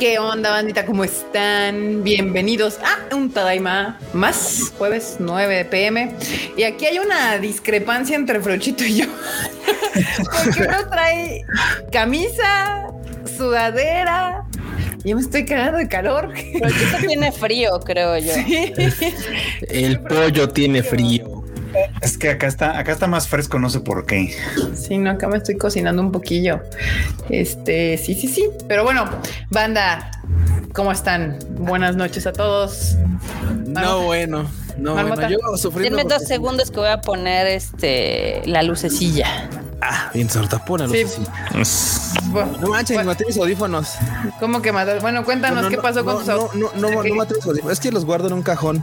¿Qué onda, bandita? ¿Cómo están? Bienvenidos a un Tadaima más, jueves 9 pm. Y aquí hay una discrepancia entre Frochito y yo. Porque uno trae camisa, sudadera. Yo me estoy cagando de calor. Frochito tiene frío, creo yo. Sí. El pollo tiene frío. Es que acá está, acá está más fresco, no sé por qué. Sí, no, acá me estoy cocinando un poquillo. Este, sí, sí, sí. Pero bueno, banda, ¿cómo están? Buenas noches a todos. No, bueno. No, Marmota. bueno. Yo sufriendo. Denme dos porque- segundos que voy a poner este la lucecilla. Ah, bien sorta, ponla, Sí. Lucecita. Bu- No manches, bu- maté mis audífonos. ¿Cómo que matar? Bueno, cuéntanos No, no, qué pasó no, con tus No, aud- no, no, no, Ok. no maté mis audífonos. Es que los guardo en un cajón.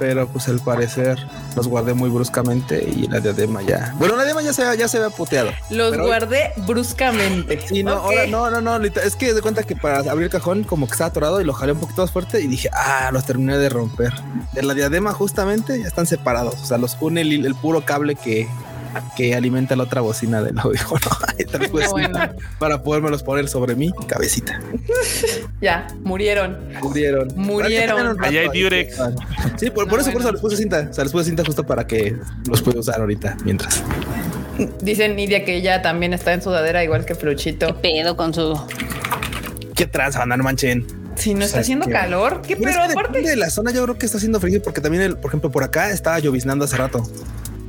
Pero pues al parecer los guardé muy bruscamente y la diadema ya. Bueno, la diadema ya se, ya se había puteado. Los Pero- guardé bruscamente. Eh, Sí, no, Ok. ahora no, no, no, literal, es que de cuenta que para abrir el cajón como que estaba atorado y lo jalé un poquito más fuerte y dije, ah, los terminé de romper. De la diadema justamente ya están separados, o sea, los une el, el puro cable que, que alimenta la otra bocina del audífono. Ahí está mi Ah, Bueno, bocina para podérmelos poner sobre mi cabecita. ya, murieron. Murieron. Murieron. Para que tengan un rato Allá hay ahí, Durex. claro. Sí, por, por No, eso por bueno. eso les puse cinta, o sea, les puse cinta justo para que los pueda usar ahorita mientras. Dice Nidia que ella también está en sudadera, igual que ¿Qué Fruchito. pedo con su Qué tranza, no manchen. Si no está sea, haciendo que- calor, ¿qué Pero pero de aparte? la zona yo creo que está haciendo frío porque también, el, por ejemplo, por acá estaba lloviznando hace rato.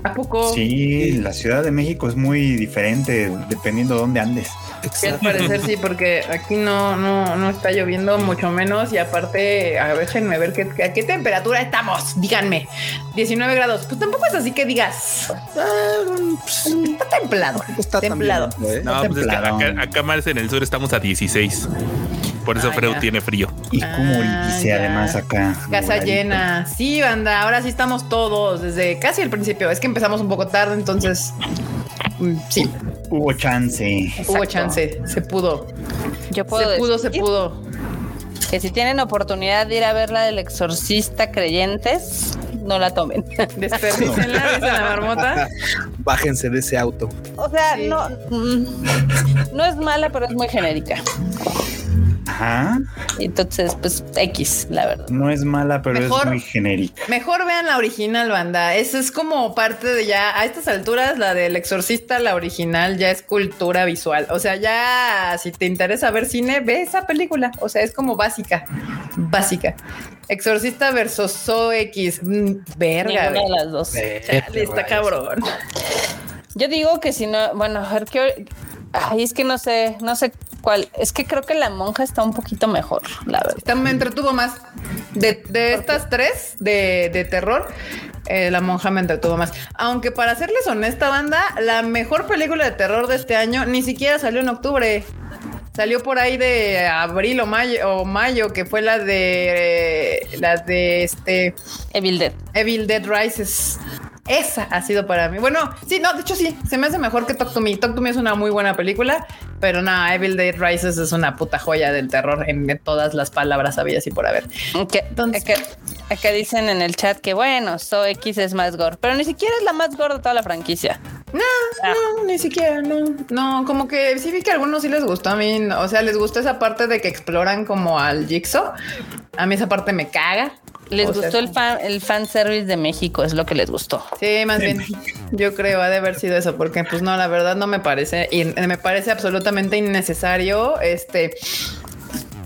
¿A poco? Sí, la Ciudad de México es muy diferente dependiendo de dónde andes. Sí, al parecer sí, porque aquí no, no, no está lloviendo mucho menos y aparte, a ver, déjenme ver qué, a qué temperatura estamos, díganme, 19 grados, pues tampoco es así que digas, Ah, está templado, pues, Está templado. también, ¿eh? No, pues es que templado. acá, acá más en el sur estamos a 16. Por eso Ah, Freud ya. tiene frío. Y Ah, como dice ya. además acá. Casa nubladito. llena, sí, banda, ahora sí estamos todos, desde casi el principio, es que empezamos un poco tarde, entonces, mm, sí, Hubo chance. hubo Exacto. chance, se pudo, Yo puedo se pudo, se decir pudo. que si tienen oportunidad de ir a ver la del exorcista creyentes, no la tomen. Desperdícenla, dice la marmota. Bájense de ese auto. O sea, Sí. no mm, no es mala, pero es muy genérica. Ajá. Entonces, pues X, la verdad. No es mala, pero Mejor- es muy genérica. Mejor vean la original, banda. Eso es como parte de ya a estas alturas, la del exorcista, la original ya es cultura visual. O sea, ya si te interesa ver cine, ve esa película. O sea, es como básica, básica. Exorcista versus Zoe X. Mm, verga, Ninguna de güey. las dos. Chale, está cabrón. Yo digo que si no, bueno, a ver qué. Ay, es que no sé, no sé cuál. Es que creo que la monja está un poquito mejor, la verdad. Esta me entretuvo más. De, de estas tres de, de terror, eh, La Monja me entretuvo más. Aunque para serles honesta, banda, la mejor película de terror de este año ni siquiera salió en octubre. Salió por ahí de abril o mayo, o mayo que fue la de la de este Evil Dead. Evil Dead Rises. Esa ha sido para mí. Bueno, sí, no, de hecho sí, se me hace mejor que Talk to Me. Talk to Me es una muy buena película, pero no, Evil Dead Rises es una puta joya del terror en todas las palabras habidas y por haber. Que- Entonces- acá, acá dicen en el chat que bueno, So X es más gore, pero ni siquiera es la más gore de toda la franquicia. Ah. No, ni siquiera, no. No, como que sí vi que a algunos sí les gustó a mí. no, O sea, les gustó esa parte de que exploran como al Jigsaw. A mí esa parte me caga. Les O sea, gustó el fan el fan service de México, es lo que les gustó. Sí, más bien. Yo creo ha de haber sido eso, porque pues no, la verdad no me parece, y me parece absolutamente innecesario este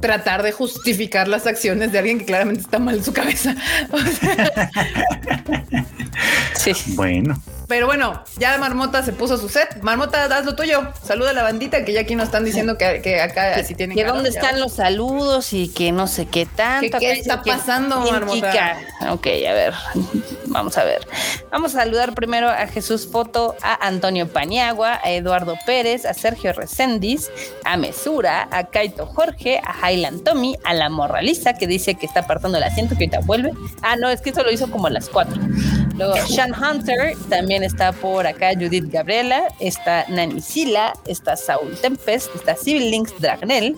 tratar de justificar las acciones de alguien que claramente está mal en su cabeza. O sea, Sí. Bueno, pero bueno, ya Marmota se puso su set. Marmota, haz lo tuyo. Saluda a la bandita que ya aquí nos están diciendo que, que acá así tienen. ¿Y calor, dónde ya. están los saludos y que no sé qué tanto? ¿Qué- qué Acá dice está que- pasando, ¿Quién Marmota? chica? Ok, a ver, vamos a ver. Vamos a saludar primero a Jesús Foto, a Antonio Paniagua, a Eduardo Pérez, a Sergio Reséndiz, a Mesura, a Kaito Jorge, a Highland Tommy, a la Morraliza, que dice que está apartando el asiento, que ahorita vuelve. Ah, no, es que eso lo hizo como a las cuatro. Luego, Sean Hunter, también está por acá Judith Gabriela, está Nani Sila, está Saul Tempest, está Civil Links Dragnel,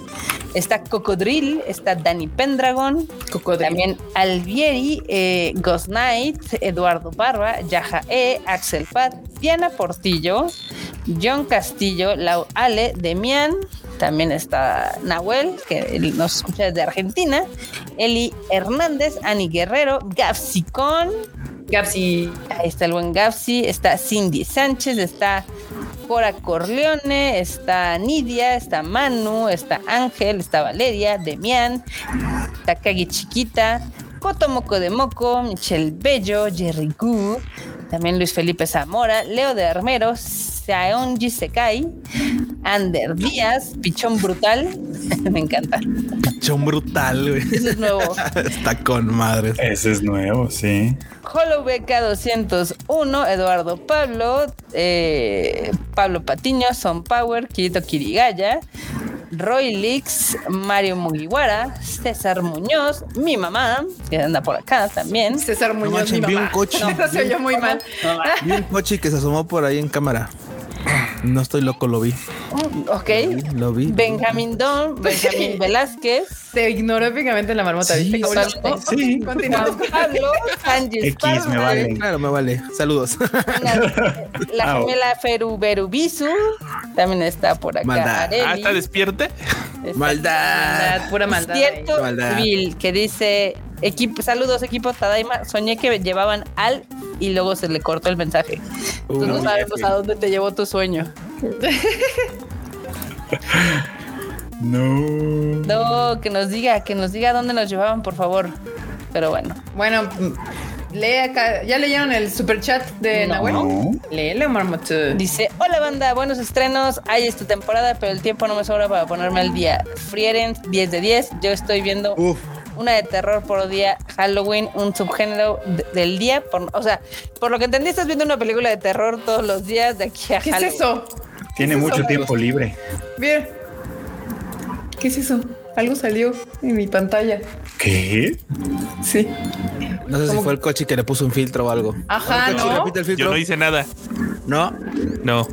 está Cocodril, está Danny Pendragon, Cocodrilo. también Alvieri, eh, Ghost Knight, Eduardo Barba, Yaja E, Axel Pat, Diana Portillo, John Castillo, Lau Ale, Demian, También está Nahuel, que nos escucha desde Argentina. Eli Hernández, Ani Guerrero, Gafsicón. Gapsi. Ahí está el buen Gafsi. Está Cindy Sánchez, está Cora Corleone, está Nidia, está Manu, está Ángel, está Valeria, Demian, Takagi Chiquita, Coto Moco de Moco, Michelle Bello, Jerry Gu, también Luis Felipe Zamora, Leo de Armero, Saonji Sekai, Ander Díaz, Pichón Brutal, me encanta, Chon brutal, güey. eso es nuevo. Está con madres. Ese es nuevo, sí. Holobeca 201, Eduardo Pablo, eh, Pablo Patiño, Son Power, Kirito Kirigaya, Roy Lix, Mario Mugiwara, César Muñoz, mi mamá, que anda por acá también. César Muñoz. manches, mi vi mamá. un coche. No, eso se oyó muy mal. Vi un coche que se asomó por ahí en cámara. No estoy loco, lo vi. Ok. Lo vi. Benjamín Don, Benjamín Velázquez, Te ignoró épicamente la marmota. Sí, ¿viste? Como sí, no? sí. Continuamos. Juan Pablo, Angie X, me Sparman, vale. Claro, me vale. Saludos. una- la Ah, oh. gemela Feru Berubisu, también está por acá. Maldad. Areli, Ah, está despierte. está- Maldad. Maldad, pura maldad. Cierto, Maldad. Bill, que dice, equipo, saludos equipo Tadaima, soñé que llevaban al y luego se le cortó el mensaje. Tú no Uh, sabemos a dónde te llevó tu sueño. No. No, que nos diga, que nos diga dónde nos llevaban, por favor. Pero bueno, Bueno, mm, lee acá. ¿Ya leyeron el super chat de No. Nahuel? No. Léelo, marmota. dice, hola banda, buenos estrenos, hay esta temporada, pero el tiempo no me sobra para ponerme al día. Frieren, 10 de 10, yo estoy viendo Uf, una de terror por día, Halloween, un subgénero de- del día, por- o sea, por lo que entendí, estás viendo una película de terror todos los días de aquí a ¿Qué es Halloween. eso? Tiene ¿Qué es mucho eso? tiempo libre. Bien. ¿Qué es eso? Algo salió en mi pantalla. ¿Qué? Sí. no sé si ¿Cómo? fue el coche que le puso un filtro o algo. Ajá, ¿El coche ¿no? le pita el filtro? Yo no hice nada. No. No.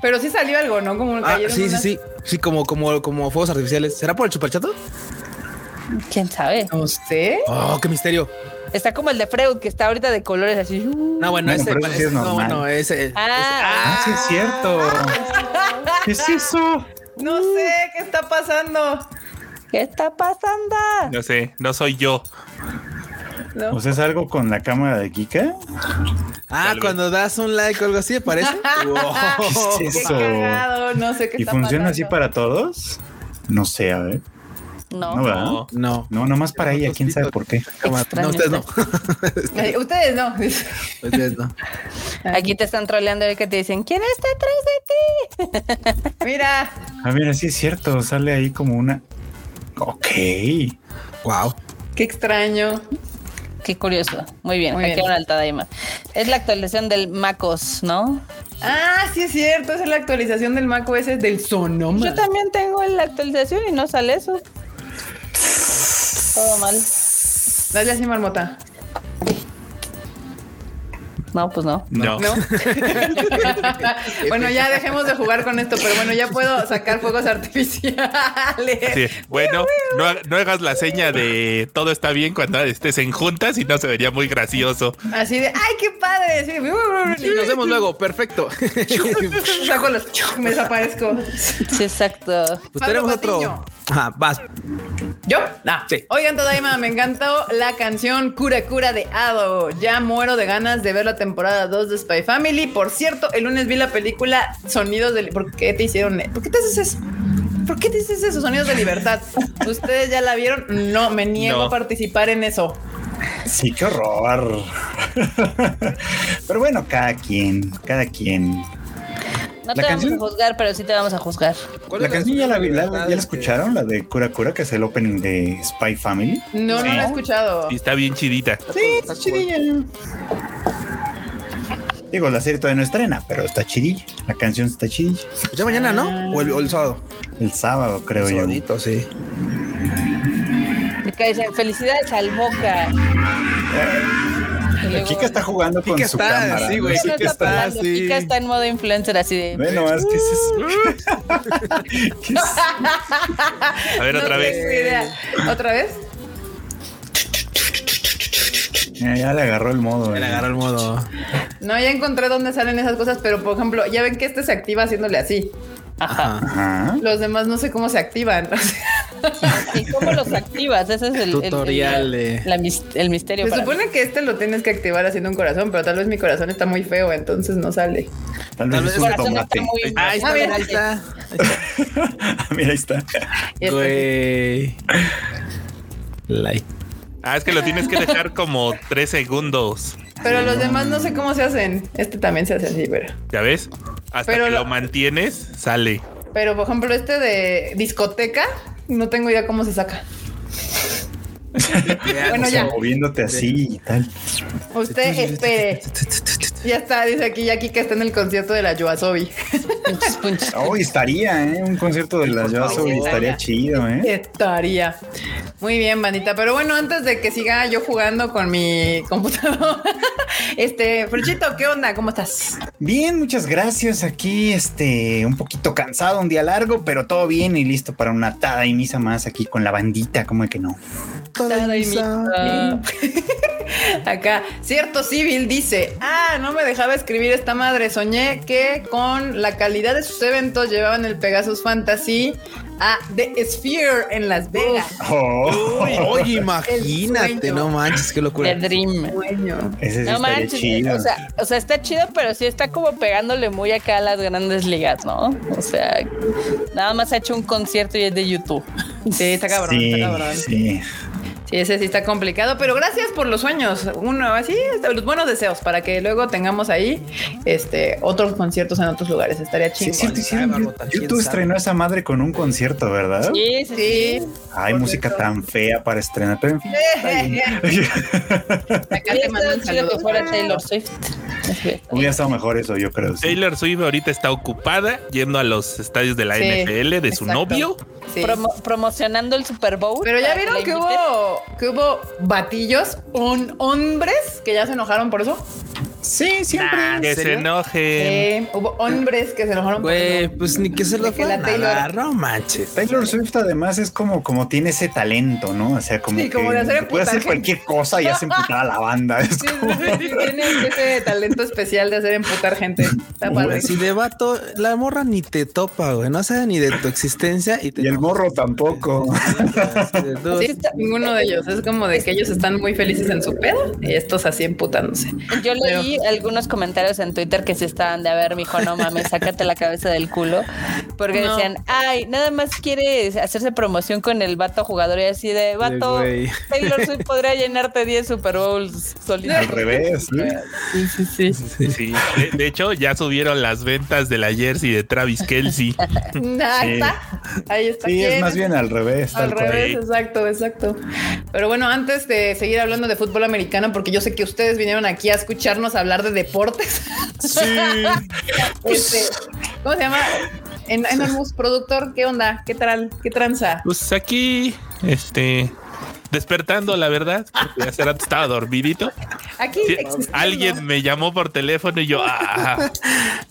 Pero sí salió algo, ¿no? Como Ah, cayeron sí, sí, unas- sí. Sí, como, como, como fuegos artificiales. ¿Será por el superchato? ¿Quién sabe? No sé. Oh, qué misterio. Está como el de Freud, que está ahorita de colores así. uh. No, bueno, Bueno, ese, pero eso sí ese- es no, normal. bueno, ese. Ah, Ah, sí es cierto. Ah. ¿Qué es eso? No sé qué está pasando. ¿qué está pasando? No sé, no soy yo. No. ¿O sea, es algo con la cámara de Kika? Ah, Tal cuando das un like o algo así, parece. Wow. ¿Qué es Oh, Qué eso? cagado, no sé qué ¿Y está funciona así pasando. para todos? No sé, a ver. No. No, ¿verdad? ¿Ah? No. No. No, nomás para ella, quién sabe por qué. Cámara. No, ustedes no. Ay, ustedes no. Ustedes no. Aquí te están troleando el que te dicen, ¿quién está atrás de ti? Mira, A ver, sí es cierto, sale ahí como una. Ok. Wow. qué extraño. Qué curioso. Muy bien, Muy aquí bien. una altada y más. Es la actualización del Macos, ¿no? Ah, sí es cierto, esa es la actualización del Mac OS del Sonoma. Yo también tengo la actualización y no sale eso. Todo mal. Dale así, marmota. No, pues no. No. ¿No? bueno, ya dejemos de jugar con esto, pero bueno, ya puedo sacar fuegos artificiales. Sí. Bueno, no, ha- no hagas la seña de todo está bien cuando estés en juntas y no se vería muy gracioso. Así de, ay, qué padre. Sí, Y nos vemos luego. Perfecto. pues Saco los, me desaparezco. Sí, exacto. tenemos Patiño. otro. Ajá, vas. ¿Yo? Ah, Sí. Oigan, Tadaima, me encantó la canción Cura Cura de Ado. Ya muero de ganas de ver la temporada 2 de Spy Family. Por cierto, el lunes vi la película Sonidos de... Li- ¿Por qué te hicieron? e- ¿Por qué te haces eso? ¿Por qué te dices eso? Sonidos de libertad. ¿Ustedes ya la vieron? No, me niego No. a participar en eso. Sí, qué horror. Pero bueno, cada quien, cada quien. No ¿La te vamos a canción? juzgar, pero sí te vamos a juzgar. ¿Cuál La es canción ya la, vi- la- ya que- la escucharon, la de Cura Cura, que es el opening de Spy Family. No, no Sí. la he escuchado. Y está bien chidita. Está cool. Digo, la serie todavía no estrena, pero está chidilla. La canción está chidilla. Ya mañana, ¿no? O el, o el sábado. El sábado, creo El yo. sábado, sí. Y que dicen, felicidades al Boca. Y luego- Kika está jugando con Kika su está, cámara. sí, güey. Kika no Kika está pelando, así. Kika está en modo influencer así de. Ve nomás, ¿qué es eso? ¿Qué es A ver, No otra vez. tengo idea. ¿Otra vez? Mira, ya le agarró el modo. Me eh. la agarró el modo. No, ya encontré dónde salen esas cosas, pero por ejemplo, ya ven que este se activa haciéndole así. Ajá. Ajá. Los demás no sé cómo se activan. ¿Y cómo los activas? Ese es el, el- el- Tutorial de- la mis- el misterio. Se para mí. supone que este lo tienes que activar haciendo un corazón, pero tal vez mi corazón está muy feo, entonces no sale. Tal vez Tal es vez un corazón está tomate. muy- Ah, ahí está, Ah, mira. ahí está. Mira, ahí está. Y este- Güey. Like. Ah, es que lo tienes que dejar como tres segundos. Pero los demás no sé cómo se hacen. Este también se hace así, pero. ¿Ya ves? Hasta Pero que lo... lo- mantienes, sale. Pero por ejemplo, este de discoteca, no tengo idea cómo se saca. Bueno, O ya. sea, Moviéndote así y tal. Usted espere. Ya está, dice aquí, ya aquí que está en el concierto de la Yoasobi. Punches, punches. Hoy estaría, ¿eh? Un concierto de las Yaso favor. estaría chido, ¿eh? Estaría. Muy bien, bandita. Pero bueno, antes de que siga yo jugando con mi computadora, este, Fruchito, ¿qué onda? ¿Cómo estás? Bien, muchas gracias. Aquí, este, un poquito cansado, un día largo, pero todo bien y listo para una atada y misa más aquí con la bandita, como que no. Ay, mi- ah, Acá, cierto civil dice, ah, no me dejaba escribir esta madre, soñé que con la calidad de sus eventos llevaban el Pegasus Fantasy a The Sphere en Las Vegas. Oh, Uy, oye, El imagínate, sueño. no manches, qué The locura. Dream. Bueno. ese sí No estaría manches, eh, chido. o sea, o sea, está chido, pero sí está como pegándole muy acá a las grandes ligas, ¿no? O sea, nada más ha hecho un concierto y es de YouTube. Sí, está cabrón, sí, está cabrón. sí. Sí, ese sí está complicado, pero gracias por los sueños. Uno, así, los buenos deseos para que luego tengamos ahí este otros conciertos en otros lugares. Estaría Sí, chido. es cierto, hicieron- Ay, Barbota, quién YouTube sabe. estrenó esa madre con un concierto, ¿verdad? Sí, sí, sí. Hay música tan fea para estrenar, pero en fin. está bien. Acá Hubiera te mando estado un chido que saludo. fuera Taylor Swift. Hubiera estado mejor eso, yo creo. sí. Taylor Swift ahorita está ocupada yendo a los estadios de la Sí, NFL de su exacto. novio. Sí. Promo- promocionando el Super Bowl. este, Pero ya para vieron la que inviten. hubo que hubo batillos, un hombres que ya se enojaron por eso. Sí, siempre. Nah, que se enoje. Eh, hubo hombres que se enojaron Güey, por eso. pues ni que se lo De que fueran la a Taylor- dar, no manches. Taylor Swift además es como, como tiene ese talento, ¿no? O sea, como Sí, que como de hacer puede emputar hacer gente. cualquier cosa y hace emputar a la banda. Es Sí, como- sí, sí, tiene ese talento especial de hacer emputar gente. Está padre. Si de vato, la morra ni te topa, güey. No sabe ni de tu existencia y te. Y el morro tampoco. Así de, dude, Sí, está- Ninguno de ellos. Es como de que ellos están muy felices en su pedo y estos así emputándose. Yo leí algunos comentarios en Twitter que se estaban de a ver, mijo, no mames, sácate la cabeza del culo. Porque No. decían, ay, nada más quiere hacerse promoción con el vato jugador y así de vato. güey. Taylor Swift podría llenarte 10 Super Bowls solito. Al revés. ¿sí? Sí, sí, sí. Sí. De, de hecho, ya subieron las ventas de la jersey de Travis Kelsey. Ahí está. Ahí está. Sí, es ¿Quién? más bien al revés. Al tal cual. revés, cual. exacto, exacto. Pero bueno, antes de seguir hablando de fútbol americano, porque yo sé que ustedes vinieron aquí a escucharnos hablar de deportes. Este, ¿Cómo se llama? En Anonymous Productor, ¿qué onda? ¿Qué tal? ¿Qué tranza? Pues aquí, este, despertando, la verdad, porque hace rato estaba dormidito. Aquí Sí, existiendo. alguien me llamó por teléfono y yo, ah,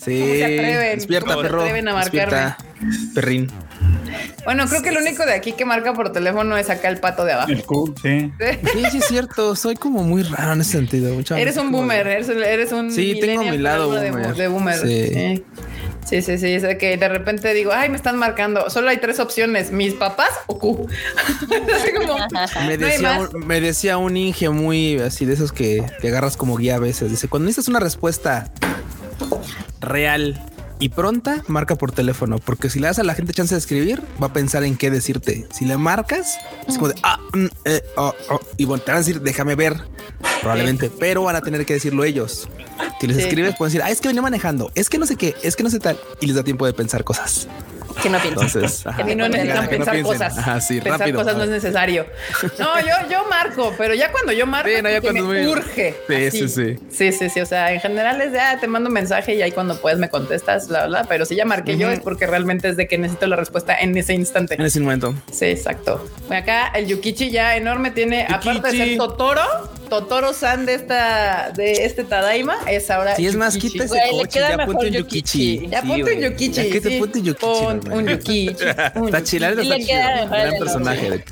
Sí. ¿Cómo se atreven? Despierta, ¿Cómo se perro. atreven a marcarme? Despierta, perrín. Bueno, creo que el único de aquí que marca por teléfono es acá el pato de abajo. El cool, sí. Sí, sí, es cierto. Soy como muy raro en ese sentido. mucha- Eres un como- boomer, eres, eres un. Sí, tengo millennial mi lado pero de boomer. bu- De, boomer. Sí. Sí. sí, sí, sí, O sea, que de repente digo, ay, me están marcando. Solo hay tres opciones: mis papás o Q. Así como. no Me hay decía, más. un, me decía un Inge muy así de esos que, que agarras como guía a veces. Dice, cuando necesitas una respuesta real y pronta, marca por teléfono. Porque si le das a la gente chance de escribir, va a pensar en qué decirte. Si le marcas, es como de, ah, mm, eh, oh, oh", y bueno, te van a decir, déjame ver, probablemente. Pero van a tener que decirlo ellos. Si les Sí. escribes, pueden decir, ah, es que venía manejando, es que no sé qué, es que no sé tal. Y les da tiempo de pensar cosas. Que no piensas. Entonces, ajá, Que no necesitan que no pensar piensen. cosas. Ajá, Ah, sí, pensar rápido. cosas no es necesario. No, yo, yo marco, pero ya cuando yo marco, Sí, no, ya es porque cuando me me- urge. Sí, así. sí, sí. Sí, sí, sí. O sea, en general es de ah, te mando un mensaje y ahí cuando puedes me contestas, bla, bla. Pero si ya marqué yo Ujú. es porque realmente es de que necesito la respuesta en ese instante. En ese momento. Sí, exacto. Acá el Yukichi ya enorme tiene, aparte de ser Yukichi. Totoro, Totoro San de esta, de este Tadaima, es ahora. Si es más, Ah, Yukichi. quita ese Güey, le coche, queda ya mejor ponte un Yukichi. Yukichi. Ya Sí, ponte güey. un Yukichi. Ya que te sí. ponte un Yukichi. Pon no, un güey. Yukichi. un Está Yukichi. chila, Y está le chido. queda mejor el Gran de personaje.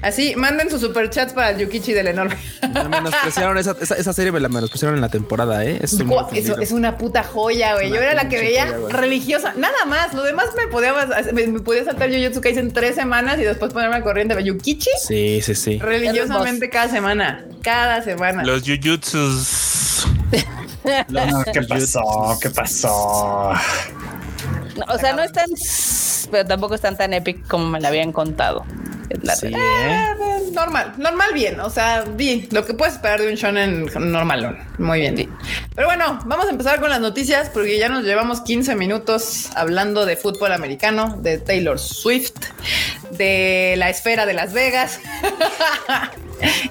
Así, manden sus superchats para el Yukichi del enorme. Me menospreciaron esa, esa, esa serie, me la menospreciaron en la temporada, ¿eh? Es un Gua- malentendido. Eso es una puta joya, güey. Es una Yo era la que pinche veía joya, güey. religiosa, nada más. Lo demás me podía, me, me podía saltar Jujutsu Kaisen en tres semanas y después ponerme al corriente. Pero Yukichi, Sí, sí, sí. religiosamente cada semana, cada semana. Los Jujutsus. No, ¿Qué pasó? ¿Qué pasó? No, o sea, no es tan. Pero tampoco están tan epic como me la habían contado. Es la Sí, realidad. ¿eh? Ah, pues, Normal, normal bien, o sea, bien, lo que puedes esperar de un shonen normalón, muy bien. Pero bueno, vamos a empezar con las noticias porque ya nos llevamos 15 minutos hablando de fútbol americano, de Taylor Swift, de la esfera de Las Vegas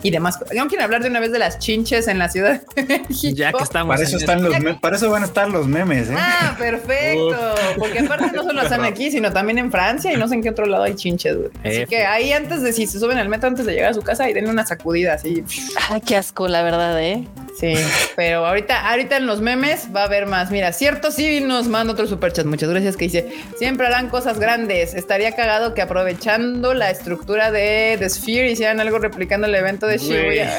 y demás. cosas. ¿No quieren hablar de una vez de las chinches en la ciudad de México? Ya que estamos. Para eso en están los me- para eso van a estar los memes, ¿eh? Ah, perfecto. Porque aparte no solo están aquí, sino también en Francia y no sé en qué otro lado hay chinches, güey. Así F. que ahí antes de si se suben al metro antes de llegar a su casa y den una sacudida así. Ay, qué asco, la verdad, ¿eh? Sí, pero ahorita, ahorita en los memes va a haber más. Mira, cierto, sí nos manda otro superchat. Muchas gracias que dice, siempre harán cosas grandes. Estaría cagado que aprovechando la estructura de The Sphere hicieran algo replicando el evento de Shibuya.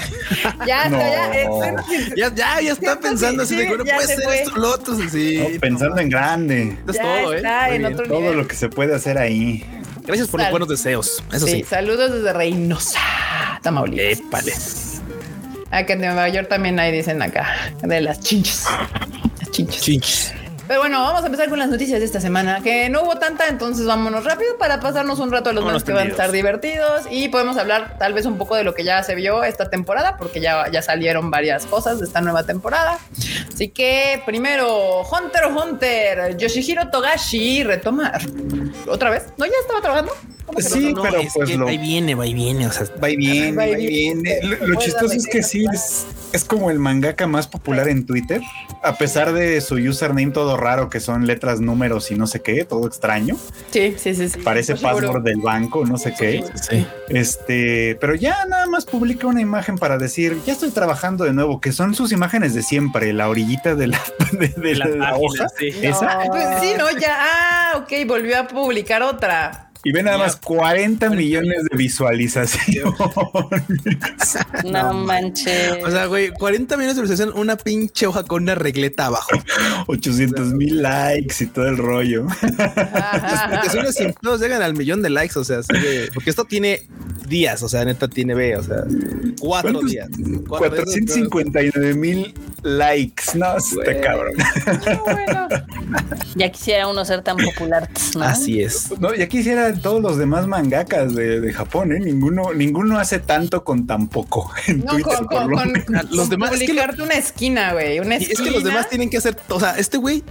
Ya, No. está, ya. eh, el- Ya, ya, ya está Siento que pensando así de sí, que no ya puede se ser fue. esto, lo otro. Sí, No, pensando en grande. Esto es Ya todo, ¿eh? está Muy en bien. otro Todo nivel. lo que se puede hacer ahí. Gracias por los Sal. buenos deseos. Eso Sí, sí. saludos desde Reynosa, Tamaulipas. Épale. Ah, que en Nueva York también hay, dicen acá, de las chinches. Las chinches. Chinches. Pero bueno, vamos a empezar con las noticias de esta semana, que no hubo tanta, entonces vámonos rápido para pasarnos un rato a los memes Vámonos que van a tendidos. estar divertidos y podemos hablar tal vez un poco de lo que ya se vio esta temporada, porque ya, ya salieron varias cosas de esta nueva temporada. Así que primero, Hunter x Hunter, Yoshihiro Togashi retoma otra vez. ¿No ya estaba trabajando? ¿Cómo que Sí, No, pero es pues que lo Ahí viene, va y viene. O sea, va y viene, Va y va y viene. viene. Lo, lo chistoso es que sí, es, es como el mangaka más popular en Twitter, a pesar de su username todo raro, que son letras, números y no sé qué, todo extraño. Sí, sí, sí. sí. Parece Seguro. password del banco, no sé qué. sí. Este, pero ya nada más publica una imagen para decir, ya estoy trabajando de nuevo, que son sus imágenes de siempre, la orillita de la, de, de la, página, hoja. sí. Esa. Ah, pues sí, no, ya. Ah, ok, volvió a publicar otra. Y ve nada más 40 millones de visualización. No, manches. O sea, güey, 40 millones de visualización, una pinche hoja con una regleta abajo. 800 mil likes y todo el rollo. Ajá, Porque ajá. si unos impuestos llegan al millón de likes, o sea, así de- porque esto tiene días, o sea, neta tiene B, o sea, cuatro ¿Cuántos? días. Cuatro días, 459 mil likes. No, Güey. está cabrón. Ya quisiera uno ser tan popular. tss, ¿no? Así es. No, ya quisiera todos los demás mangakas de, de Japón, ¿eh? Ninguno, ninguno hace tanto con tan poco en No, Twitter. con, por con, lo con- menos. con Los demás, es que publicarte una esquina, güey. Una Y esquina. es que los demás tienen que hacer, o sea, este güey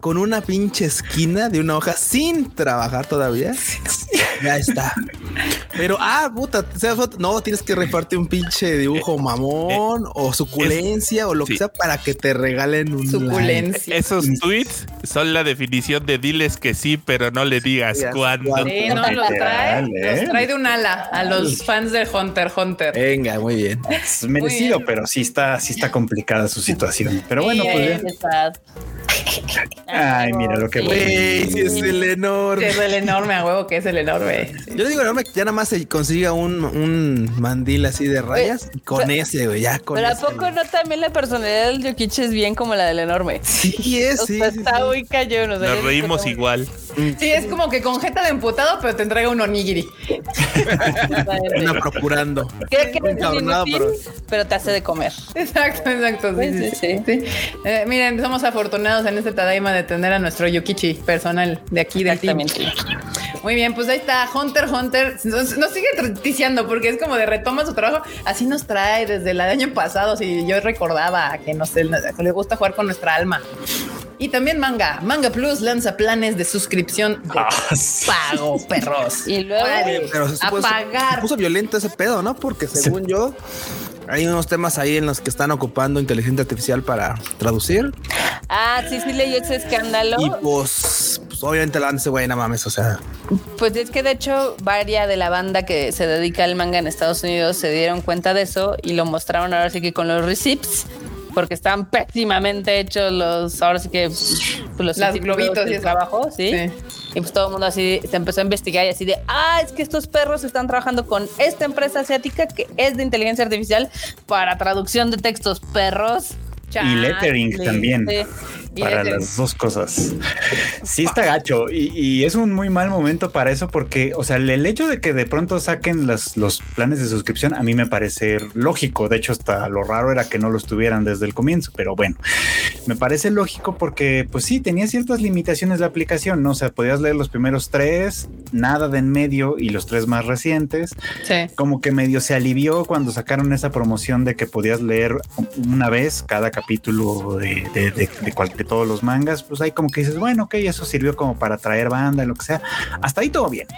con una pinche esquina de una hoja sin trabajar todavía. Ya está. Pero, ah, puta, o sea, no, tienes que repartir un pinche dibujo mamón o suculencia o lo que sí. sea para que te regalen un like. Suculencia. Esos tweets son la definición de diles que sí, pero no le digas Digas cuándo. cuándo. Sí, no, los trae, Literal, ¿eh? los trae de un ala a los fans de Hunter x Hunter. Venga, muy bien. Es merecido, bien. pero sí está, sí está complicada su situación. Pero bueno, Sí, pues eh. ya. Qué sad. Ay, mira lo que Sí. bueno. Güey, si es el enorme. Es el enorme, a huevo que es el enorme. Sí. Yo le digo, no, me- ya nada más se consiga un, un mandil así de rayas y con ese, güey, ya con Pero ¿a ese, poco güey. no también la personalidad del Yokichi es bien como la del enorme? Sí, es, O sí. sea, sí, está sí. muy cayón. o sea, Nos yo reímos disfruto igual. Sí, es como que con jeta de emputado, pero te entrega un onigiri. completamente. Anda procurando. Cree que eres un Encabronado, inútil, pero te hace de comer. Exacto, exacto. Sí, sí, sí. Eh, miren, somos afortunados en este Tadaima de tener a nuestro Yukichi personal de aquí del team. Exactamente. Muy bien, pues ahí está Hunter x Hunter. Nos, nos sigue noticiando porque es como de retoma su trabajo. Así nos trae desde el año pasado. Si yo recordaba que no sé, le gusta jugar con nuestra alma. Y también Manga. Manga Plus lanza planes de suscripción de Ah, sí. pago, perros. Y luego- Órale, Pero se a puso, se pagar. puso violento ese pedo, ¿no? Porque según yo, hay unos temas ahí en los que están ocupando inteligencia artificial para traducir. Ah, sí, sí leí ese escándalo. Y pues, pues, obviamente la ese güey, no mames, o sea. Pues es que de hecho varia de la banda que se dedica al manga en Estados Unidos se dieron cuenta de eso y lo mostraron ahora sí que con los receipts porque están pésimamente hechos los, ahora sí que pues, Las los científicos globitos y del eso. trabajo, ¿sí? Y pues todo el mundo así se empezó a investigar y así de, ah, es que estos perros están trabajando con esta empresa asiática que es de inteligencia artificial para traducción de textos perros. Y lettering Chale. también. Y para lettering. las dos cosas. Sí está gacho y, y es un muy mal momento para eso porque, o sea, el- el hecho de que de pronto saquen las- los planes de suscripción a mí me parece lógico. De hecho, hasta lo raro era que no los tuvieran desde el comienzo, pero bueno, me parece lógico porque, pues sí, tenía ciertas limitaciones la aplicación, ¿no? O sea, podías leer los primeros tres, nada de en medio y los tres más recientes Sí. como que medio se alivió cuando sacaron esa promoción de que podías leer una vez cada capítulo de, de, de- de cual- de todos los mangas. Pues ahí como que dices, bueno, ok, eso sirvió como para traer banda, lo que sea. Hasta ahí todo bien.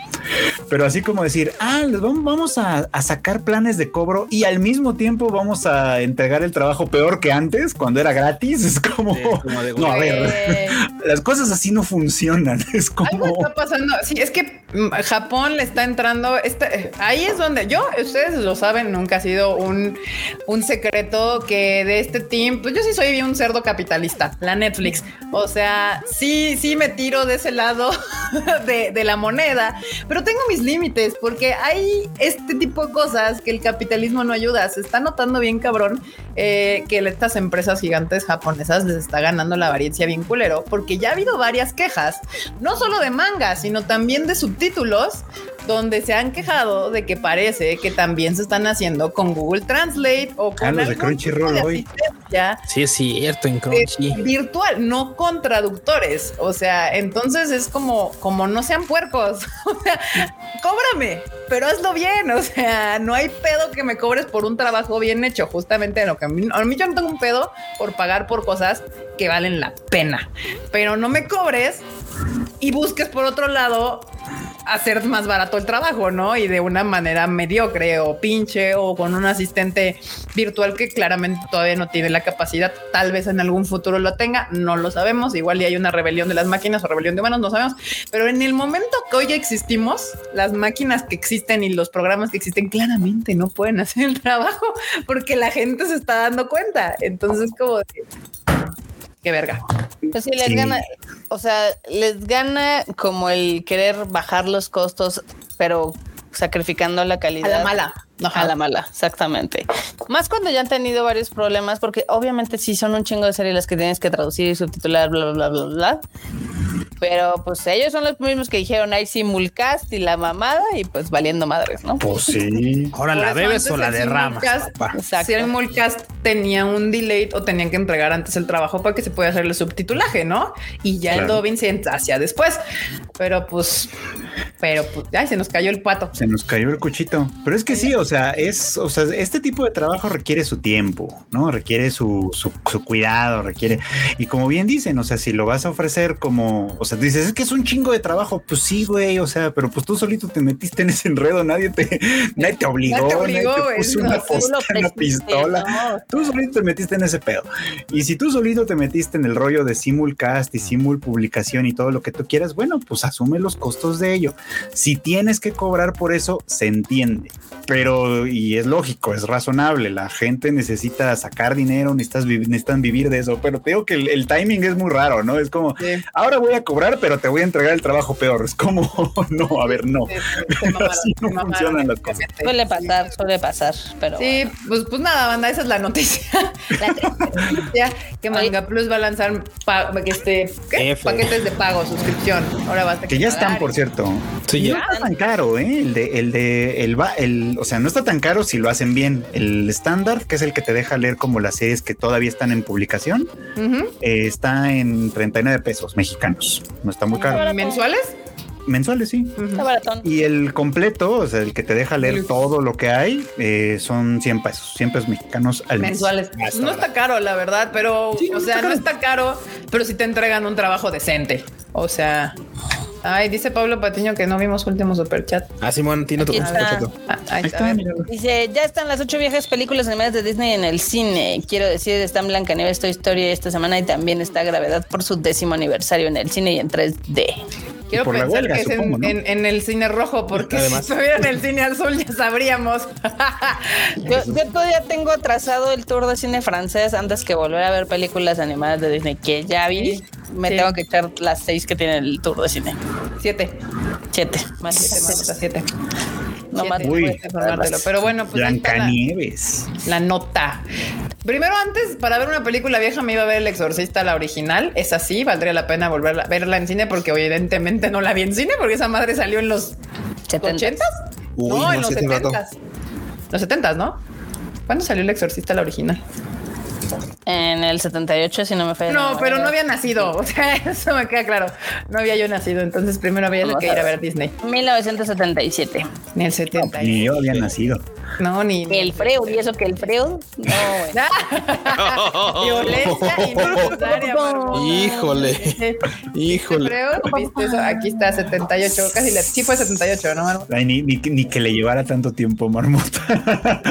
Pero así como decir, ah, les vam- vamos a, a sacar planes de cobro y al mismo tiempo vamos a entregar el trabajo peor que antes, cuando era gratis. Es como, Sí, como de- no, a ver, Eh, las cosas así no funcionan. Es Algo como... "Ah, está pasando. Sí, es que mm, Japón le está entrando. Está, ahí es donde yo, ustedes lo saben, nunca ha sido un, un secreto que de este team, pues yo sí soy un cerdo capitalista, la Netflix. O sea, sí, sí me tiro de ese lado de, de la moneda, pero tengo mis límites porque hay este tipo de cosas que el capitalismo no ayuda. Se está notando bien cabrón eh, que estas empresas gigantes japonesas les está ganando la variencia bien culero, porque ya ha habido varias quejas, no solo de mangas, sino también de subtítulos, donde se han quejado de que parece que también se están haciendo con Google Translate o con Ah, los de algún tipo Crunchyroll de hoy. asistencia Sí, es cierto, en Crunchy. eh, virtual, no con traductores. O sea, entonces es como, como no sean puercos. O sea, cóbrame, pero hazlo bien. O sea, no hay pedo que me cobres por un trabajo bien hecho, justamente en lo que a mí, a mí yo no tengo un pedo por pagar por cosas que valen la pena, pero no me cobres y busques por otro lado hacer más barato el trabajo, ¿no? Y de una manera mediocre o pinche o con un asistente virtual que claramente todavía no tiene la capacidad, tal vez en algún futuro lo tenga, no lo sabemos, igual y hay una rebelión de las máquinas o rebelión de humanos, no sabemos, pero en el momento que hoy existimos, las máquinas que existen y los programas que existen claramente no pueden hacer el trabajo porque la gente se está dando cuenta, entonces como... de, Qué verga. Pues sí, les Sí. gana, o sea, les gana como el querer bajar los costos, pero sacrificando la A calidad. la mala. No, A la mala, exactamente. Más cuando ya han tenido varios problemas, porque obviamente sí son un chingo de series las que tienes que traducir y subtitular, bla, bla, bla, bla, bla. Pero pues ellos son los mismos que dijeron, hay simulcast y la mamada, y pues valiendo madres, ¿no? Pues sí. Ahora la bebes o la derramas. derramas. Exacto. Si el Mulcast tenía un delay o tenían que entregar antes el trabajo para que se pudiera hacer el subtitulaje, ¿no? Y ya el Claro. dubbing se hacía después. Pero pues, pero pues, ay, se nos cayó el pato. Se nos cayó el cuchito. Pero es que sí, o sea, es, o sea, este tipo de trabajo requiere su tiempo, ¿no? Requiere su, su, su cuidado, requiere. Y como bien dicen, o sea, si lo vas a ofrecer como, o sea, dices, es que es un chingo de trabajo, pues sí, güey, o sea, pero pues tú solito te metiste en ese enredo, nadie te, nadie te obligó, Nadie te nadie te, obligó, güey, puso no, una, tú Tú lo posta, Pues, una presentes, pistola. ¿no? Tú solito te metiste en ese pedo. Y si tú solito te metiste en el rollo de simulcast y simul publicación y todo lo que tú quieras, bueno, pues asume los costos de ello. Si tienes que cobrar por eso, se entiende. Pero, y es lógico, es razonable. La gente necesita sacar dinero, necesitas vi- necesitan vivir de eso. Pero te digo que el, el timing es muy raro, ¿no? Es como, Sí. ahora voy a cobrar, pero te voy a entregar el trabajo peor. Es como, no, a ver, no. Sí, eh, se mamaron, Así no se mamaron. funcionan las cosas. Suele pasar, suele pasar, pero... Sí, pues, pues nada, banda, esa es la noticia. La triste noticia que Manga Plus va a lanzar pa- este, ¿qué? F. paquetes de pago, suscripción. Ahora basta. Que ya están, pagar. por cierto. Sí, no ya. está tan caro, ¿eh? El de, el de, el va, el, o sea, no está tan caro si lo hacen bien. El estándar, que es el que te deja leer como las series que todavía están en publicación, Ujú. eh, está en 39 pesos mexicanos. No está muy caro. ¿Mensuales? Mensuales, sí. Está baratón. Y el completo, o sea, el que te deja leer todo lo que hay, eh, son 100 pesos, 100 pesos mexicanos al mes. mensuales. Hasta no ahora. está caro, la verdad, pero, Sí, no o sea, no está caro. está caro, pero si te entregan un trabajo decente. O sea, ay, dice Pablo Patiño que no vimos su último superchat. Ah, Simón, tiene tu Aquí está. contacto. Ah, ahí Ahí está. está, mira. Dice, ya están las ocho viejas películas animadas de Disney en el cine. Quiero decir, están Blancanieves, Toy Story esta semana y también está Gravedad por su décimo aniversario en el cine y en 3D. Quiero por la pensar huelga, que es en- supongo, ¿no? en, en el cine rojo, porque Además. si estuviera en el cine azul ya sabríamos. Yo, yo todavía tengo atrasado el tour de cine francés antes que volver a ver películas animadas de Disney que ya vi. Sí, Me sí. tengo que echar las seis que tiene el tour de cine. Siete. Siete. Más Siete, siete, Marta, siete. No Siete, más. Uy. puedes informártelo. Pero bueno, pues ahí está la, Blancanieves. la nota. Primero, antes, para ver una película vieja, me iba a ver El Exorcista, la original. Es así, valdría la pena volverla verla en cine, porque evidentemente no la vi en cine, porque esa madre salió en los Setenta. ¿Ochentas? Uy, no, no, en los sí, hace rato. setentas. Los setentas, ¿no? ¿Cuándo salió el exorcista la original? En el 78, si no me falla. la No, memoria. pero no había nacido. O sea, eso me queda claro. No había yo nacido. Entonces primero había Vamos que a ir a ver ver. Disney. 1977. Ni el 70. Ni yo había nacido. No, ni. ni El Freud, y eso que el Freud. No, güey. Ah, Violencia innecesaria. Bárbara. Híjole, Sí, híjole. Creo, viste eso. Aquí está 78. Casi le. Sí, fue 78, ¿no? Bárbara? Ay, ni, ni- ni que le llevara tanto tiempo, Marmota.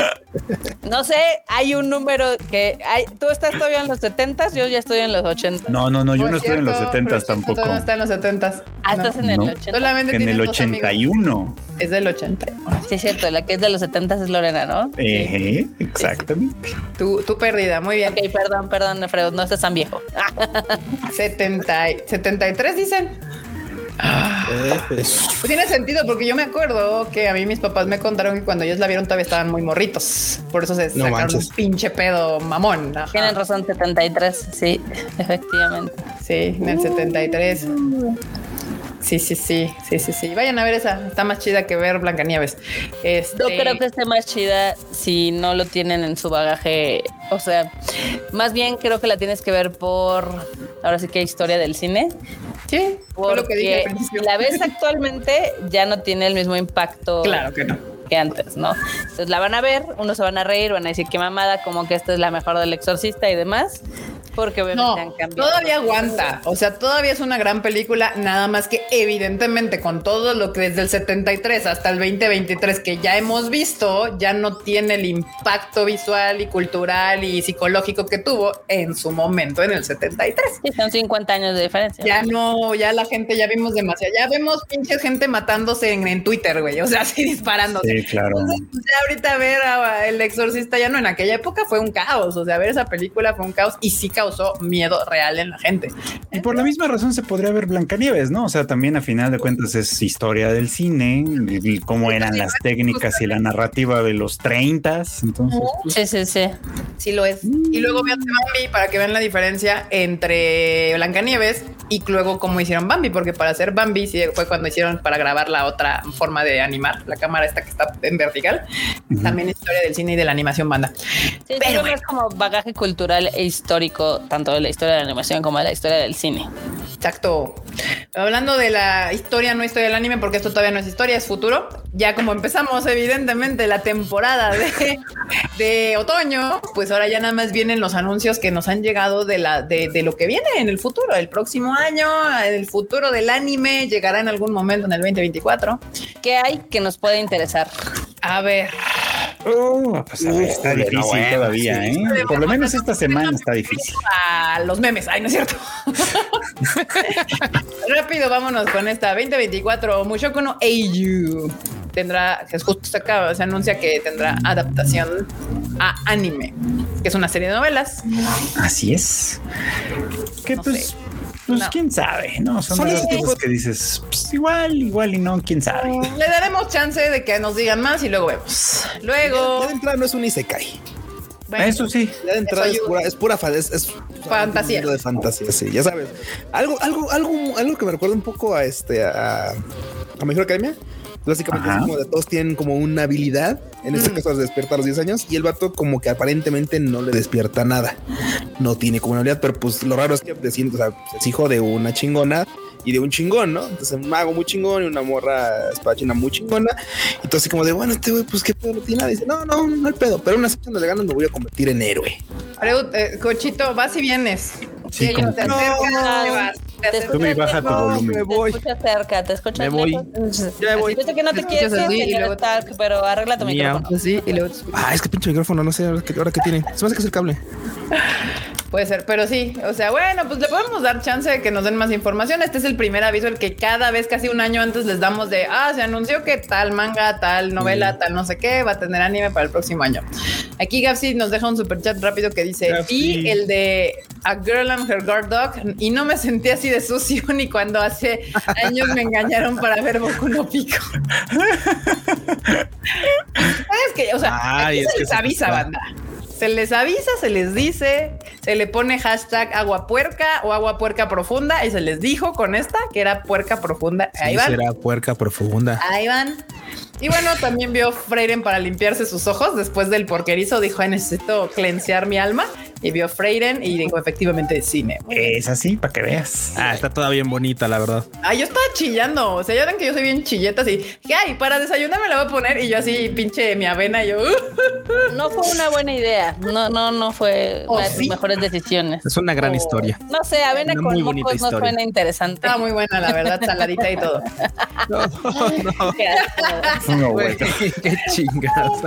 No sé, hay un número que. Hay, tú estás todavía en los 70, yo ya estoy en los 80. No, no, no, yo Por no estoy en los cierto, 70 Francesco tampoco. todavía No está en los 70. Ah, estás en el No. 80. Solamente En tiene el dos amigos. 81. Es del 80. Sí, es cierto, la que es de los 70 es Lorena, ¿no? Ejé, exactamente. Tu, tu pérdida. Muy bien. Ok, perdón, perdón, Freud, no estás tan viejo. 70, y- 73 dicen. Eh, pues, Pues tiene sentido porque yo me acuerdo que a mí mis papás me contaron que cuando ellos la vieron todavía estaban muy morritos. Por eso se No sacaron manches. un pinche pedo mamón. Ajá. Tienen razón, 73, sí, efectivamente. Sí, en el 73. Sí, sí, sí, sí, sí, sí. Vayan a ver esa. Está más chida que ver Blancanieves. Este, Yo creo que esté más chida si no lo tienen en su bagaje. O sea, más bien creo que la tienes que ver por. Ahora sí que historia del cine. sí, fue lo que dije al Porque principio. la ves actualmente ya no tiene el mismo impacto Claro que no. que antes, ¿no? Entonces la van a ver, unos se van a reír, van a decir que mamada, como que esta es la mejor del exorcista y demás. Porque obviamente han No, cambiado. todavía aguanta. O sea, todavía es una gran película, nada más que evidentemente con todo lo que desde el 73 hasta el 2023 que ya hemos visto, ya no tiene el impacto visual y cultural y psicológico que tuvo en su momento en el 73. Sí, son 50 años de diferencia. Ya no, ya la gente, ya vimos demasiado. Ya vemos pinche gente matándose en, en Twitter, güey. O sea, así disparándose. Sí, claro. Entonces, pues, ya ahorita ver a El Exorcista ya no en aquella época fue un caos. O sea, ver esa película fue un caos y sí causó miedo real en la gente. Y por la misma razón se podría ver Blancanieves, ¿no? O sea, también a final de cuentas es historia del cine, y y cómo eran las técnicas y la narrativa de los 30 Entonces, Sí, sí, sí. Sí lo es. Y luego vean Bambi para que vean la diferencia entre Blancanieves y luego cómo hicieron Bambi, porque para hacer Bambi sí fue cuando hicieron para grabar la otra forma de animar, la cámara esta que está en vertical. Ujú. También historia del cine y de la animación banda. Sí, Pero pero es como bagaje cultural e histórico, tanto de la historia de la animación como de la historia del cine. Exacto. Hablando de la historia, no historia del anime, porque esto todavía no es historia, es futuro. Ya como empezamos, evidentemente, la temporada de, de otoño, pues ahora ya nada más vienen los anuncios que nos han llegado de, la, de, de lo que viene en el futuro, el próximo año, el futuro del anime llegará en algún momento en el 2024. ¿Qué hay que nos puede interesar? A ver, Oh, pues, a ver, está Híjole, difícil no, bueno, todavía, ¿eh? Por lo menos esta semana está difícil. a los memes. Ay, no es cierto. Rápido, vámonos con esta 2024. Mushoku no Eiyu tendrá, que justo se acaba, se anuncia que tendrá adaptación a anime, que es una serie de novelas. Así es. Que No pues, sé. pues No. quién sabe, ¿no? Son, Son de esos las cosas tipos- que dices, pues, igual, igual y no, quién sabe. Le daremos chance de que nos digan más y luego vemos. ya Luego, de entrada no es un isekai. bueno, Eso sí. Ya de entrada Eso es ayuda. pura, es pura fa- es, es- Fantasía. un mundo De fantasía, sí, ya sabes. Algo, algo, algo, algo que me recuerda un poco a este, a, a Mejor Academia. Básicamente Ajá. es como de todos tienen como una habilidad. En este Mm. caso, despierta a los 10 años. Y el vato, como que aparentemente no le despierta nada. No tiene como una habilidad, pero pues lo raro es que te sientes, o sea, es hijo de una chingona y de un chingón, ¿no? Entonces, un mago muy chingón y una morra espadachina muy chingona. Y todo así como de, bueno, este güey, pues qué pedo, no tiene nada. dice, no, no, no el pedo, pero una sección de ganas me voy a convertir en héroe. pregun- eh, Cochito, vas y vienes. Sí, Y como ellos te que- acercan, No. te vas, te Te acercan. Sube y baja tu No, volumen. me voy. Te escuchas cerca, te escuchas Me voy. lejos. Ya me voy. Yo sé que no te quieres escuchas ir, así y señor luego te- Stark, pero arregla tu Miau. micrófono. Así, y luego Ah, es que pinche micrófono, no sé ahora qué, ahora qué tiene. Se me hace que es el cable. Puede ser, pero sí, o sea, bueno, pues le podemos dar chance de que nos den más información. Este es el primer aviso, el que cada vez, casi un año antes, les damos de, ah, se anunció que tal manga, tal novela, Mm. tal no sé qué, va a tener anime para el próximo año. Aquí Gapsi nos deja un super chat rápido que dice, Gapsi. y el de A Girl and Her Guard Dog, y no me sentí así de sucio ni cuando hace años me engañaron para ver Boku no Pico. ¿Sabes que, O sea, Ay, aquí es se que les eso avisa, está- banda. Se les avisa, se les dice, se le pone hashtag agua puerca o agua puerca profunda y se les dijo con esta que era puerca profunda. Ahí Sí, van, será puerca profunda. ahí van. Y bueno, también vio Freiren para limpiarse sus ojos después del porquerizo. Dijo, "Ay, necesito cleansear mi alma. Y vio Freiren y dijo, efectivamente, cine. Es así, para que veas. Ah, está toda bien bonita, la verdad. Ah, yo estaba chillando. O sea, ya ven que yo soy bien chilleta así. Ay, para desayunar me la voy a poner. Y yo así, pinche mi avena. y yo, "Uh". No fue una buena idea. No, no, no fue ¿O una de tus sí? mejores decisiones. Es una Oh. gran O- historia. No sé, avena Una con muy bonita mocos no historia. suena interesante. estaba muy buena, la verdad, saladita y todo. Qué asco. Ah, No, güey. Qué chingados.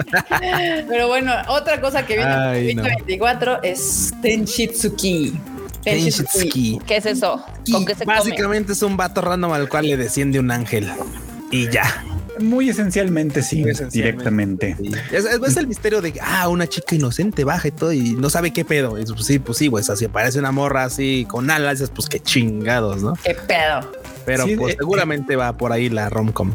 Pero bueno, otra cosa que viene Ay, en no. 2024 es Tenshitsuki. Tenshitsuki. ¿Qué es eso? ¿Con qué se come? Básicamente es un vato random al cual le desciende un ángel. Y ya. Muy esencialmente, sí, Muy esencialmente. directamente. Es, es- es el misterio de, ah, una chica inocente baja y todo y no sabe qué pedo. Y pues sí, pues sí, güey. O sea, si aparece una morra así con alas, dices, pues qué chingados, ¿no? Qué pedo. Pero Sí, pues eh, seguramente va por ahí la romcom.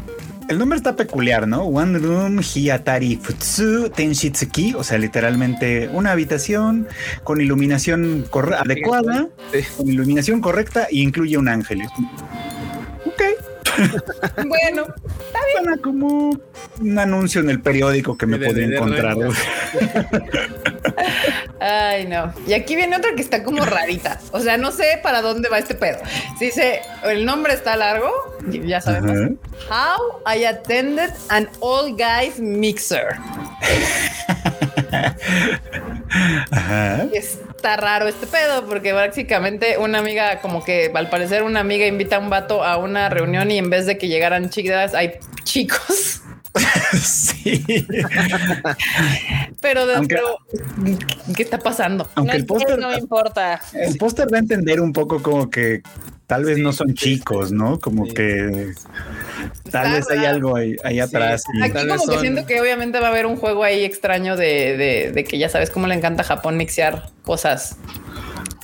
El nombre está peculiar, ¿no? One Room Hiatari Futsu Tenshitsuki, o sea, literalmente una habitación con iluminación corre- adecuada, Sí. con iluminación correcta y incluye un ángel. Ok, Bueno, suena como un anuncio en el periódico que me De- podría de- de encontrar. ay no. Y aquí viene otra que está como rarita. O sea, no sé para dónde va este pedo. Si dice, el nombre está largo, ya sabemos. Ajá. How I attended an all guys mixer. Ajá. Está raro este pedo porque prácticamente una amiga, como que al parecer una amiga invita a un vato a una reunión y en vez de que llegaran chicas, hay chicos. Sí. Pero Aunque- dentro, ¿qué- ¿qué está pasando? Aunque no, el póster no me importa. el póster da a entender un poco como que tal vez no son chicos, ¿no? Como Sí. que tal Está vez hay raro. algo ahí, ahí atrás. y- Aquí Tal vez como que son- siento que obviamente va a haber un juego ahí extraño de, de- de que ya sabes cómo le encanta a Japón mixear cosas.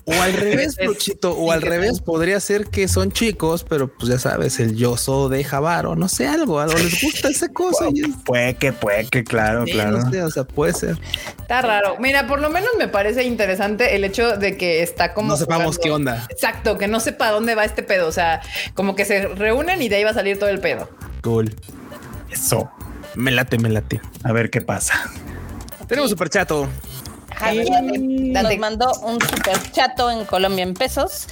O al revés, Es- Luchito, o al sí, que revés, podría ser que son chicos, pero pues ya sabes, el yoso de Javaro, no sé, algo, algo les gusta esa cosa. y es- Puede que, puede que, claro, sí, claro. no sé, o sea, puede ser. Está raro. Mira, por lo menos me parece interesante el hecho de que está como... No sepamos jugando. qué onda. Exacto, que no sepa dónde va este pedo. O sea, como que se reúnen y de ahí va a salir todo el pedo. Cool. Eso. Me late, me late. A ver qué pasa. Tenemos superchato. Javier date. nos mandó un super chato en Colombia en pesos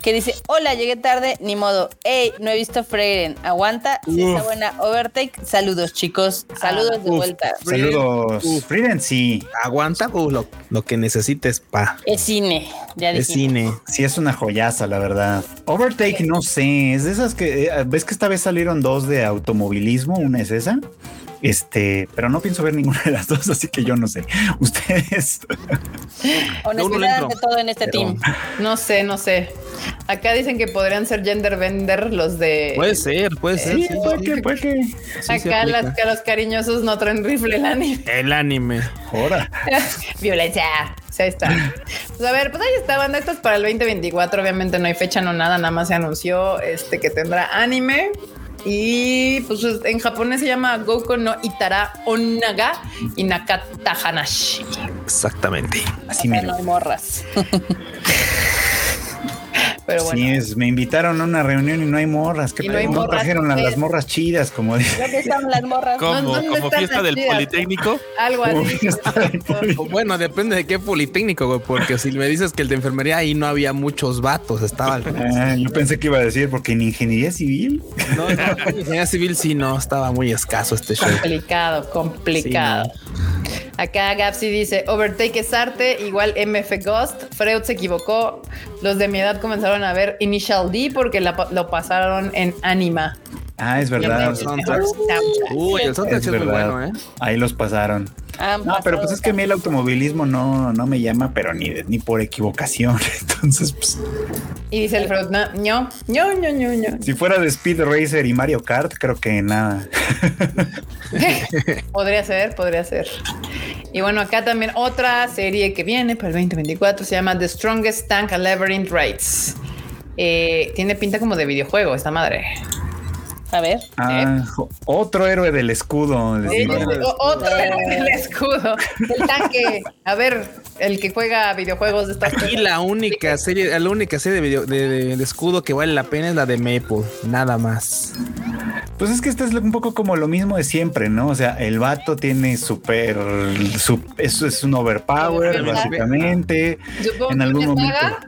que dice: Hola, llegué tarde, ni modo. Ey, no he visto Freiren. Aguanta, si está buena Overtake. Saludos, chicos. Saludos de Uf, vuelta. Frieden. Saludos. Uf. Frieden, sí. Aguanta uh, lo, lo que necesites, pa. Es cine, ya Es dijimos. cine. Sí, es una joyaza, la verdad. Overtake, no sé. Es de esas que. eh, ¿Ves que esta vez salieron dos de automovilismo? Una es esa. Este, pero no pienso ver ninguna de las dos, así que yo no sé. Ustedes. uno le Honestidad entro, ante todo en este pero- team. No sé, no sé. Acá dicen que podrían ser gender bender los de... Puede ser, puede ser. Sí, sí, puede sí, que, puede que. Pues, sí, sí acá aplica. las, que los cariñosos no traen rifle el anime. El anime. Ahora. Violencia. O sea, ahí está. Pues a ver, pues ahí está, banda. Esto es para el 2024. Obviamente no hay fecha, no nada. Nada más se anunció este que tendrá anime. Y pues es- en japonés se llama Goku no Itara Onaga y Nakata Hanashi. Exactamente. Así O sea, me no hay morras. Pero bueno. Así es, me invitaron a una reunión y no hay morras. ¿Qué Y no hay pedo? no morras, trajeron a ¿qué? las morras chidas, como dice. ¿Dónde están las morras? No, Como, ¿dónde como están fiesta las del chidas? Politécnico. Algo Como así. fiesta del poli. Bueno, depende de qué politécnico, güey, porque si me dices que el de enfermería ahí no había muchos vatos, estaba al revés. Ah, yo pensé que iba a decir, porque en ingeniería civil. No, no, en ingeniería civil sí, no, estaba muy escaso este show. Complicado, complicado. Acá Gapsi dice, Overtake es arte, igual MF Ghost, Freud se equivocó, los de mi edad comenzaron a ver Initial D porque la pa- lo pasaron en Anima. Ah, es verdad. Los soundtracks. Uy, el soundtrack Es sí es muy verdad. bueno, ¿eh? Ahí los pasaron. Han No, pero pasado pues es que a mí el automovilismo no, no me llama, pero ni, de- ni por equivocación. Entonces, pues, Y dice el Freud, no, no, no, no, no, no. si fuera de Speed Racer y Mario Kart, creo que nada. Eh. podría ser, podría ser. Y bueno, acá también otra serie que viene para el 2024 se llama The Strongest Tank Labyrinth Rides. Eh, tiene pinta como de videojuego esta madre. A ver. Ah, otro héroe del escudo. Sí, decía. no. o- Otro del escudo, el tanque. A ver, el que juega videojuegos de estas Aquí la única serie, la única serie de, video- de- de- de escudo que vale la pena es la de Maple, nada más. Pues es que este es un poco como lo mismo de siempre, ¿no? O sea, el vato tiene súper... su- es, es un overpower, Ajá. básicamente. Supongo En que algún una momento. saga,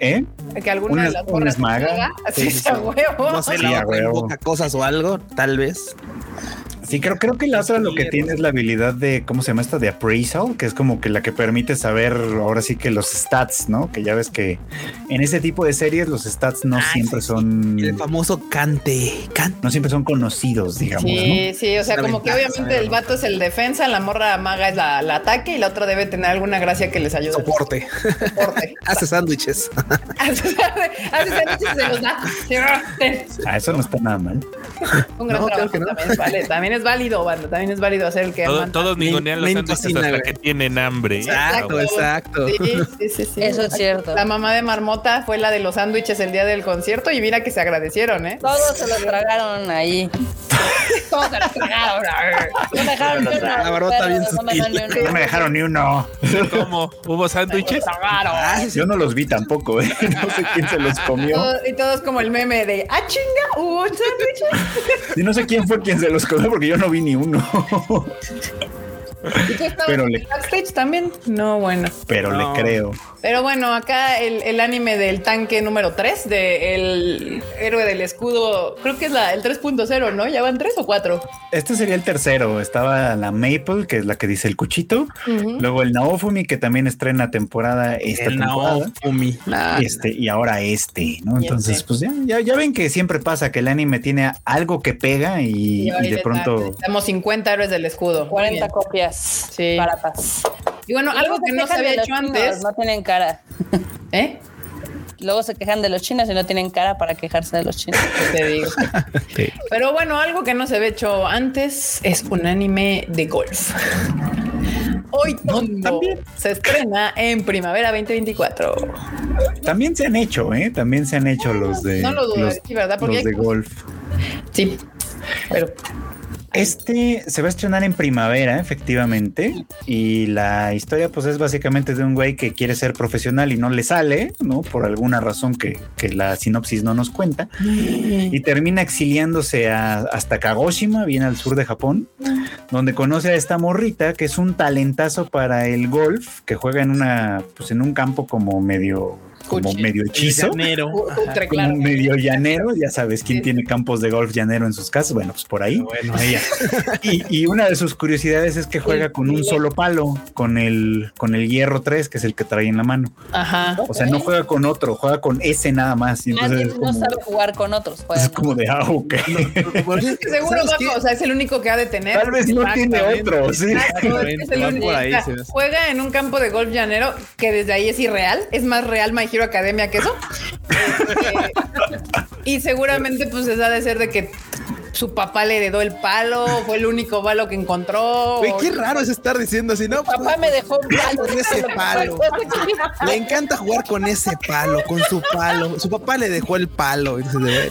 ¿Eh? que alguna de Una- las una morras esmaga. saga, Así Sí, sí, sea, sí. Oh, huevo. No sé, Sí, la a otra huevo. invoca cosas o algo, tal vez. Sí, creo, creo que la otra lo que tiene es la habilidad de, ¿cómo se llama esta? De appraisal, que es como que la que permite saber ahora sí que los stats, ¿no? Que ya ves que en ese tipo de series los stats no siempre son, El famoso cante, cante. no siempre son conocidos, digamos, Sí, sí, o sea, Una como que ventaja, obviamente el vato es el defensa, la morra maga es la, la ataque y la otra debe tener alguna gracia que les ayude. Soporte. Soporte. Hace sándwiches. Hace sándwiches se los da. Sí, ten. ¿no? Ah, eso no está nada mal. Un gran No, trabajo. claro que no. También, es vale, también es válido, banda. También es válido hacer el que Todo- aguanta. todos ningunean los me sándwiches fascina, hasta güey. que tienen hambre. ¿eh? Exacto, exacto. Sí, sí, sí, sí. Eso es cierto. La mamá de Marmota fue la de los sándwiches el día del concierto y mira que se agradecieron, ¿eh? Todos se los tragaron ahí. Todos se los tragaron. No me dejaron ni uno. La barbota bien No me dejaron ni No uno. me dejaron ni uno. ¿Cómo? ¿Hubo pues, sándwiches? Ah, Yo no los vi tampoco, ¿eh? No sé quién se los comió. Todo- y todos como el meme de ¡Ah, chinga! ¿Hubo sándwiches? Y no sé quién fue quien se los comió porque yo no vi ni uno. Y tú estabas Pero en le- el backstage también. No, bueno. Pero No. le creo. Pero bueno, acá el, el anime del tanque número 3 de el héroe del escudo, creo que es la, el 3.0, ¿no? ¿Ya van 3 o 4? Este sería el tercero. Estaba la Maple, que es la que dice el cuchito. Luego el Naofumi, que también estrena temporada esta El Ah. temporada. Naofumi. Nah, Este, y ahora este, ¿no? Entonces, pues ya, ya, ya ven que siempre pasa que el anime tiene algo que pega y, y de pronto. Estamos 50 héroes del escudo. Muy 40 bien. copias Sí. baratas. Y bueno, algo Luego que se no se quejan de había los hecho chinos, antes. No tienen cara. ¿Eh? Luego se quejan de los chinos y no tienen cara para quejarse de los chinos. Pues Te digo. Pero bueno, algo que no se había hecho antes es un anime de golf. Hoy Tombo se estrena en primavera 2024. También se han hecho, ¿eh? También se han hecho los de. no lo dudo, los- sí, ¿verdad? Porque los hay de cosas- golf. Sí. Pero Este se va a estrenar en primavera, efectivamente, y la historia pues es básicamente de un güey que quiere ser profesional y no le sale, ¿no? Por alguna razón que, que la sinopsis no nos cuenta, y termina exiliándose a- hasta Kagoshima, bien al sur de Japón, donde conoce a esta morrita que es un talentazo para el golf, que juega en una, pues en un campo como medio, como Cuchi. medio hechizo llanero. cu- cutre, como claro. medio llanero, ya sabes quién Sí. tiene campos de golf llanero en sus casas, bueno, pues por ahí. Bueno, ella. Y, y una de sus curiosidades es que juega con un solo palo, con el, con el hierro 3, que es el que trae en la mano. Ajá. O sea, no juega con otro, juega con ese nada más. Y Nadie entonces es no como, sabe jugar con otros. juegan. es como de, ah, ok. Seguro ¿Sabes Paco, qué? o sea, es el único que ha de tener. Tal vez no tiene otro, sí. Ah, Exacto, es que es el Va único. por ahí, O sea, sí, es. Juega en un campo de golf llanero que desde ahí es irreal. Es más real My Hero Academia que eso. Este, y seguramente, pues, es ha de ser de que su papá le heredó el palo, fue el único palo que encontró. Güey, o- qué raro es estar diciendo así, ¿no? Papá me dejó un palo. Con ese palo. Le encanta jugar con ese palo, con su palo. Su papá le dejó el palo. Entonces,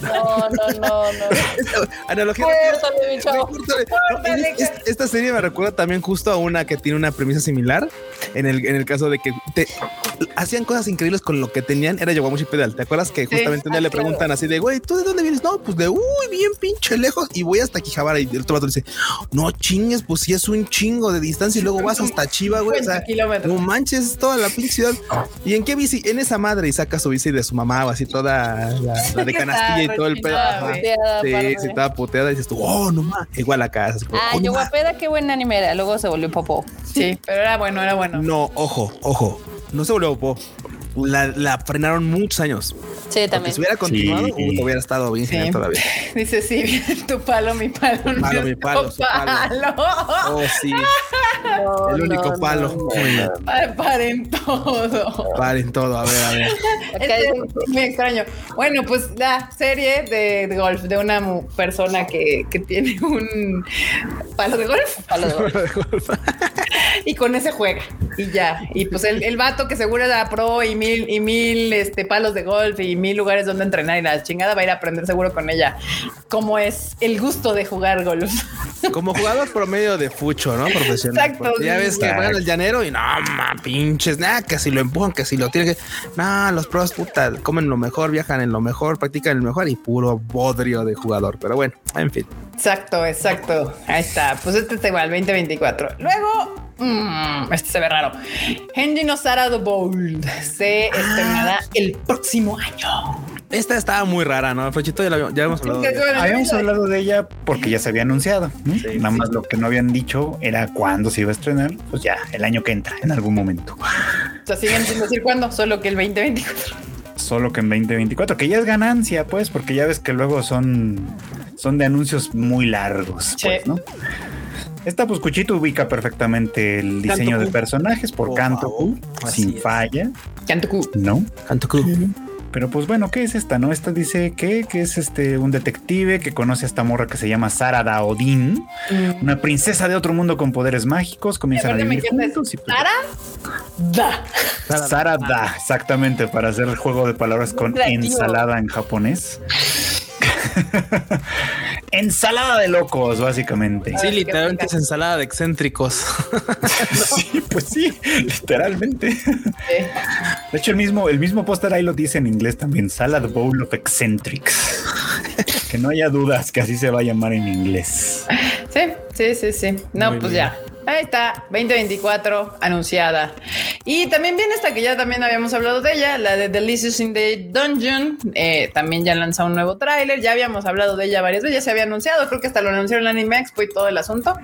de bueno. No, no, no, no. Esta analogía. Córtale, mi chavo. Córtale. No, Córtale, es- es- Esta serie me recuerda también justo a una que tiene una premisa similar en el, en el caso de que te- hacían cosas increíbles con lo que tenían. Era Yowamushi Pedal. ¿Te acuerdas que justamente un ah, día le claro. preguntan así de güey, ¿tú de dónde vienes? No, pues de uy, bien pinche lejos y voy hasta Quijabara. Y el otro vato le dice, no chingues, pues si es un chingo de distancia y luego vas hasta Chiva, güey. O 50 sea, kilómetros. no manches, toda la pinche ciudad. ¿Y en qué bici? En esa madre y saca su bici de su mamá o así toda la, la de canastilla y todo el pedo. Está Ajá. rechinada, Puteada, Sí, parda. sí, estaba puteada y dices tú, oh, no más. Igual acá. así como, Ah, "Oh, no yo ma". guapera, qué buen anime era. Luego se volvió popó. Sí, pero era bueno, era bueno. No, ojo, ojo. No se volvió Oppo. La, la frenaron muchos Sí, años. Porque también. si hubiera continuado, Sí. uh, hubiera estado bien genial Sí. todavía. Dice, sí, bien, tu palo, mi palo. palo, nuestro mi palo, su palo. Oh, sí. No, El único no, palo. no. Muy bien. Ay, paren todo. Paren todo, a ver, a ver. Acá Este dicen, es muy extraño. Bueno, pues la serie de golf de una mu- persona que, que tiene un palo de golf palo de golf. y con ese juega y ya. Y pues el, el vato que seguro era pro y mil y mil este palos de golf y mil lugares donde entrenar y la chingada va a ir a aprender seguro con ella. Cómo es el gusto de jugar golf. Como jugador promedio de fucho, ¿no? Profesional. Exacto, Porque ya sí. ves que juegan el llanero y no, ma, pinches, nada, que si lo empujan, que si lo tienen que. No, los pros, puta, comen lo mejor, viajan en lo mejor, practican el mejor y puro bodrio de jugador. Pero bueno, en fin. Exacto, exacto. Ahí está. Pues este está igual, 2024. Luego, mm, este se ve raro. Henry Nosara The Bold se estrenará Ah. el próximo año. Esta estaba muy rara, ¿no? Flechito ya, la habíamos- ya hemos hablado. de- Habíamos hablado de ella porque ya se había anunciado. ¿no? Nada más lo que no habían dicho era cuándo se iba a estrenar. Pues ya, el año que entra, en algún momento. O sea, siguen sin decir cuándo, solo que el 2024. Solo que en 2024, que ya es ganancia, pues, porque ya ves que luego son, son de anuncios muy largos, Sí. pues, ¿no? Esta pues Cuchito ubica perfectamente el diseño de Q. personajes por Por canto favor. Así sin es. falla, Cantucu. ¿no? Canto Cruz. Pero pues bueno, ¿qué es esta? ¿No? Esta dice que, que es este un detective que conoce a esta morra que se llama Sara Daodín, una princesa de otro mundo con poderes mágicos, comienzan a Aparte me vivir encanta juntos y pues- Sara da. Sara da, exactamente, para hacer el juego de palabras con Creativo. ensalada en japonés. ensalada de locos, básicamente. Sí, Ay, qué literalmente es rica. ensalada de excéntricos. Sí, pues sí, literalmente. Eh, De hecho, el mismo, el mismo póster ahí lo dice en inglés también, Salad Bowl of Eccentrics. Que no haya dudas que así se va a llamar en inglés. Sí, sí, sí, sí. No, Muy pues bien. ya. Ahí está, 2024 anunciada. Y también viene esta que ya también habíamos hablado de ella, la de Delicious in the Dungeon. Eh, también ya lanzó un nuevo tráiler, ya habíamos hablado de ella varias veces, ya se había anunciado, creo que hasta lo anunció en la Anime Expo y todo el asunto.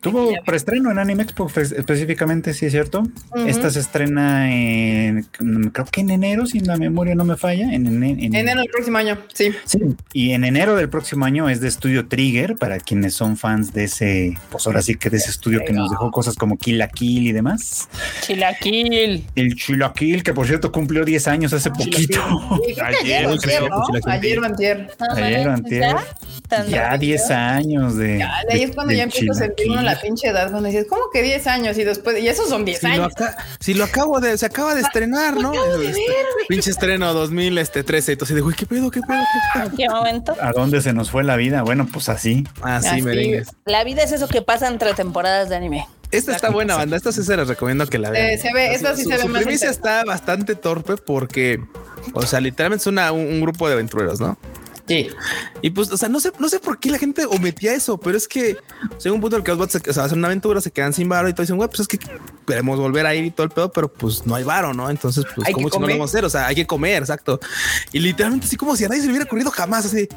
Tuvo preestreno en Anime Expo fe- específicamente, sí es cierto. Ujú. Esta se estrena en, creo que en enero, si la memoria no me falla. En, ene- en- Enero del próximo año, sí. Sí, y en enero del próximo año es de estudio Trigger, para quienes son fans de ese, pues ahora sí que de ese estudio que nos dejó cosas como Kill la Kill y demás. Chilaquil. El Chilaquil, que por cierto cumplió 10 años hace poquito. Sí, creo que Ayer, ayer, o antier, creo, ¿no? Chilaquil. Ayer o antier. No Ayer o manches, antier. ¿ya? ¿Tan Ya rápido? 10 años de. Chale, Ahí es cuando del ya empiezo a sentir uno chilaquil. la pinche edad, cuando dices, ¿cómo que 10 años? Y después, y esos son 10 Si lo, años. aca- si lo acabo de, se acaba Ah, de estrenar, ¿no? Este, pinche estreno 2013. Entonces de, güey, ¿qué pedo? ¿Qué pedo? ¿Qué pedo? ¿En qué momento? ¿A dónde se nos fue la vida? Bueno, pues así. Así, Así. Ah, merengues. La vida es eso que pasa entre temporadas de anime. Esta está buena banda, esta sí se les recomiendo que la Eh, vean. se ve, esta sí Su- se ve su más premisa está bastante torpe porque, o sea, literalmente es una- un, un grupo de aventureros, ¿no? Sí. Y pues, o sea, no sé, no sé por qué la gente omitía eso, pero es que según un punto en el que los bots se- o sea, hacen una aventura, se quedan sin varo y todo dicen, güey, pues es que queremos volver a ir y todo el pedo, pero pues no hay varo, ¿no? Entonces, pues, Hay que ¿cómo si no lo comer. vamos a hacer? O sea, hay que comer, exacto. Y literalmente así como si a nadie se le hubiera ocurrido jamás, así.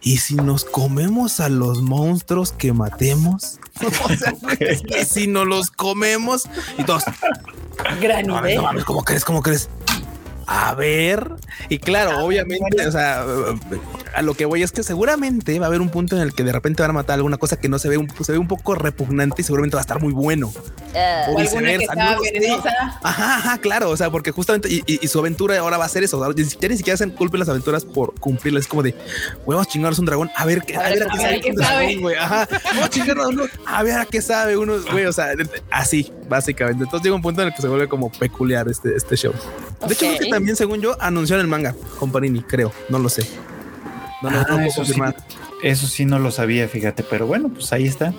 ¿Y si nos comemos a los monstruos que matemos? O sea, güey, es que si no los comemos y todos, Gran no mames, idea. Ah, no mames, ¿cómo crees? ¿Cómo crees? A ver. Y claro, obviamente, o sea, a lo que voy es que seguramente va a haber un punto en el que de repente van a matar alguna cosa que no se ve un, se ve un poco repugnante y seguramente va a estar muy bueno. Ah, O O alguna que viceversa, está no lo sé. venenosa. Ajá, ajá, claro. O sea, porque justamente y, y- y su aventura ahora va a ser eso. o sea, ni siquiera, ni siquiera hacen culpa las aventuras por cumplirlas. Es como de "Güey, vamos a chingarnos un dragón a ver qué, a ver a qué ver sabe qué un sabe. dragón, güey. Ajá, vamos a chingarnos uno, a ver a qué sabe uno, güey. O sea, así básicamente. Entonces llega un punto en el que se vuelve como peculiar este, este show. De hecho, creo que Ok. también, según yo, anunciaron el manga con Panini, creo. No lo sé. No lo no Ah, puedo eso, sí, confirmar. eso sí no lo sabía, fíjate, pero bueno, pues ahí está.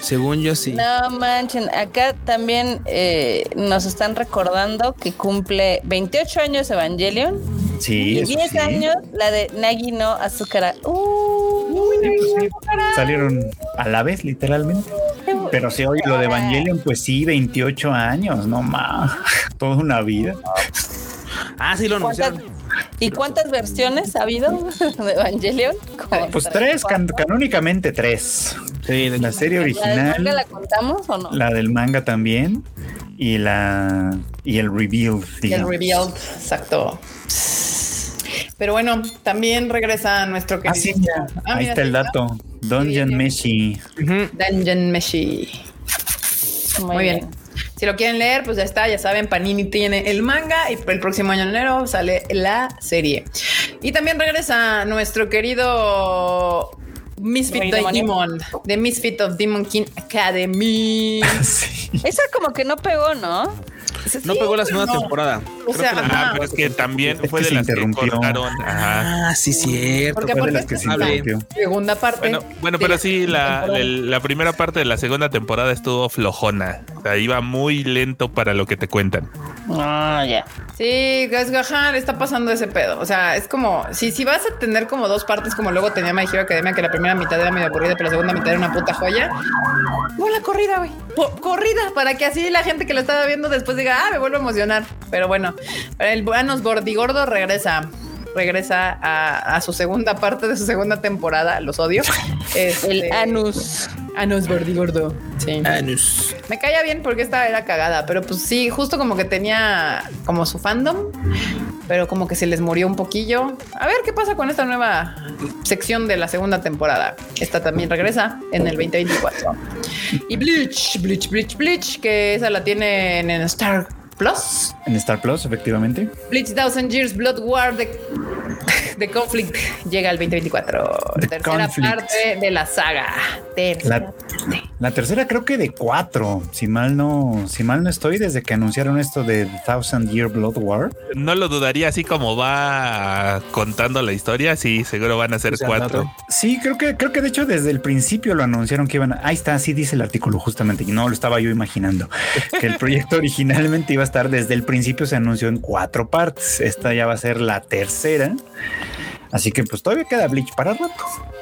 Según yo, sí. No manchen, acá también eh, nos están recordando que cumple 28 años Evangelion Sí, y eso 10 sí. años la de Nagi no Azúcar. Salieron a la vez, literalmente. Pero si hoy lo de Evangelion, pues sí, 28 años, no más. Toda una vida. Ah, sí lo anunciaron. ¿Y cuántas versiones ha habido de Evangelion? Como Pues tres, can- cuatro. canónicamente tres. Sí, de- La serie ¿La del manga ¿La original, contamos o no? la del manga también y la y el reveal. Y el digamos. reveal, exacto. Pero bueno, también regresa nuestro Ah, sí, querido mira. Ah, Ahí mira, está el sí, ¿no? dato. Dungeon sí. Meshi. Dungeon Meshi. Muy, bien. Si lo quieren leer, pues ya está, ya saben, Panini tiene el manga y el próximo año en enero sale la serie. Y también regresa nuestro querido Misfit Rey of demonio. Demon, de Misfit of Demon King Academy. Sí. Esa como que no pegó, ¿no? No pegó la segunda temporada. O sea, Ah, ajá, pero es que también Es que fue de se las que interrumpió. cortaron. Ajá. Ah, sí, cierto. Porque Fue de aparte las es que se Ah, bien. interrumpió. segunda parte. Bueno, bueno, pero sí, la, temporada. el- la primera parte de la segunda temporada estuvo flojona. O sea, iba muy lento para lo que te cuentan. Ah, ya. Sí, es- ajá, le está pasando ese pedo. O sea, es como, si, si vas a tener como dos partes, como luego tenía My Hero Academia, que la primera mitad era medio aburrida, pero la segunda mitad era una puta joya. No la corrida, güey. Po- Corrida, para que así la gente que lo estaba viendo después diga, ah, me vuelvo a emocionar. Pero bueno, el Buenos Gordigordo regresa. Regresa a, a su segunda parte de su segunda temporada. Los odio. El Este, anus. Anus Gordigordo. Sí. Anus. Me caía bien porque esta era cagada, pero pues sí, justo como que tenía como su fandom, pero como que se les murió un poquillo. A ver qué pasa con esta nueva sección de la segunda temporada. Esta también regresa en el 2024. Y Bleach, Bleach, Bleach, Bleach, que esa la tienen en Star Plus. En Star Plus, efectivamente. Bleach Thousand Years Blood War de, de Conflict llega al 2024. The Tercera Conflict. parte de la saga. Tercera La, la tercera creo que de cuatro, si mal no, si mal no estoy, desde que anunciaron esto de The Thousand Year Blood War. No lo dudaría, así como va contando la historia, sí, seguro van a ser O sea, cuatro. dato. Sí, creo que, creo que de hecho desde el principio lo anunciaron que iban. a- Ahí está, así dice el artículo justamente. Y no lo estaba yo imaginando que el proyecto originalmente iba a estar desde el principio. Se anunció en cuatro partes. Esta ya va a ser la tercera. Así que pues todavía queda Bleach para rato,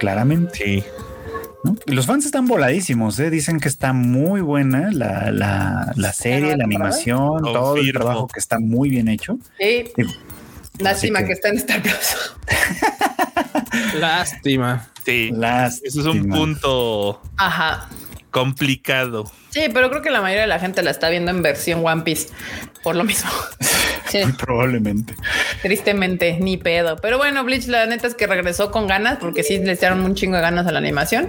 claramente. Sí. ¿no? Y Los fans están voladísimos, ¿eh? dicen que está muy buena la, la, la serie, la animación, todo el Confirmo. trabajo que está muy bien hecho. Sí. Sí. Lástima que... Así que- está en este Star Plus. Lástima. Sí. Eso es un Lástima. punto Ajá. complicado. Sí, pero creo que la mayoría de la gente la está viendo en versión One Piece. Por lo mismo, Sí. Probablemente. tristemente, ni pedo. Pero bueno, Bleach, la neta es que regresó con ganas porque sí le echaron un chingo de ganas a la animación.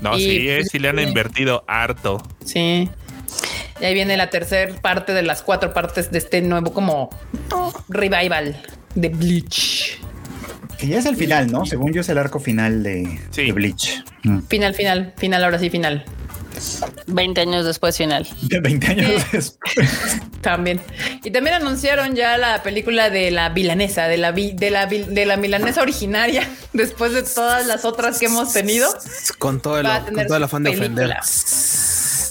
No, Y, sí, eh, pues, sí le han sí. invertido harto. Sí. Y ahí viene la tercera parte de las cuatro partes de este nuevo como revival de Bleach. Que ya es el final, ¿no? Según yo es el arco final de, Sí. de Bleach. Mm. Final, final, final, ahora sí, final. 20 años después, final. De 20 años Eh. después. También. Y también anunciaron ya la película de la vilanesa, de la, vi- de la, vil- de la milanesa originaria, después de todas las otras que hemos tenido. Con todo el, Va a con todo el su afán de ofender. película.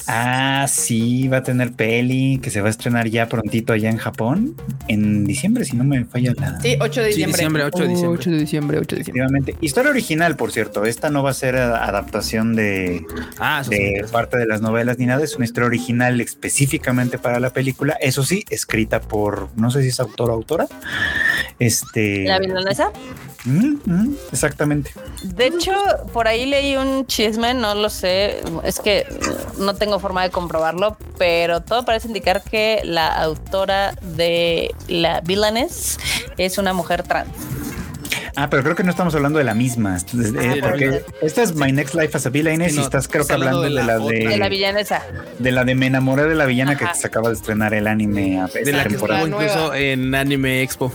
Ah, sí, va a tener peli que se va a estrenar ya prontito allá en Japón. En diciembre, si no me falla la. Sí, 8 de Sí, diciembre. diciembre, 8 de diciembre. de diciembre, 8 de Efectivamente. Historia original, por cierto. Esta no va a ser a- adaptación de, Ah, eso sí me de interesa. parte de las novelas ni nada. Es una historia original específicamente para la película. Eso sí, escrita por, no sé si es autor o autora. Este. La vilanesa. Mm, mm, exactamente. De hecho, por ahí leí un chisme, no lo sé, es que no tengo forma de comprobarlo, pero todo parece indicar que la autora de la villanes es una mujer trans. Ah, pero creo que no estamos hablando de la misma. Esto es- eh, sí, porque no. esta es My Next Life as a Villainess Sí, y no, estás creo que está hablando hablando de la de la De la de, villanesa. de la de Me enamoré de la villana Ajá. que se acaba de estrenar el anime a De la que temporada estuvo nueva. incluso en Anime Expo.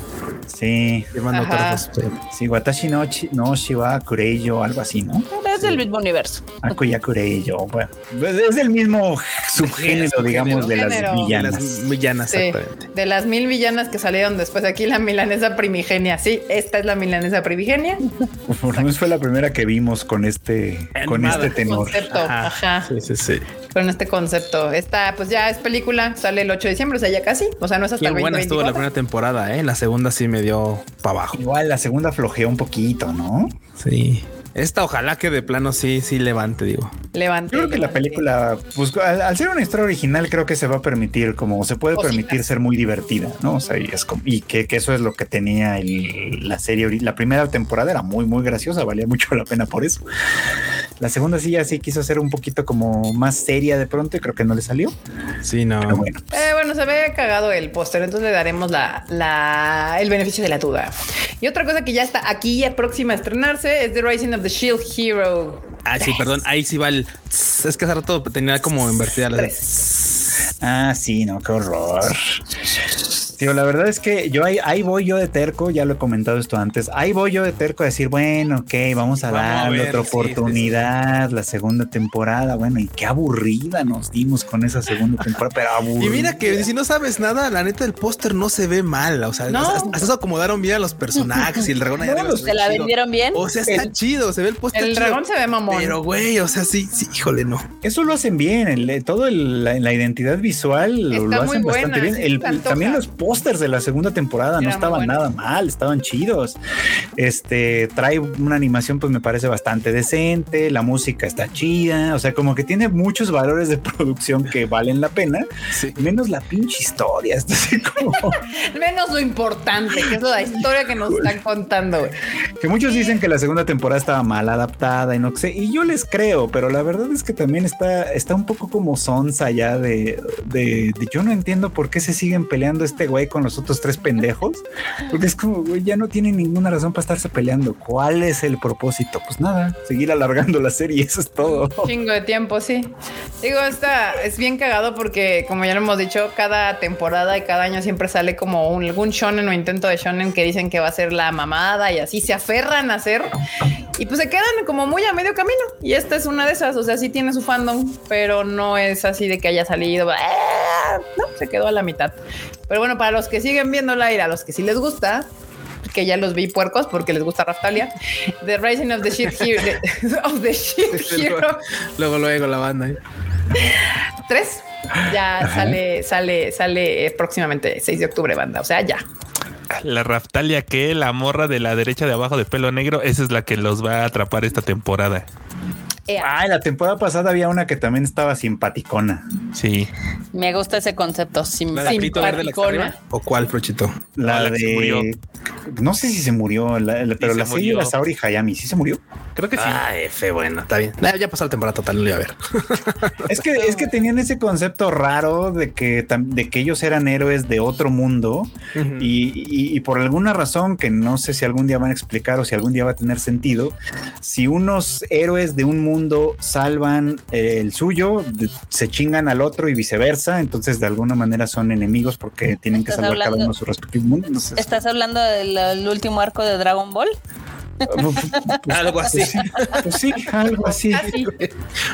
Sí, Llevando Ajá. autógrafos. sí, Watashi no, Chi- no Shiba Kureiyo, algo así, ¿no? Es del mismo universo. Akuya Kureiyo, bueno, pues es el mismo subgénero, digamos, de Género. las De villanas. las villanas, Sí. exactamente. De las mil villanas que salieron después, aquí la milanesa primigenia. Sí, esta es la milanesa primigenia. Por lo menos fue la primera que vimos con este, con Animada. este tenor. Concepto, ajá. Sí, sí, sí. Con este concepto. Esta, pues ya es película, sale el 8 de diciembre, o sea, ya casi. O sea, no es hasta Qué el buena estuvo la 2024. primera temporada, ¿eh? La segunda sí me dio para abajo. Igual la segunda flojeó un poquito, ¿no? Sí. Esta ojalá que de plano sí, sí levante, digo. Levante. Yo creo que la película, pues, al, al ser una historia original, creo que se va a permitir, como se puede Cositas. permitir ser muy divertida, ¿no? O sea, y, es como- y que, que eso es lo que tenía el- la serie. ori- La primera temporada era muy, muy graciosa, valía mucho la pena por eso. La segunda sí, ya sí quiso ser un poquito como más seria de pronto y creo que no le salió. Sí, no. Pero bueno, Eh, bueno, bueno, se ve cagado el póster, entonces le daremos la, la, el beneficio de la duda. Y otra cosa que ya está aquí ya próxima a estrenarse es The Rising of the Shield Hero. Ah, sí, perdón. Ahí sí va el. tss, Es que hace rato tenía como invertida la. Ah, sí, no, qué horror. Tío, la verdad es que yo ahí, ahí voy yo de terco, ya lo he comentado esto antes, ahí voy yo de terco a decir, bueno, ok, vamos a Vamos a darle ver, otra sí, sí, sí. oportunidad, la segunda temporada, bueno, y qué aburrida nos dimos con esa segunda temporada, pero aburrida. Y mira que si no sabes nada, la neta, el póster no se ve mal. O sea, No. hasta, hasta se acomodaron bien a los personajes y el dragón ahí arriba se ve ¿Te la chido. vendieron bien? O sea, está chido, se ve el póster. El chido. dragón se ve mamón. Pero, güey, o sea, sí, sí, híjole, no. Eso lo hacen bien, el, eh, todo el- la, la identidad visual lo- Está lo muy hacen bastante buena, bien. sí, El- se antoja. también los pósters de la segunda temporada no Era muy estaban bueno. nada mal, estaban chidos. Este trae una animación, pues me parece bastante decente. La música está chida, o sea, como que tiene muchos valores de producción que valen la pena, Sí. menos la pinche historia. Está así como Menos lo importante, que es la historia que nos están contando. güey. que muchos dicen que la segunda temporada estaba mal adaptada y no sé, y yo les creo, pero la verdad es que también está, está un poco como sonsa ya de, de, de yo no entiendo por qué se siguen peleando este güey con los otros tres pendejos, porque es como, güey, ya no tiene ninguna razón para estarse peleando. ¿Cuál es el propósito? Pues nada, seguir alargando la serie, eso es todo. Chingo de tiempo, sí. Digo, está, es bien cagado porque, como ya lo hemos dicho, cada temporada y cada año siempre sale como un, algún shonen o intento de shonen que dicen que va a ser la mamada y así se aferran a hacer y pues se quedan como muy a medio camino. Y esta es una de esas, o sea, sí tiene su fandom, pero no es así de que haya salido. "Ah", No, se quedó a la mitad. Pero bueno, para los que siguen viéndola y a los que sí les gusta, que ya los vi puercos porque les gusta Raftalia, The Rising of the Shit Hero, of the Shit Hero Luego, luego la banda. ¿eh? 3 ya sale, sale, sale eh, próximamente 6 de octubre, banda. O sea, ya. La Raftalia, que la morra de la derecha de abajo de pelo negro, esa es la que los va a atrapar esta temporada. Ea. Ay, la temporada pasada había una que también estaba simpaticona, Sí. Me gusta ese concepto. Sim ¿La de Pito Verde la que está simpaticona. arriba? ¿O cuál, Frochito? la, Ah, la de que se murió. no sé si se murió, la- la- pero se la serie murió. era Saori Hayami, sí se murió. Creo que sí. Ah, F, bueno, está bien. Nah, ya pasó la temporada total, no lo iba a ver. Es que, es que tenían ese concepto raro de que, tam- de que ellos eran héroes de otro mundo Y y, y- y por alguna razón que no sé si algún día van a explicar o si algún día va a tener sentido, si unos héroes de un mundo salvan eh, el suyo, de- se chingan al otro y viceversa, entonces de alguna manera son enemigos porque tienen que ¿Estás salvar cada hablando- uno su respectivo mundo. Entonces, ¿Estás hablando del el último arco de Dragon Ball? algo así. pues sí, pues sí, algo así. Casi.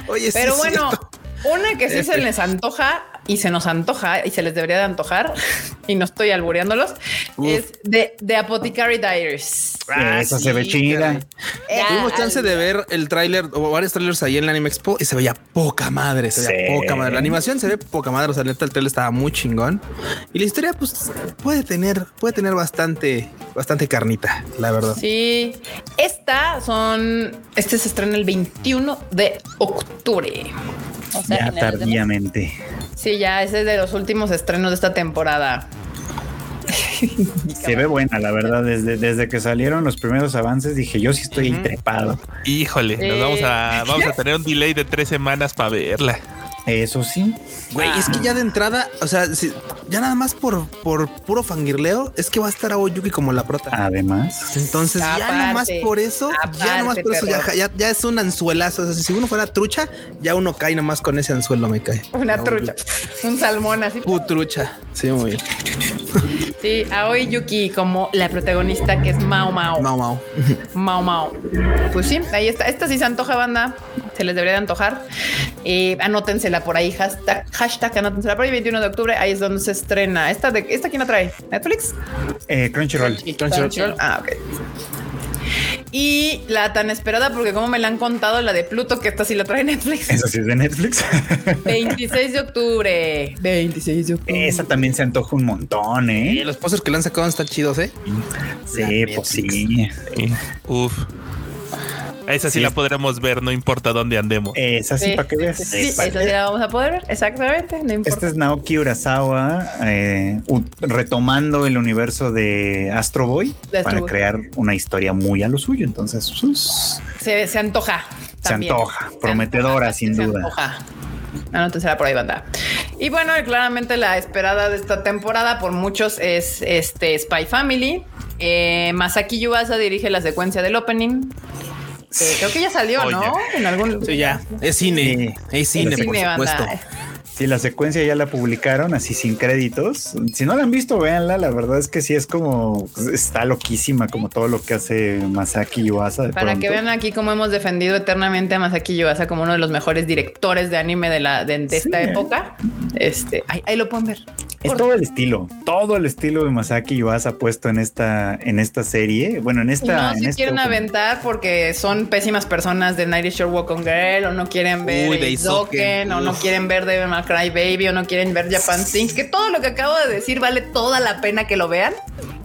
Oye, sí Ah, Pero es bueno, cierto. Este. una que sí se les antoja y se nos antoja y se les debería de antojar, y no estoy albureándolos, Uf. es de, de Apothecary Diaries. Ah, Esa sí, se ve chida. caray. Eh, Ya, Tuvimos chance al- de ver el tráiler o varios trailers ahí en la Anime Expo y se veía poca madre, se veía Sí. poca madre. La animación se ve poca madre, o sea, neta el trailer estaba muy chingón. Y la historia pues puede tener puede tener bastante bastante carnita, la verdad. Sí, esta son, este se estrena el 21 de octubre. o sea, Ya finales de mes. tardíamente. Sí, ya ese es de los últimos estrenos de esta temporada. Se ve buena, la verdad. Desde, desde que salieron los primeros avances, dije yo sí estoy trepado. Híjole, nos vamos a, Eh. vamos a tener un delay de tres semanas para verla. Eso sí. Güey, es que ya de entrada, o sea, si- ya nada más por por puro fangirleo, es que va a estar Aoyuki como la prota. Además, Entonces, ya Ah, Aparte, nomás por eso, ya nomás aparte, por eso, ya, perro. ya- ya es un anzuelazo. O sea, si uno fuera trucha, ya uno cae nomás con ese anzuelo, me cae. Una Aoyuki. trucha, un salmón así. Putrucha. Sí, muy bien. Sí, Aoi Yuki como la protagonista que es Mao Mao. Mau, mau. Mao Mao. Pues sí, ahí está. Esta sí se antoja, banda. Se les debería de antojar. Eh, anótensela por ahí. Hashtag, hashtag anótensela por ahí. 21 de octubre. Ahí es donde se estrena. ¿Esta, de, esta quién la trae? ¿Netflix? eh, Crunchyroll. Crunchyroll. Ah, ok. Y la tan esperada, porque como me la han contado, la de Pluto, que esta sí la trae Netflix. Eso sí es de Netflix. 26 de octubre. 26 de octubre. Esa también se antoja un montón, Y ¿eh? los pozos que le han sacado están chidos, ¿eh? Sí, pues sí. Sí. Uf. Esa sí, Sí. Eh, la podremos ver, no importa dónde andemos. Esa sí, para que veas. Sí, Pa' esa que- sí la vamos a poder ver. Exactamente. No importa. Este es Naoki Urasawa eh, u- retomando el universo de Astro Boy De Astro para Boy. crear una historia muy a lo suyo. Entonces, sus- se, se antoja. se también. antoja, prometedora, sin Se duda. antoja. Anótensela por ahí, banda. Y Y bueno, y claramente la esperada de esta temporada por muchos es este Spy Family. Eh, Masaki Yuasa dirige la secuencia del opening. que creo que ya salió, Oye. ¿no? En algún Sí, ya. Es cine. Es en cine, por banda. supuesto. Si la secuencia ya la publicaron así sin créditos, si no la han visto, véanla. La verdad es que sí es como está loquísima, como todo lo que hace Masaki Yuasa. de Para que pronto. vean aquí cómo hemos defendido eternamente a Masaki Yuasa como uno de los mejores directores de anime de la de, de esta Sí. eh. época. Este, ahí, ahí lo pueden ver. Es todo el estilo, todo el estilo de Masaki Yuasa puesto en esta, en esta serie. Bueno, en Y esta. no en se este quieren documental. aventar porque son pésimas personas de Night Shore Walk on Girl o no quieren ver Uy, de Isoken Isoken, o no uf. quieren ver Devil May Cry Baby o no quieren ver Japan Things que todo lo que acabo de decir vale toda la pena que lo vean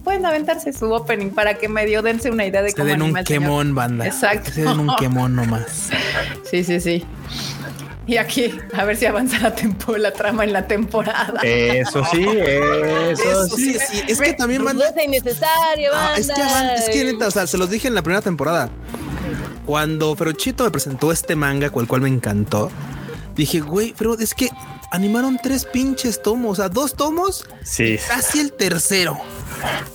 pueden aventarse su opening para que medio dense una idea de Se cómo den un anima el señor. quemón, banda. Exacto. Se den un quemón nomás. sí sí sí y aquí a ver si avanza la, tempo- la trama en la temporada Eh, Eso sí, eso, Eso sí, sí. Es que también, Pues No banda, es innecesario, Ah, banda. es que avan- es que neta, o sea, se los dije en la primera temporada. Cuando Ferochito me presentó este manga, cual cual me encantó, dije, güey, pero es que animaron tres pinches tomos, o sea, dos tomos, sí. casi el tercero.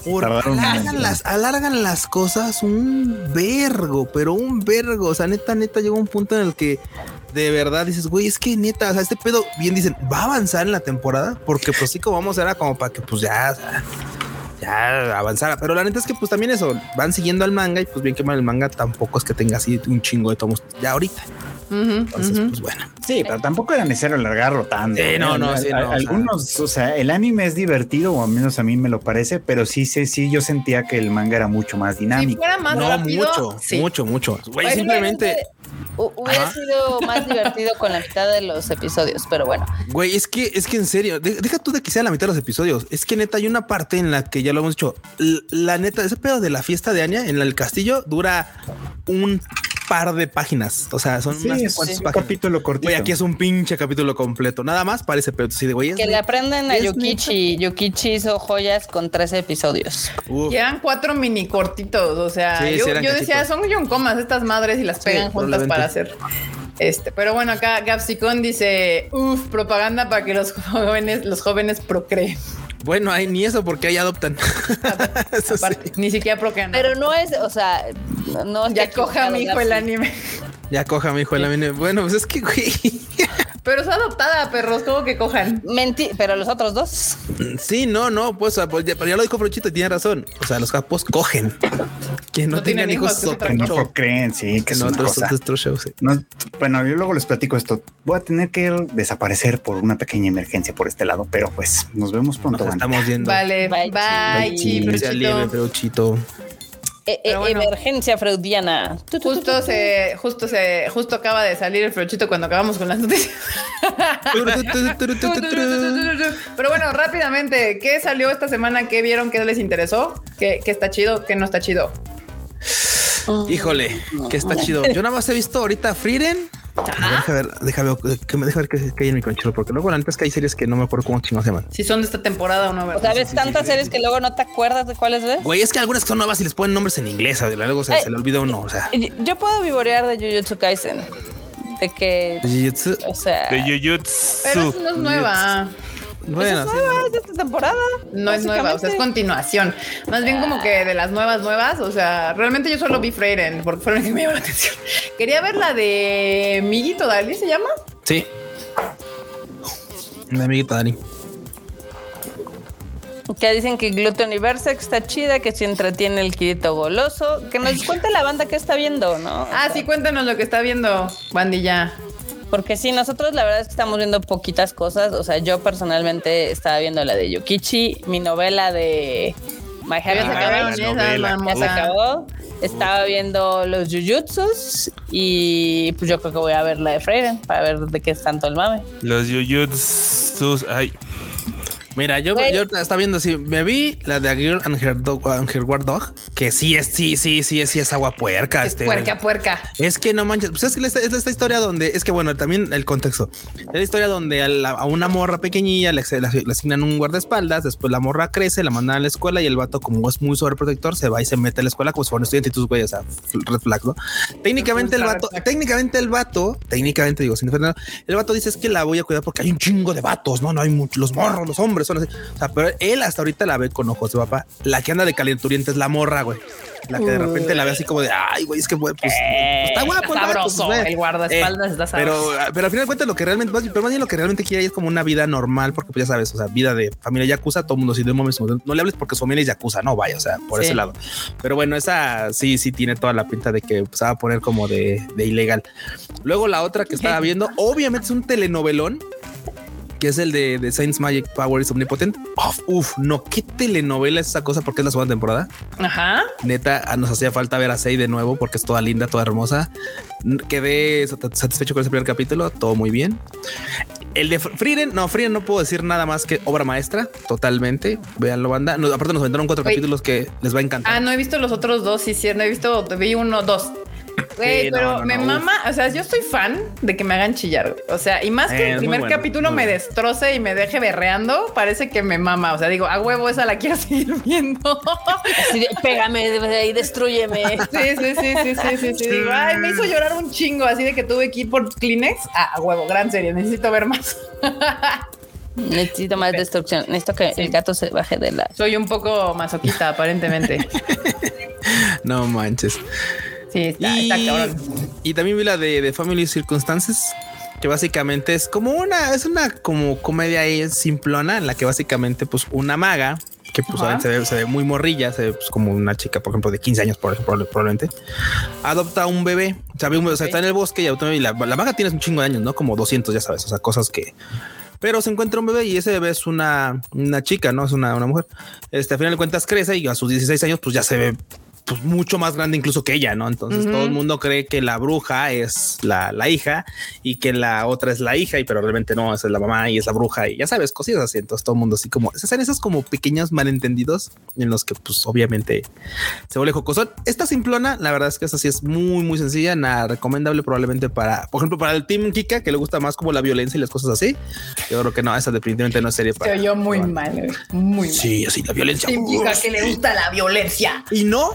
Porque Tardaron un alargan montón. las, alargan las cosas un vergo, pero un vergo. O sea, neta, neta, llega un punto en el que de verdad dices, güey, es que neta, o sea, este pedo, bien dicen, va a avanzar en la temporada, porque pues sí, como vamos, era como para que pues ya, o sea, ya avanzara. Pero la neta es que pues también eso, van siguiendo al manga y pues bien que mal el manga tampoco es que tenga así un chingo de tomos ya ahorita. Ujú, Entonces, ujú. pues bueno. Sí, pero tampoco era necesario alargarlo tanto. ¿eh? Sí, no, no, sí, no, o sea. algunos, o sea, el anime es divertido, o al menos a mí me lo parece, pero sí, sí, sí, yo sentía que el manga era mucho más si dinámico. fuera más no, Ah, rápido mucho, sí. mucho, mucho. Güey, Pues, simplemente... hu- Hubiera Ajá. sido más divertido con la mitad de los episodios, pero bueno. Güey, es que, es que en serio, de- deja tú de que sea la mitad de los episodios. Es que neta, hay una parte en la que ya lo hemos dicho. l- La neta, ese pedo de la fiesta de Anya en el castillo dura un par de páginas. O sea, son Sí, unas es cuantas un páginas. capítulo cortito. Güey, aquí es un pinche capítulo completo. Nada más para ese pedo. Sí, de güey. es Que le neta. aprendan a es Yukichi. Yukichi hizo joyas con 13 episodios. Uf, Y eran cuatro mini cortitos, o sea, Sí, sí, yo, eran yo decía, cachitos. son yoncomas estas madres y las pegan juntas probablemente. para hacer. Este, pero bueno, acá Gapsicón dice, uff, propaganda para que los jóvenes, los jóvenes procreen. Bueno, ahí ni eso porque ahí adoptan. Eso sí. Aparte, Ni siquiera procrean. Pero no es, o sea, no, no está ya coja a mi hijo equivocado, el Garfield. anime. Ya coja, mi hijo. Bueno, pues es que, güey. Pero es adoptada, perros, como que cojan. Menti, pero los otros dos. Sí, no, no, pues, ah, pues, ya, pero ya lo dijo Frochito y tiene razón. O sea, los capos cogen. Que no, No tienen tengan hijos, hijos, es otra Que socan no show. creen, sí, que que es no una otros cosa. otros otros shows. sí. No, bueno, yo luego les platico esto. Voy a tener que desaparecer por una pequeña emergencia por este lado, pero pues nos Nos vemos pronto. banda. estamos viendo. Vale, Bye, bye, chi. chi, Bye, Ya libre, bruchito. pero chito. Eh, eh, Pero bueno. Emergencia freudiana. Tu, tu, tu, tu, Justo tu. se, justo se, justo acaba de salir el flochito cuando acabamos con las noticias. Pero bueno, rápidamente, ¿qué salió esta semana? ¿Qué vieron? ¿Qué les interesó? ¿Qué, qué está chido? ¿Qué no está chido? Híjole, que está chido. Yo nada más he visto ahorita Frieren. Deja ver, deja ver, que me deja ver que, que hay en mi conchero, porque luego la neta es que hay series que no me acuerdo cómo chingados se llaman. Si son de esta temporada o no, O ¿verdad? sea, ves tantas series que luego no te acuerdas de cuáles ves. Güey, es que algunas que son nuevas y les ponen nombres en inglés, o sea, luego se, Eh. se le olvida uno, o sea. Y- Yo puedo vivorear de Jujutsu Kaisen. De que, Jujutsu, o sea, De esa Pero Jujutsu. eso no es nueva. Bueno, es sí. nueva, ah, es de esta temporada. No es nueva, o sea, es básicamente. continuación. Más bien como que de las nuevas, nuevas. O sea, realmente yo solo vi Freiren porque fue la que me llamó la atención. Quería ver la de Miguito Dalí, ¿se llama? sí. Mi amiguita Dani. Que dicen que Gluten Universe que está chida, que se entretiene el Kirito goloso. Que nos cuente la banda que está viendo, ¿no? Ah, sí, cuéntanos lo que está viendo, bandilla. Porque sí, nosotros la verdad es que estamos viendo poquitas cosas. O sea, yo personalmente estaba viendo la de Yukichi, mi novela de Ya My se Heaven acabaron la esas, novela. Ah, hermosa. Ya se acabó. Estaba viendo los Jujutsus y pues yo creo que voy a ver la de Freire para ver de qué es tanto el mame. Los Jujutsus. Ay, Mira, yo, Güey. yo ahorita estaba viendo así, me vi la de A Girl and Her, Dog, and Her War Dog, que sí es, sí, sí, sí, es, sí es agua puerca. Es este, puerca, puerca. Es que no manches, pues es que esta- es esta historia donde, es que bueno, también el contexto, es la historia donde a, la- a una morra pequeñilla le, le- le asignan un guardaespaldas, después la morra crece, la mandan a la escuela y el vato como es muy sobreprotector se va y se mete a la escuela como si fuera un estudiante y tus güeyes, o sea, fl- red flag, ¿no? Técnicamente el Ultra vato, red flag. técnicamente el vato, técnicamente digo, sin defender, el vato dice es que la voy a cuidar porque hay un chingo de vatos, no, no hay muchos, los morros, los hombres son así, o sea, pero él hasta ahorita la ve con ojos de papá, la que anda de calenturienta es la morra, güey. La que de repente la ve así como de ay, güey, es que güey, pues, pues, está guapo, el vato, sabroso. pues, ve. el guardaespaldas está sabroso. Pero, pero al final de cuentas, lo que realmente, más- pero más bien lo que realmente quiere es como una vida normal, porque pues ya sabes, o sea, vida de familia yakuza, todo el mundo si de un momento, no le hables porque su familia es yakuza, no vaya, o sea, por Sí. ese lado. Pero bueno, esa sí, sí tiene toda la pinta de que se va a poner como de, de ilegal. Luego la otra que estaba viendo, obviamente es un telenovelón. Que es el de, de Saints Magic Power is Omnipotent. Uf, uf, no, qué telenovela es esa cosa porque es la segunda temporada. Ajá. Neta, ah, nos hacía falta ver a Sei de nuevo porque es toda linda, toda hermosa. N- Quedé sat- satisfecho con ese primer capítulo, todo muy bien. El de Fr- Frieren, no, Frieren no puedo decir nada más que obra maestra, totalmente. Veanlo, banda. No, aparte nos aventaron cuatro Güey. capítulos que les va a encantar. Ah, no he visto los otros dos, sí, sí, no he visto, vi uno, dos. Güey, Sí, no, pero no, me no, uf. mama, o sea, yo soy fan de que me hagan chillar, güey. O sea, y más Eh, que es el muy primer bueno, capítulo muy me bueno. destroce y me deje berreando, parece que me mama. O sea, digo, a huevo, esa la quiero seguir viendo. Así de, pégame de- de ahí, destruyeme. sí, sí, sí, sí, sí, sí, sí. Digo, Ay, me hizo llorar un chingo, así de que tuve que ir por Kleenex. Ah, a huevo, gran serie, necesito ver más. Necesito más destrucción. Necesito que el gato se baje de la. Soy un poco masoquista, aparentemente. No manches. Sí, está, Y, está cabrón. y también vi la de, de Family Circumstances, que básicamente es como una, es una como comedia ahí simplona en la que básicamente pues una maga que pues Ajá. obviamente se ve, se ve muy morrilla, se ve pues, como una chica, por ejemplo, de 15 años por, por- probablemente, adopta un bebé, o sea, ve un- o sea, está en el bosque y, adopta un bebé, y la, la maga tiene un chingo de años, ¿no? Como 200, ya sabes, o sea, cosas que... Pero se encuentra un bebé y ese bebé es una, una chica, ¿no? Es una, una mujer. Este, al final de cuentas crece y a sus 16 años pues ya se ve pues mucho más grande incluso que ella, ¿no? Entonces Ujú. todo el mundo cree que la bruja es la, la hija y que la otra es la hija, y pero realmente no, esa es la mamá y es la bruja y ya sabes, cosillas así. Entonces todo el mundo así como, se hacen esos como pequeños malentendidos en los que pues obviamente se vuelve jocosón. Esta simplona, la verdad es que esta sí es muy, muy sencilla, nada recomendable probablemente para, por ejemplo, para el Team Kika, que le gusta más como la violencia y las cosas así. Yo creo que no, esa definitivamente no es serie Se para... oyó muy mal, güey, muy mal. Sí, así la violencia. Team Chica que le gusta la violencia. Y no,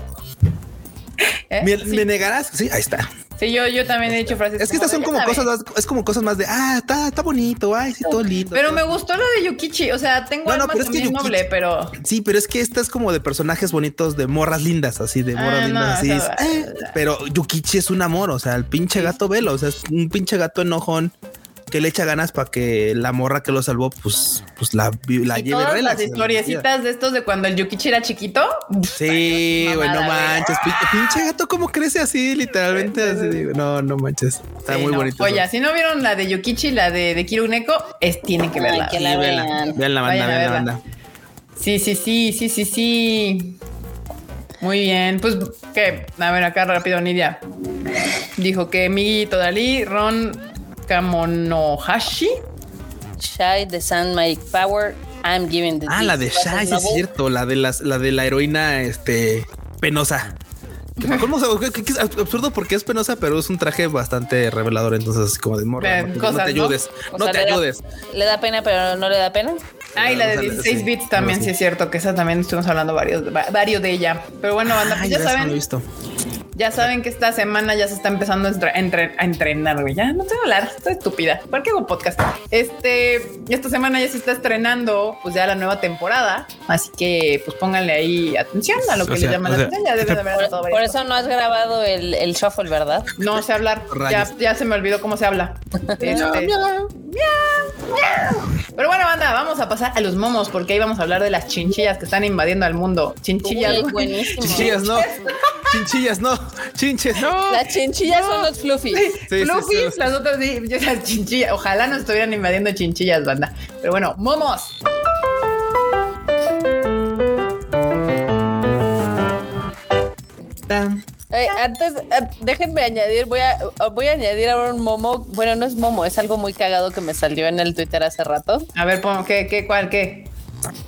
¿eh? me, Sí. me negarás. Sí, ahí está. Sí, yo, yo también he dicho frases. Es que estas de, son ya como sabes. cosas, más- es como cosas más de, ah, está, está bonito, ay, sí, todo lindo. Pero me gustó la de Yukichi. O sea, tengo Ah, No, alma no, pero es que también Yukichi- noble, pero. Sí, pero es que esta es como de personajes bonitos, de morras lindas, así, de morras Ah, no, lindas, así. o es, sea, eh, pero Yukichi es un amor, o sea, el pinche gato velo, o sea, es un pinche gato enojón que le echa ganas para que la morra que lo salvó, pues, pues la, vi- la y lleve todas relax, las historiecitas de estos de cuando el Yukichi era chiquito. Sí, Ay, güey, no mamada, güey. Ah. manches. pin- Pinche gato, como crece así, literalmente así. digo, No, no manches. Está sí, muy no, bonito. Oye, si no vieron la de Yukichi, la de, de Kiro Neko, es, tienen que verla. Ay, que la vean, vean. Vayan la banda, a vean la verla. banda. Sí, sí, sí, sí, sí, sí. Muy bien, pues que, a ver acá rápido, Nidia. Dijo que Migi Todalí, Ron Kamonohashi. Shy, the Sun, Magic Power. I'm giving the. Ah, la de Beast Battle Shai, sí es Novel. cierto, la de las, la de la heroína este penosa. Que para colmo, o sea, que- que- que es absurdo porque es penosa, pero es un traje bastante revelador, entonces así como de morra. Vean, no te- no, cosas, te ¿no? ayudes, O no sea, te le da- ayudes. Le da pena, pero no le da pena. Ah, y la de Sí, 16 bits sí, también, sí. sí es cierto, que esa también estuvimos hablando varios, va- varios de ella. Pero bueno, banda, pues Ay, ya gracias, no lo he saben, visto. ya saben que esta semana ya se está empezando a, entre- entre- a entrenar, güey. Ya no sé hablar, estoy estúpida. ¿Por qué hago podcast? Este, esta semana ya se está estrenando, pues ya la nueva temporada. Así que, pues pónganle ahí atención a lo O que sea, le llama o la sea, atención. Ya debe de haber Por, anotado por varias eso no has grabado el, el shuffle, ¿verdad? No sé hablar. Ya, Rayos. ya se me olvidó cómo se habla. Este- Pero bueno, banda, vamos a pasar a los momos porque ahí vamos a hablar de las chinchillas que están invadiendo al mundo. Chinchillas. Uy, güey. buenísimo. Chinchillas no, chinchillas no, chinches no. Las chinchillas son los fluffies. Sí, sí, Fluffy, sí, sí. las otras sí, yo las chinchillas. Ojalá no estuvieran invadiendo chinchillas, banda. Pero bueno, momos. Eh, antes, eh, déjenme añadir, voy a, voy a añadir ahora un momo. Bueno, no es momo, es algo muy cagado que me salió en el Twitter hace rato. A ver, pon- ¿qué, qué, cuál, qué?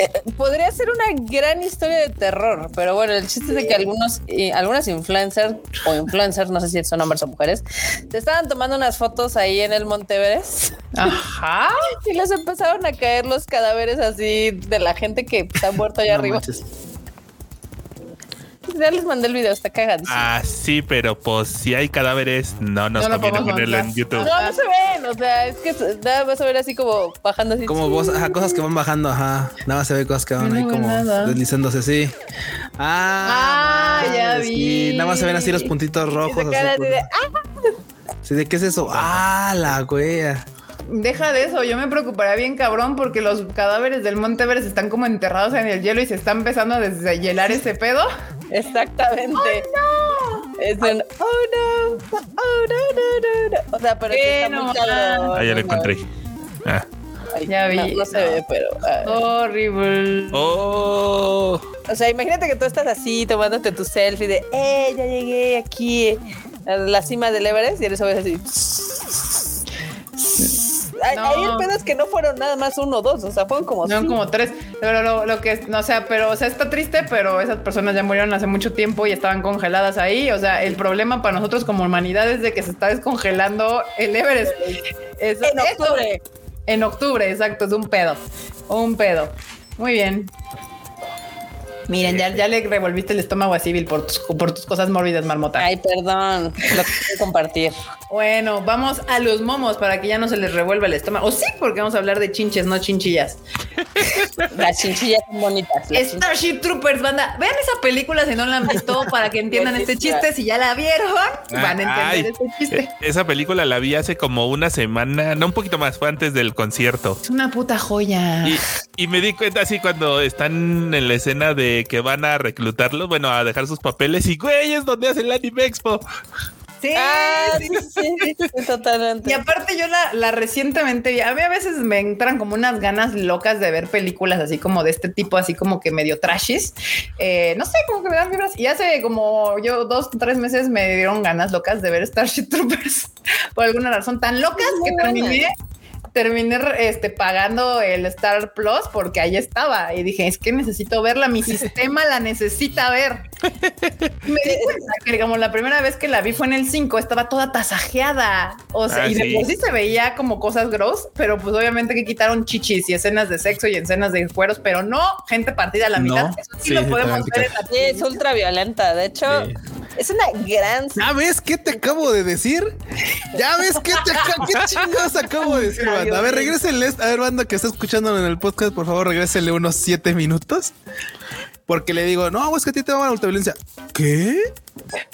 Eh, podría ser una gran historia de terror, pero bueno, el chiste es de que algunos, eh, algunas influencers o influencers, no sé si son hombres o mujeres, se estaban tomando unas fotos ahí en el Monteveres Ajá. y les empezaron a caer los cadáveres así de la gente que está muerta allá No arriba. manches. Ya les mandé el video, está cagadísimo. Ah, sí, pero pues si hay cadáveres, no nos No lo conviene podemos ponerlo en mostrar. YouTube. No, no se ven, o sea, es que nada más se ven así como bajando así. Como vos, ajá, cosas que van bajando, ajá. Nada más se ve cosas que van No ahí veo como nada. deslizándose, sí. Ah, Ah, ya sí. vi. Nada más se ven así los puntitos Y se rojos. quedan así así, de, por- Sí, ¿de qué es eso? Ah, la wea. Deja de eso, yo me preocuparía bien cabrón porque los cadáveres del Monte Everest están como enterrados en el hielo y se están empezando a deshielar ese pedo. Exactamente. Es un oh no, oh no, no, no, no. O sea, pero sí está Bueno, muy cabrón. Ah, ya lo no, encontré. Ah. ay, Ya vi. No, no se ve, pero. ay. Horrible. Oh, O sea, imagínate que tú estás así tomándote tu selfie de, eh, ya llegué aquí eh, a la cima del Everest y eres ves así. Ay, No. Ahí el pedo es que no fueron nada más uno o dos, o sea, fueron como. No, cinco. como tres. Pero lo, lo que, no, o sea, pero, o sea, está triste, pero esas personas ya murieron hace mucho tiempo y estaban congeladas ahí. O sea, el problema para nosotros como humanidad es de que se está descongelando el Everest. Eso- En eso- octubre. en octubre, exacto, es un pedo. Un pedo. Muy bien. Miren, ya, ya le revolviste el estómago a Civil por tus, por tus cosas mórbidas, marmota. Ay, perdón, lo quiero compartir. Bueno, vamos a los momos para que ya no se les revuelva el estómago. O sí, porque vamos a hablar de chinches, no chinchillas. Las chinchillas son bonitas. las chinchillas. Starship Troopers, banda. Vean esa película si no la han visto para que entiendan este chiste. Si ya la vieron, van a Ah, ay, entender este chiste. e- esa película la vi hace como una semana, no un poquito más, fue antes del concierto. Es una puta joya. Y, y me di cuenta así cuando están en la escena de que van a reclutarlos, bueno, a dejar sus papeles y güey, es donde hacen el anime expo. Sí. Ah, sí, sí, sí, sí, totalmente. Y aparte yo la, la recientemente, vi. a mí a veces me entran como unas ganas locas de ver películas así como de este tipo, así como que medio trashes. Eh, no sé, como que me dan vibras. Y hace como yo dos, tres meses me dieron ganas locas de ver Starship Troopers por alguna razón tan locas Es muy que buena. terminé. Terminé este, pagando el Star Plus porque ahí estaba y dije, es que necesito verla, mi sistema la necesita ver. Y Me di cuenta que, como la primera vez que la vi fue en el 5, estaba toda tasajeada. O sea, Ah, y de sí. por sí se veía como cosas gross, pero pues obviamente que quitaron chichis y escenas de sexo y escenas de cueros, pero no gente partida a la No, mitad. Eso sí, sí, lo sí, podemos totalmente. ver en la Sí, es ultra violenta. De hecho, Sí. es una gran. ¿Sabes qué te acabo de decir? ¿Ya ves qué te acabo, qué chingados acabo de decir, banda? A ver, regrésenle. A ver, banda que está escuchándolo en el podcast, por favor, regrésenle unos siete minutos. Porque le digo, no, es que a ti te va a la ultraviolencia. ¿Qué?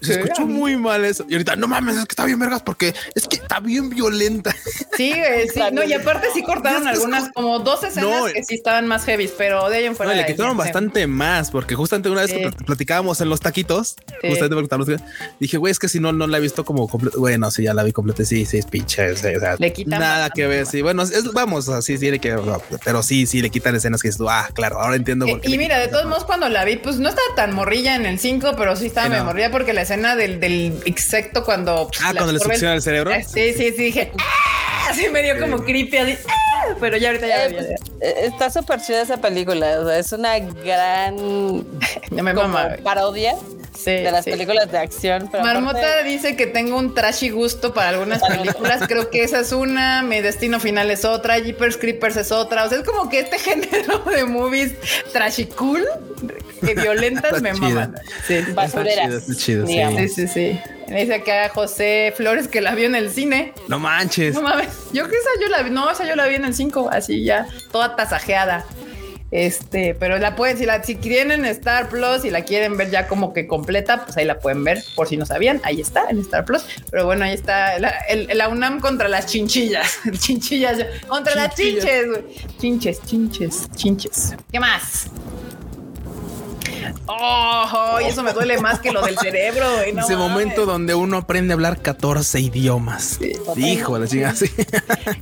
Se ¿Qué? escuchó muy mal eso. Y ahorita, no mames, es que está bien vergas porque es que está bien violenta. Sí, eh, sí, no, y aparte sí cortaron Ya estás algunas, como dos escenas No. que sí estaban más heavy, pero de ahí en No, fuera. y le eh, quitaron sí. bastante más, porque justamente una vez que Sí. plat- platicábamos en los taquitos, Sí. justamente porque estábamos- dije, güey, es que si no, no la he visto como completa. Bueno, sí, ya la vi completa. Sí, sí, es pinche. sí, o sea, Le quitan nada bastante que ver. Sí, bueno, es- vamos, así tiene que. Pero sí, sí, le quitan escenas que dices, tú, ah, claro, ahora entiendo Eh, por qué. Y le mira, de quitan". todos modos, cuando la vi, pues no estaba tan morrilla en el 5, pero sí estaba Sí, medio no. morrilla porque la escena del, del insecto cuando. pues, Ah, cuando le absorbe el- succiona el cerebro. Ah, Sí, sí, sí, dije, ¡ah! Así me dio como creepy, así, ¡ah! Pero ya ahorita ya, la Eh, vi, pues, ya, eh, está súper chida esa película. O sea, es una gran ya. Ya me como mama. parodia Sí, de las sí. películas de acción. Pero Marmota aparte- dice que tengo un trashy gusto para algunas películas. Creo que esa es una. Mi destino final es otra. Jeepers Creepers es otra. O sea, es como que este género de movies trashy cool que violentas Está me chida. maman. Sí, sí, basureras. Está chido, está chido, sí. digamos. sí, sí, sí. Me dice acá José Flores que la vio en el cine. No manches. No mames. Yo que esa yo la vi. No, esa yo la vi en el 5, así ya, toda tasajeada. Este, pero la pueden, si la, si quieren Star Plus y la quieren ver ya como que completa, pues ahí la pueden ver, por si no sabían, ahí está en Star Plus. Pero bueno, ahí está la, el- la UNAM contra las chinchillas, chinchillas, contra las Chinchillas. chinches, güey. chinches, chinches, chinches. ¿Qué más? Oh, y eso me duele más que lo del cerebro. güey, no Ese mames. momento donde uno aprende a hablar 14 idiomas. Hijo de la chingada, sí.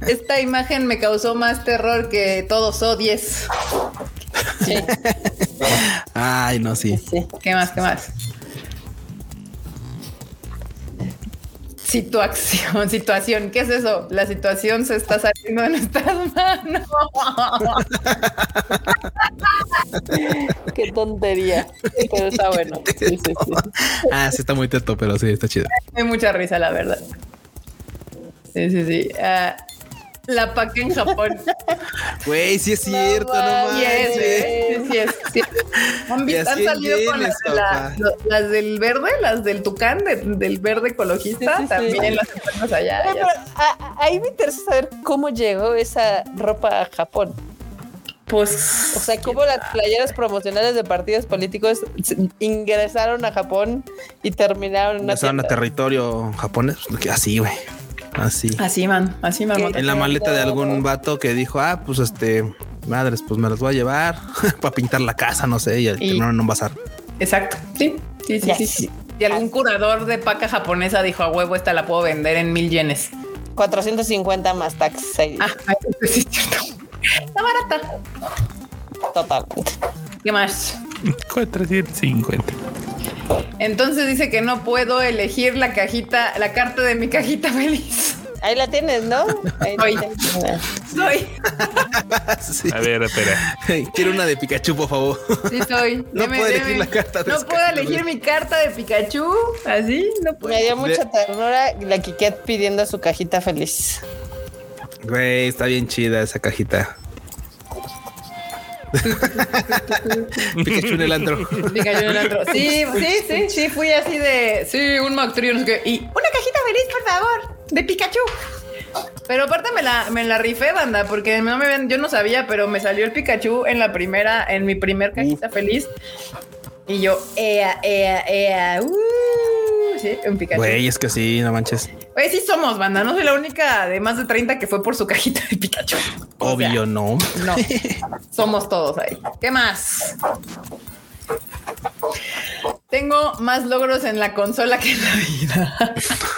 Esta imagen me causó más terror que todos odies. Sí, Ay, no, sí. sí. ¿Qué más? ¿Qué más? Situación, situación. ¿Qué es eso? La situación se está saliendo de nuestras manos. Qué tontería. Pero está bueno. Sí, sí, sí. Ah, sí, está muy teto, pero sí, está chido. Me dio mucha risa, la verdad. Sí, sí, sí. Ah, la paca en Japón. Güey, sí es cierto, no Sí es, mames. güey. sí es, sí es. ¿Han, visto- Y así han salido con vienes, las, de la- papá. lo- las del verde, las del tucán, de- del verde ecologista, Sí, sí, sí. también las tenemos allá. Oye, ya. pero a- a- ahí me interesa saber cómo llegó esa ropa a Japón. Pues O sea, cómo las playeras promocionales de partidos políticos se- ingresaron a Japón y terminaron en una Empezaron a tienda. territorio japonés. pues, Así, güey. Así. así, man, así, mamá. En la maleta de algún vato que dijo, ah, pues este, madres, pues me las voy a llevar para pintar la casa, no sé, y, terminaron en un bazar. Exacto, sí, sí, sí, Ya. sí, sí. Y algún curador de paca japonesa dijo, a huevo, esta la puedo vender en mil yenes. 450 más tax ahí, Ah, sí, es cierto. Está barata. totalmente. ¿Qué más? 450. Entonces dice que no puedo elegir la cajita, la carta de mi cajita feliz. Ahí la tienes, ¿no? Ahí la Ay. tienes. Soy, Sí. A ver, espera. Quiero una de Pikachu, por favor. sí soy. No puedo elegir la carta de No esa puedo carta elegir feliz. mi carta de Pikachu, así, no Pues, puedo. Me dio mucha De- ternura la Kiket pidiendo su cajita feliz. Güey, está bien chida esa cajita. Pikachu en el antro. Pikachu en el antro. Sí, sí, sí, sí, fui así de. Sí, un McTrio, no sé qué. Y una cajita feliz, por favor, de Pikachu. Pero aparte me la, me la rifé, banda, porque no me ven, yo no sabía, pero me salió el Pikachu en la primera, en mi primer cajita feliz. Y yo, ea, ea, ea, uh, sí, un Pikachu. Güey, es que sí, no manches. Oye, sí somos, banda, no soy la única de más de 30 que fue por su cajita de Pikachu. O sea, Obvio, no. no. Somos todos ahí. ¿Qué más? Tengo más logros en la consola que en la vida.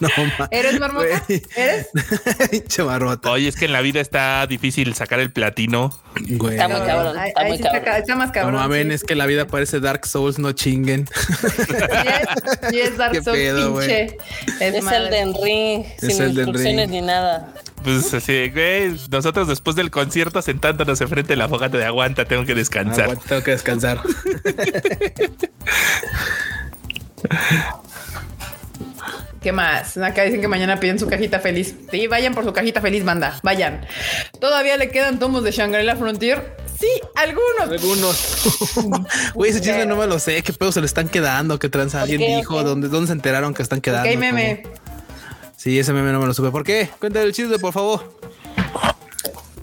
No, ma- ¿Eres marmota? Güey. ¿Eres? Pinche marmota. Oye, es que en la vida está difícil sacar el platino. Güey. Está muy No cabrón, Ay, está ay, muy sí está, cabrón. ca- está más cabrón. mamen, sí. es que la vida parece Dark Souls, no chinguen. Sí es, sí es Dark Qué Souls, pedo, güey. pinche. Es, Es madre. el de Enri, sin el de instrucciones Enri. ni nada. Pues así, güey, nosotros después del concierto sentándonos enfrente de la fogata de aguanta, tengo que descansar. Aguanta, tengo que descansar. ¿Qué más? Acá dicen que mañana piden su cajita feliz. Sí, vayan por su cajita feliz, banda. Vayan. ¿Todavía le quedan tomos de Shangri-La Frontier? Sí, algunos. Algunos. Güey, ese chisme no me lo sé. ¿Qué pedo se le están quedando? ¿Qué tranza? ¿Alguien Ok, dijo? ok. ¿Dónde, ¿Dónde se enteraron que están quedando? Ok, meme. ¿Cómo? Sí, ese meme no me lo supe. ¿Por qué? Cuéntale el chisme, por favor.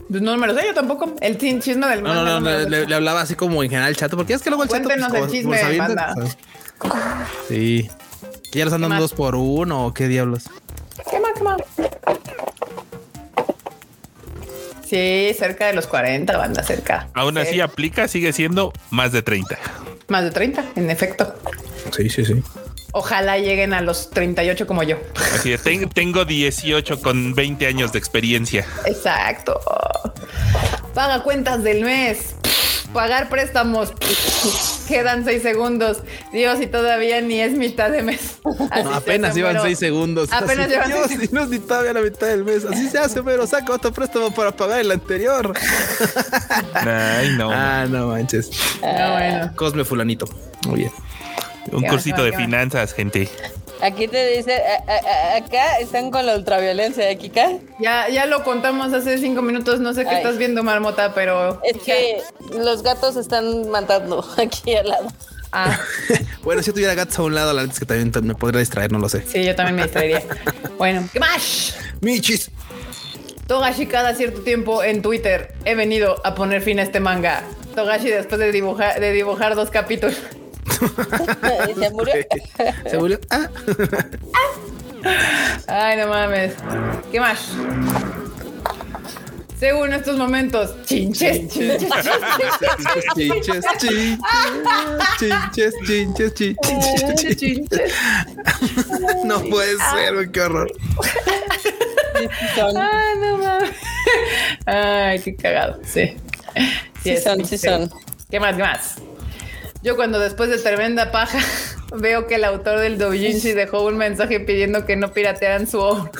Pues no me lo sé, yo tampoco. El chin- chisme del No, no, manda no. me lo le, sé. le- le hablaba así como en general al chato. Porque es que luego el chato... pues, Cuéntenos el como- chisme, como se avienta, banda. ¿sabes? Sí. ¿Que ya los andan más? dos por uno o qué diablos? ¿Qué más, qué más? Sí, cerca de los 40, banda, cerca. Aún así Sí, aplica, sigue siendo más de 30. Más de 30, en efecto. Sí, sí, sí. Ojalá lleguen a los 38 como yo. Así de, ten- tengo 18 con 20 años de experiencia. Exacto. Paga cuentas del mes. Pagar préstamos. Quedan seis segundos. Dios, y todavía ni es mitad de mes. Así No, se apenas hace, iban mero. seis segundos. Apenas llevan Dios, seis- y no es ni todavía la mitad del mes. Así se hace, pero saca otro préstamo para pagar el anterior. Ay, no. Ah, no manches. No, Ah, Ah, bueno. Cosme Fulanito. Muy bien. Un qué cursito va, de qué va. finanzas, gente. Aquí te dice, a- a- a- acá están con la ultraviolencia, ¿eh, Kika? Ya, ya lo contamos hace cinco minutos. No sé qué Ay. estás viendo, Marmota, pero. Es que los gatos están matando aquí al lado. Ah, Bueno, si yo tuviera gatos a un lado, la neta es que también me podría distraer, no lo sé. sí, yo también me distraería. Bueno, ¿qué más? Michis. Togashi cada cierto tiempo en Twitter he venido a poner fin a este manga. Togashi después de dibujar, de dibujar dos capítulos. Y se murió. ¿Se murió? Ah. Ay, no mames. ¿Qué más? Según estos momentos, chinches, chinches, Chinches, chinches, chinches, chinches, chinches, chinches, chinches. chinches. No puede ser, güey, qué horror. Sí, sí son, Ay, no mames. Ay, qué cagado. Sí. sí es son, sí triste. son. ¿Qué más? ¿Qué más? Yo cuando después de tremenda paja Veo que el autor del doujinshi dejó un mensaje pidiendo que no piratearan su obra.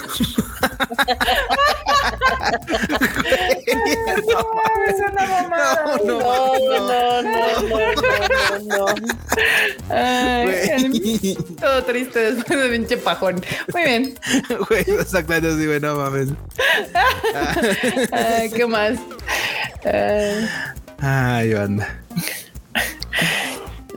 Es una mamada. No, No, no, no, no, no, no, no, no. Ay, Güey, Todo triste después de pinche pajón. Muy bien. güey, exactamente así, güey, no mames. Ay, ¿Qué más? Ay, Ay, banda.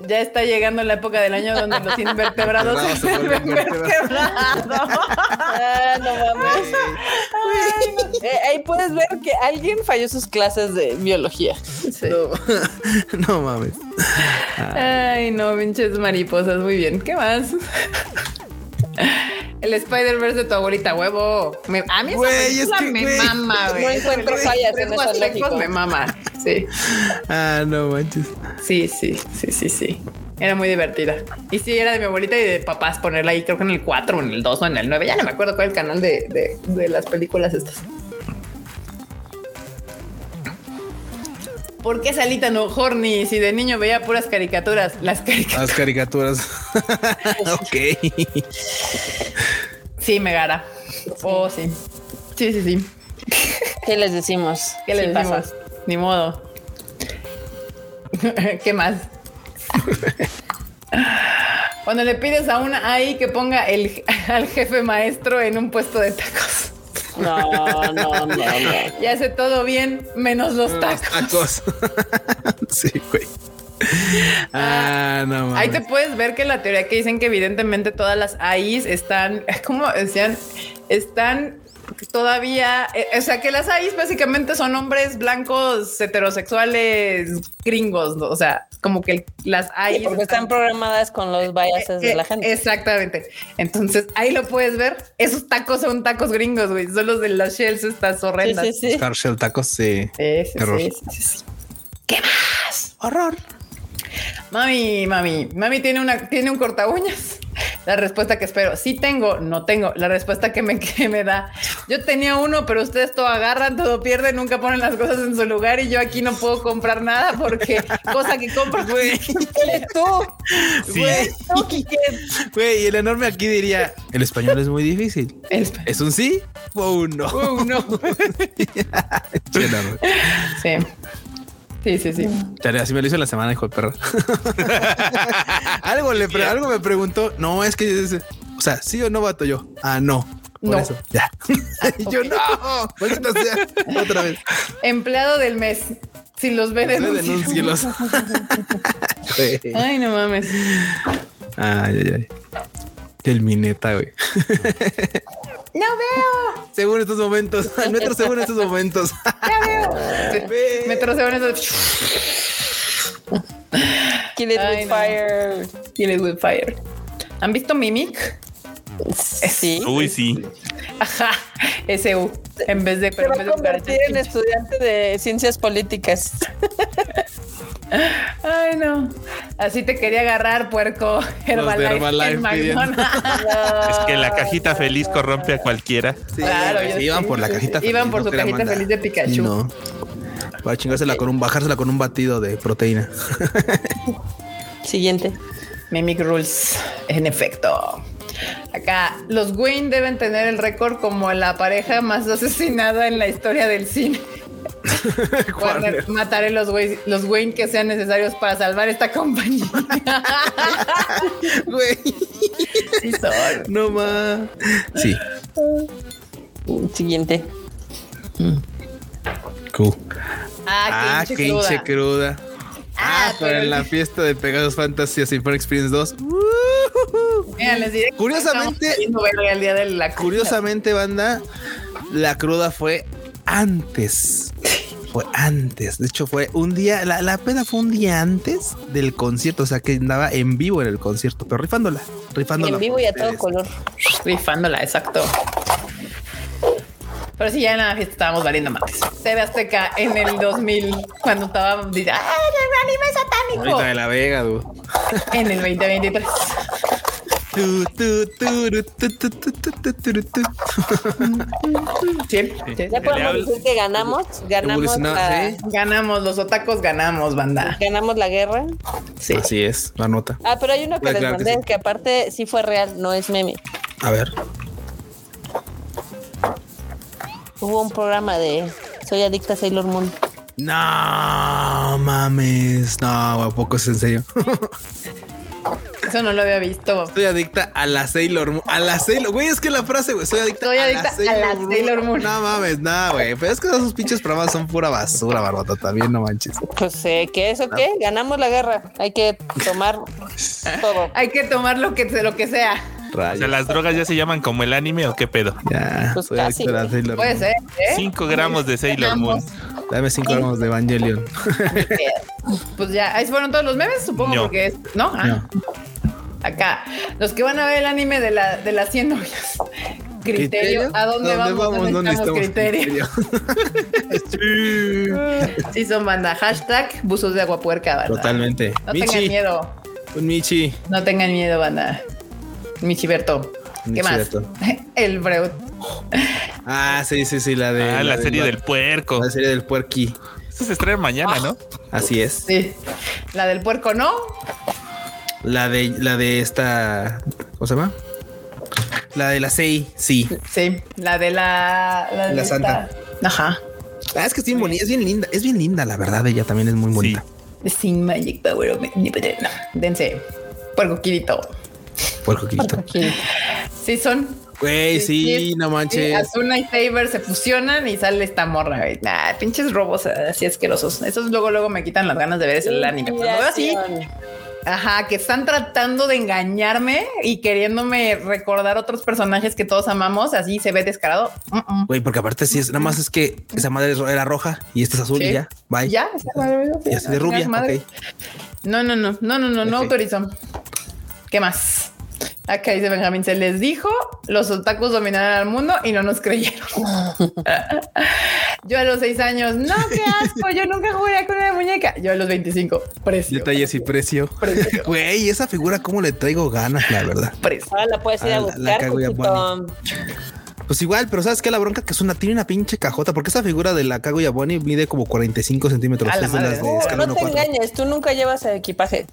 ya está llegando la época del año donde los invertebrados Vertebrados se se vuelven vuelven vertebrados. Ah, no mames. Ay, no. Eh, ahí puedes ver que alguien falló sus clases de biología. Sí. No, no mames. Ay, no, pinches mariposas. Muy bien. ¿Qué más? El Spider-Verse de tu abuelita, huevo. Me- a mí esa Güey, película es que, me güey, mama, güey. no encuentro Güey, fallas en tres eso, huastecos lógico. me mama. Sí, Ah, no manches. sí, sí, sí, sí, sí. Era muy divertida. Y sí, era de mi abuelita y de papás ponerla ahí, creo que en el 4, o en el 2 o en el 9. Ya no me acuerdo cuál es el canal de, de- de las películas estas. ¿Por qué salí tan horny si de niño veía puras caricaturas? Las caricaturas. Las caricaturas. ok. Sí, Megara. Oh, sí. Sí, sí, sí. ¿Qué les decimos? ¿Qué le Sí decimos? pasa. Ni modo. ¿Qué más? Cuando le pides a una ahí que ponga el, al jefe maestro en un puesto de tacos. No, no, no, no. Y hace todo bien, menos los Los tacos. tacos. sí, güey. Ah, no mames. Ahí te puedes ver que la teoría que dicen que evidentemente todas las AIs están, como decían, están todavía, eh, o sea, que las AIs básicamente son hombres blancos, heterosexuales, gringos, ¿no? o sea, como que las AIs... Porque están programadas con los biases de la gente. Exactamente. Entonces ahí lo puedes ver. Esos tacos son tacos gringos, güey. Son los de las shells, estas Sí, horrendas. sí, sí. Star Shell tacos, sí. ¿Eh? Sí, sí, Terror. sí, sí, sí, sí. ¿Qué más? Horror. Mami, mami, mami tiene una, tiene un corta uñas. La respuesta que espero, sí tengo, no tengo. La respuesta que me, que me da, yo tenía uno, pero ustedes todo agarran, todo pierden, nunca ponen las cosas en su lugar y yo aquí no puedo comprar nada porque cosa que compro, güey. Sí. Güey, y el enorme aquí diría: el español es muy difícil. ¿Es un sí o un no? Uno. Sí, no, güey. Sí. Sí, sí, sí. Tarea, Así me lo hizo en la semana, hijo de perra. algo, le pre- algo me preguntó. No, es que. es- o sea, ¿sí o no vato yo? Ah, no. Por No. eso, ya. y yo, no. maldita sea. Otra vez. Empleado del mes. Si los ven, No denuncio. denúncielos. Güey. Ay, no mames. Ay, ay, ay. El mineta, güey. No veo. Según estos momentos. Metro según estos momentos. Ve. Metro se van esos. Kill it Ay, with no. fire. Kill it with fire. ¿Han visto Mimic? Sí. Uy, sí. Ajá, SU. En vez de. Se Pero va en a vez de convertir en cucarachas. estudiante de ciencias políticas. Ay, no. Así te quería agarrar, puerco. Herbalife. Herbalife en pidiendo. McDonald's. Es que la cajita feliz corrompe a cualquiera. Sí, Claro, sí, yo iban sí, por la sí, cajita sí. Iban feliz, por no su crean, cajita banda. feliz de Pikachu. No. Para chingársela con un, bajársela con un batido de proteína. Siguiente. Mimic Rules, en efecto. Acá, los Wayne deben tener el récord como la pareja más asesinada en la historia del cine. Warner, mataré los Wayne, los Wayne que sean necesarios para salvar esta compañía. Güey, Sí, son. no más. Sí. Siguiente. Ah, Ah, qué qué hinche hinche cruda. cruda. Ah, Ah, pero pero- en la fiesta de Pegasus Fantasy Symphonic Experience 2. Mira, les diré que Curiosamente- estamos viendo verga el día de la cruda. Curiosamente, banda, la cruda fue antes. Fue antes. De hecho, fue un día. La, la peda fue un día antes del concierto. O sea, que andaba en vivo en el concierto, pero rifándola. Rifándola. En vivo y a todo Ustedes. color. Rifándola, exacto. Pero sí, ya en la fiesta estábamos valiendo mates. TV Azteca en el 2000, cuando estaba... dice, "Ah, ¡Ay, el anime satánico! Ahorita de la Vega, du. En el 2023. Tu, tu, tu, tu, tu, tu, tu, tu, tu, tu. Sí, sí. Ya podemos habla- decir que ganamos, ganamos Evolucionó, la, sí. Ganamos, los otacos ganamos, banda. ganamos la guerra. Sí. Así es, la nota. Ah, pero hay uno que Ah, les claro que mandé que, sí. aparte sí fue real, no es meme. A ver. Hubo un programa de Soy adicta a Sailor Moon. No mames. No, ¿a poco es en serio? Eso no lo había visto. Soy adicta a la Sailor Moon. A la Sailor Güey, es que la frase, güey. Soy adicta, Soy adicta a la Sailor Moon. No mames, nada, güey. Pero es que esos pinches programas son pura basura, barbata. También no manches. Pues sé que eso qué, Ah. ganamos la guerra. Hay que tomar todo. Hay que tomar lo que, lo que sea. O Rayos. sea, las drogas ya se llaman como el anime o qué pedo. Ya, Pues soy casi, adicta a la güey. Sailor Puede Moon. ser, ¿eh? 5 gramos de Sailor Moon. Dame 5 gramos de Evangelion. Pues ya, ahí fueron todos los memes, supongo, No. porque es, ¿no? Ah, No. Acá, los que van a ver el anime de la de las 100 novias. Criterio, ¿a dónde, vamos? No necesitamos criterio. Sí, son banda. Hashtag buzos de agua puerca, banda. Totalmente. No tengan Michi, miedo. un Michi. No tengan miedo, banda. Michiberto. ¿Qué Michiberto. más? El Breut. Ah, sí, sí, sí, la de. Ah, la del- serie del puerco. La serie del puerqui. Eso se estrena mañana, ¿no? Así es. Sí. La del puerco, ¿no? La de, la de esta. ¿Cómo se llama? La de la Sei, sí. Sí. La de la. La, de La esta- santa. Ajá. Ah, es que es bien bonita, es bien linda, es bien linda, la verdad, ella también es muy bonita. Sin Magic Power of Omnipotent. No. Dense. Puerco Kirito. Puerco Quirito. Sí, son. Güey, sí, sí, no Sí, manches. Asuna y Saber se fusionan y sale esta morra. güey. Nah, pinches robos eh, así asquerosos. Esos luego, luego me quitan las ganas de ver ese anime. Cuando veo así, Ajá, que están tratando de engañarme y queriéndome recordar otros personajes que todos amamos, así se ve descarado. Mm, mm. Güey, porque aparte sí es, nada más es que esa madre es ro- era roja y esta es azul Sí. y ya. Bye. Ya, esa madre, Y así de rubia. madre. ok. No, no, no, no, no, no, no Ok. autorizo. ¿Qué más? Acá dice Benjamín, se les dijo, los otakus dominarán al mundo y no nos creyeron. yo a los seis años, no, qué asco, yo nunca jugué con una muñeca. Yo a los 25, precio. Detalles y precio. Precio. Güey, esa figura, ¿cómo le traigo ganas, la verdad? precio. Ahora la puedes ir Ah, a la- la buscar. cago ya, Cuquito. bueno. Pues igual, pero ¿sabes qué? La bronca que es una, tiene una pinche cajota, porque esa figura de la Kaguya Bonnie mide como 45 centímetros. A la Es de las madre. de escala No, no te 1-4. engañes, tú nunca llevas el equipaje.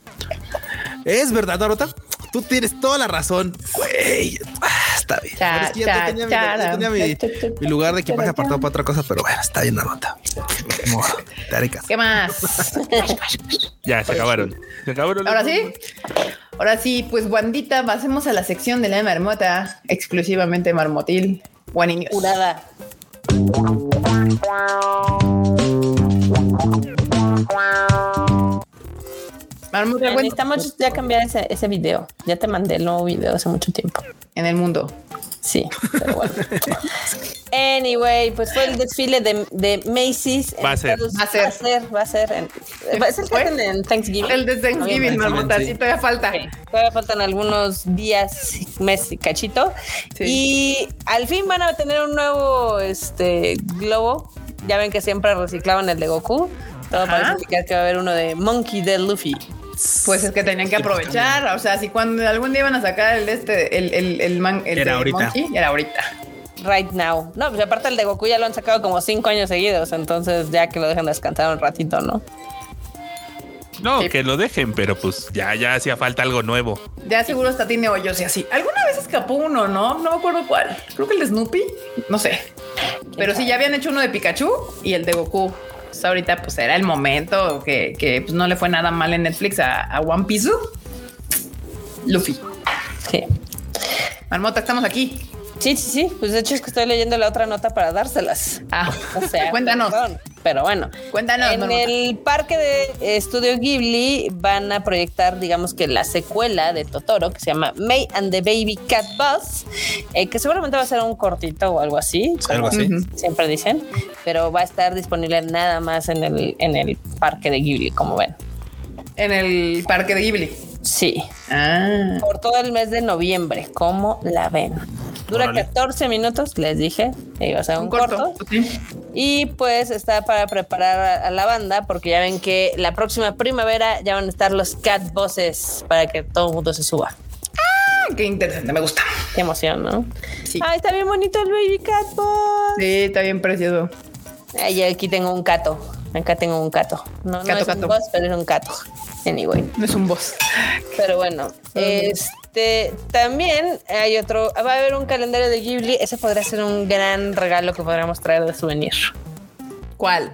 Es verdad, Dorota. Tú tienes toda la razón. Güey. Ah, está bien. Cha, Pero es que ya cha, tenía, mi- cha, ya tenía mi, cha, cha, cha, mi lugar de equipaje cha, apartado para otra cosa, pero bueno, está bien, Dorota. Ni modo, Te haré caso. ¿Qué más? Ya, se acabaron. Se acabaron. Ahora sí. Ahora sí, pues Wandita, pasemos a la sección de la marmota, exclusivamente marmotil. Wani News. Curada. Marmota Pero cuenta necesitamos ya cambiar ese, ese video. Ya te mandé el nuevo video hace mucho tiempo. en el mundo. Sí, pero bueno. Anyway, pues fue el desfile de, de Macy's. en Va a ser. Estados- Va a ser. Va a ser, va a ser. en- es el que ¿Fue? hacen en Thanksgiving. El de Thanksgiving, Noviembre. marmota, sí, todavía falta. Ok, Todavía faltan algunos días, mes y cachito. Sí. Y al fin van a tener un nuevo este globo. Ya ven que siempre reciclaban el de Goku. Todo Ajá. parece indicar que va a haber uno de Monkey de Luffy. Pues es que tenían que aprovechar. O sea, si cuando algún día iban a sacar el de este, el, el, el man, el Era de ahorita. Monkey, era ahorita. Right now. No, pues aparte el de Goku ya lo han sacado como cinco años seguidos. Entonces ya que lo dejan descansar un ratito, ¿no? No, que lo dejen, pero pues ya, ya hacía falta algo nuevo. Ya seguro hasta tiene hoyos y así. Alguna vez escapó uno, ¿no? No me acuerdo cuál. Creo que el de Snoopy. No sé. Pero sí, ya habían hecho uno de Pikachu y el de Goku. Entonces, ahorita pues era el momento que, que, pues, no le fue nada mal en Netflix a, a One Piece. Luffy. Sí. Marmota, estamos aquí. Sí, sí, sí. Pues de hecho es que estoy leyendo la otra nota para dárselas. Ah, O sea, Cuéntanos. perdón, pero bueno. Cuéntanos, En Marmota. el parque de estudio Ghibli van a proyectar, digamos que la secuela de Totoro, que se llama May and the Baby Cat Bus, eh, que seguramente va a ser un cortito o algo así. Algo así. Ujú. Siempre dicen, pero va a estar disponible nada más en el, en el parque de Ghibli, como ven. en el parque de Ghibli. Sí, Ah, por todo el mes de noviembre, como la ven. Dura Órale. 14 minutos, les dije, iba a ser un, un corto. corto. Sí. Y pues está para preparar a, a la banda, porque ya ven que la próxima primavera ya van a estar los cat bosses para que todo el mundo se suba. Ah, Qué interesante, me gusta. Qué emoción, ¿no? Sí. Ay, está bien bonito el baby catboy. Sí, está bien precioso. Ay, aquí tengo un cato. Acá tengo un cato. No, no Cato, es cato. un boss, pero es un cato. Anyway. No es un boss. Pero bueno, Mm. este también hay otro. Va a haber un calendario de Ghibli. Ese podría ser un gran regalo que podríamos traer de souvenir. ¿Cuál?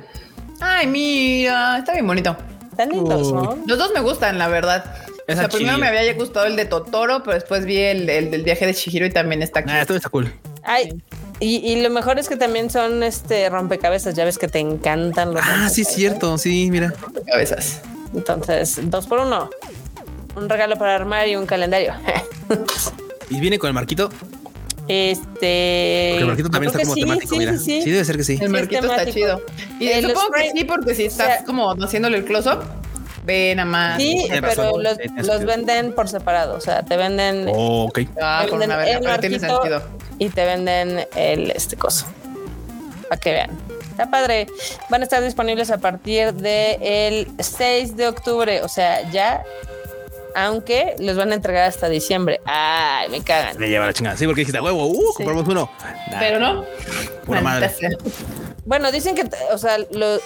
Ay, mira, está bien bonito. Están lindos, ¿no? Los dos me gustan, la verdad. O Esa sea, primero chida. me había gustado el de Totoro, pero después vi el, el del viaje de Shihiro y también está aquí. Ah, esto está cool. Ay, y, y lo mejor es que también son este rompecabezas. Ya ves que te encantan los. Ah, sí, es cierto. Sí, mira. Cabezas. rompecabezas. Entonces, dos por uno. Un regalo para armar y un calendario. Y viene con el marquito. este. Porque el marquito también yo está creo como que sí, temático, sí, mira. sí, sí. debe ser que sí. El es marquito está temático. chido. Y Eh, los supongo que Friends- sí, porque si estás sea- como haciéndole el close-up, ve nada más. Sí, Tiene pero razón, los, tiene los sentido. venden por separado. O sea, te venden Oh, ok. Ah, el con una del- verga, pero el tiene barquito. sentido. y te venden el este coso. Para que vean. Está padre. Van a estar disponibles a partir del 6 de octubre. O sea, ya. Aunque los van a entregar hasta diciembre. Ay, me cagan. Me lleva la chingada. Sí, porque dijiste, "A huevo, uh, compramos uno. Nah, Pero no. Pura maldita madre. sea. Bueno, dicen que, o sea, lo-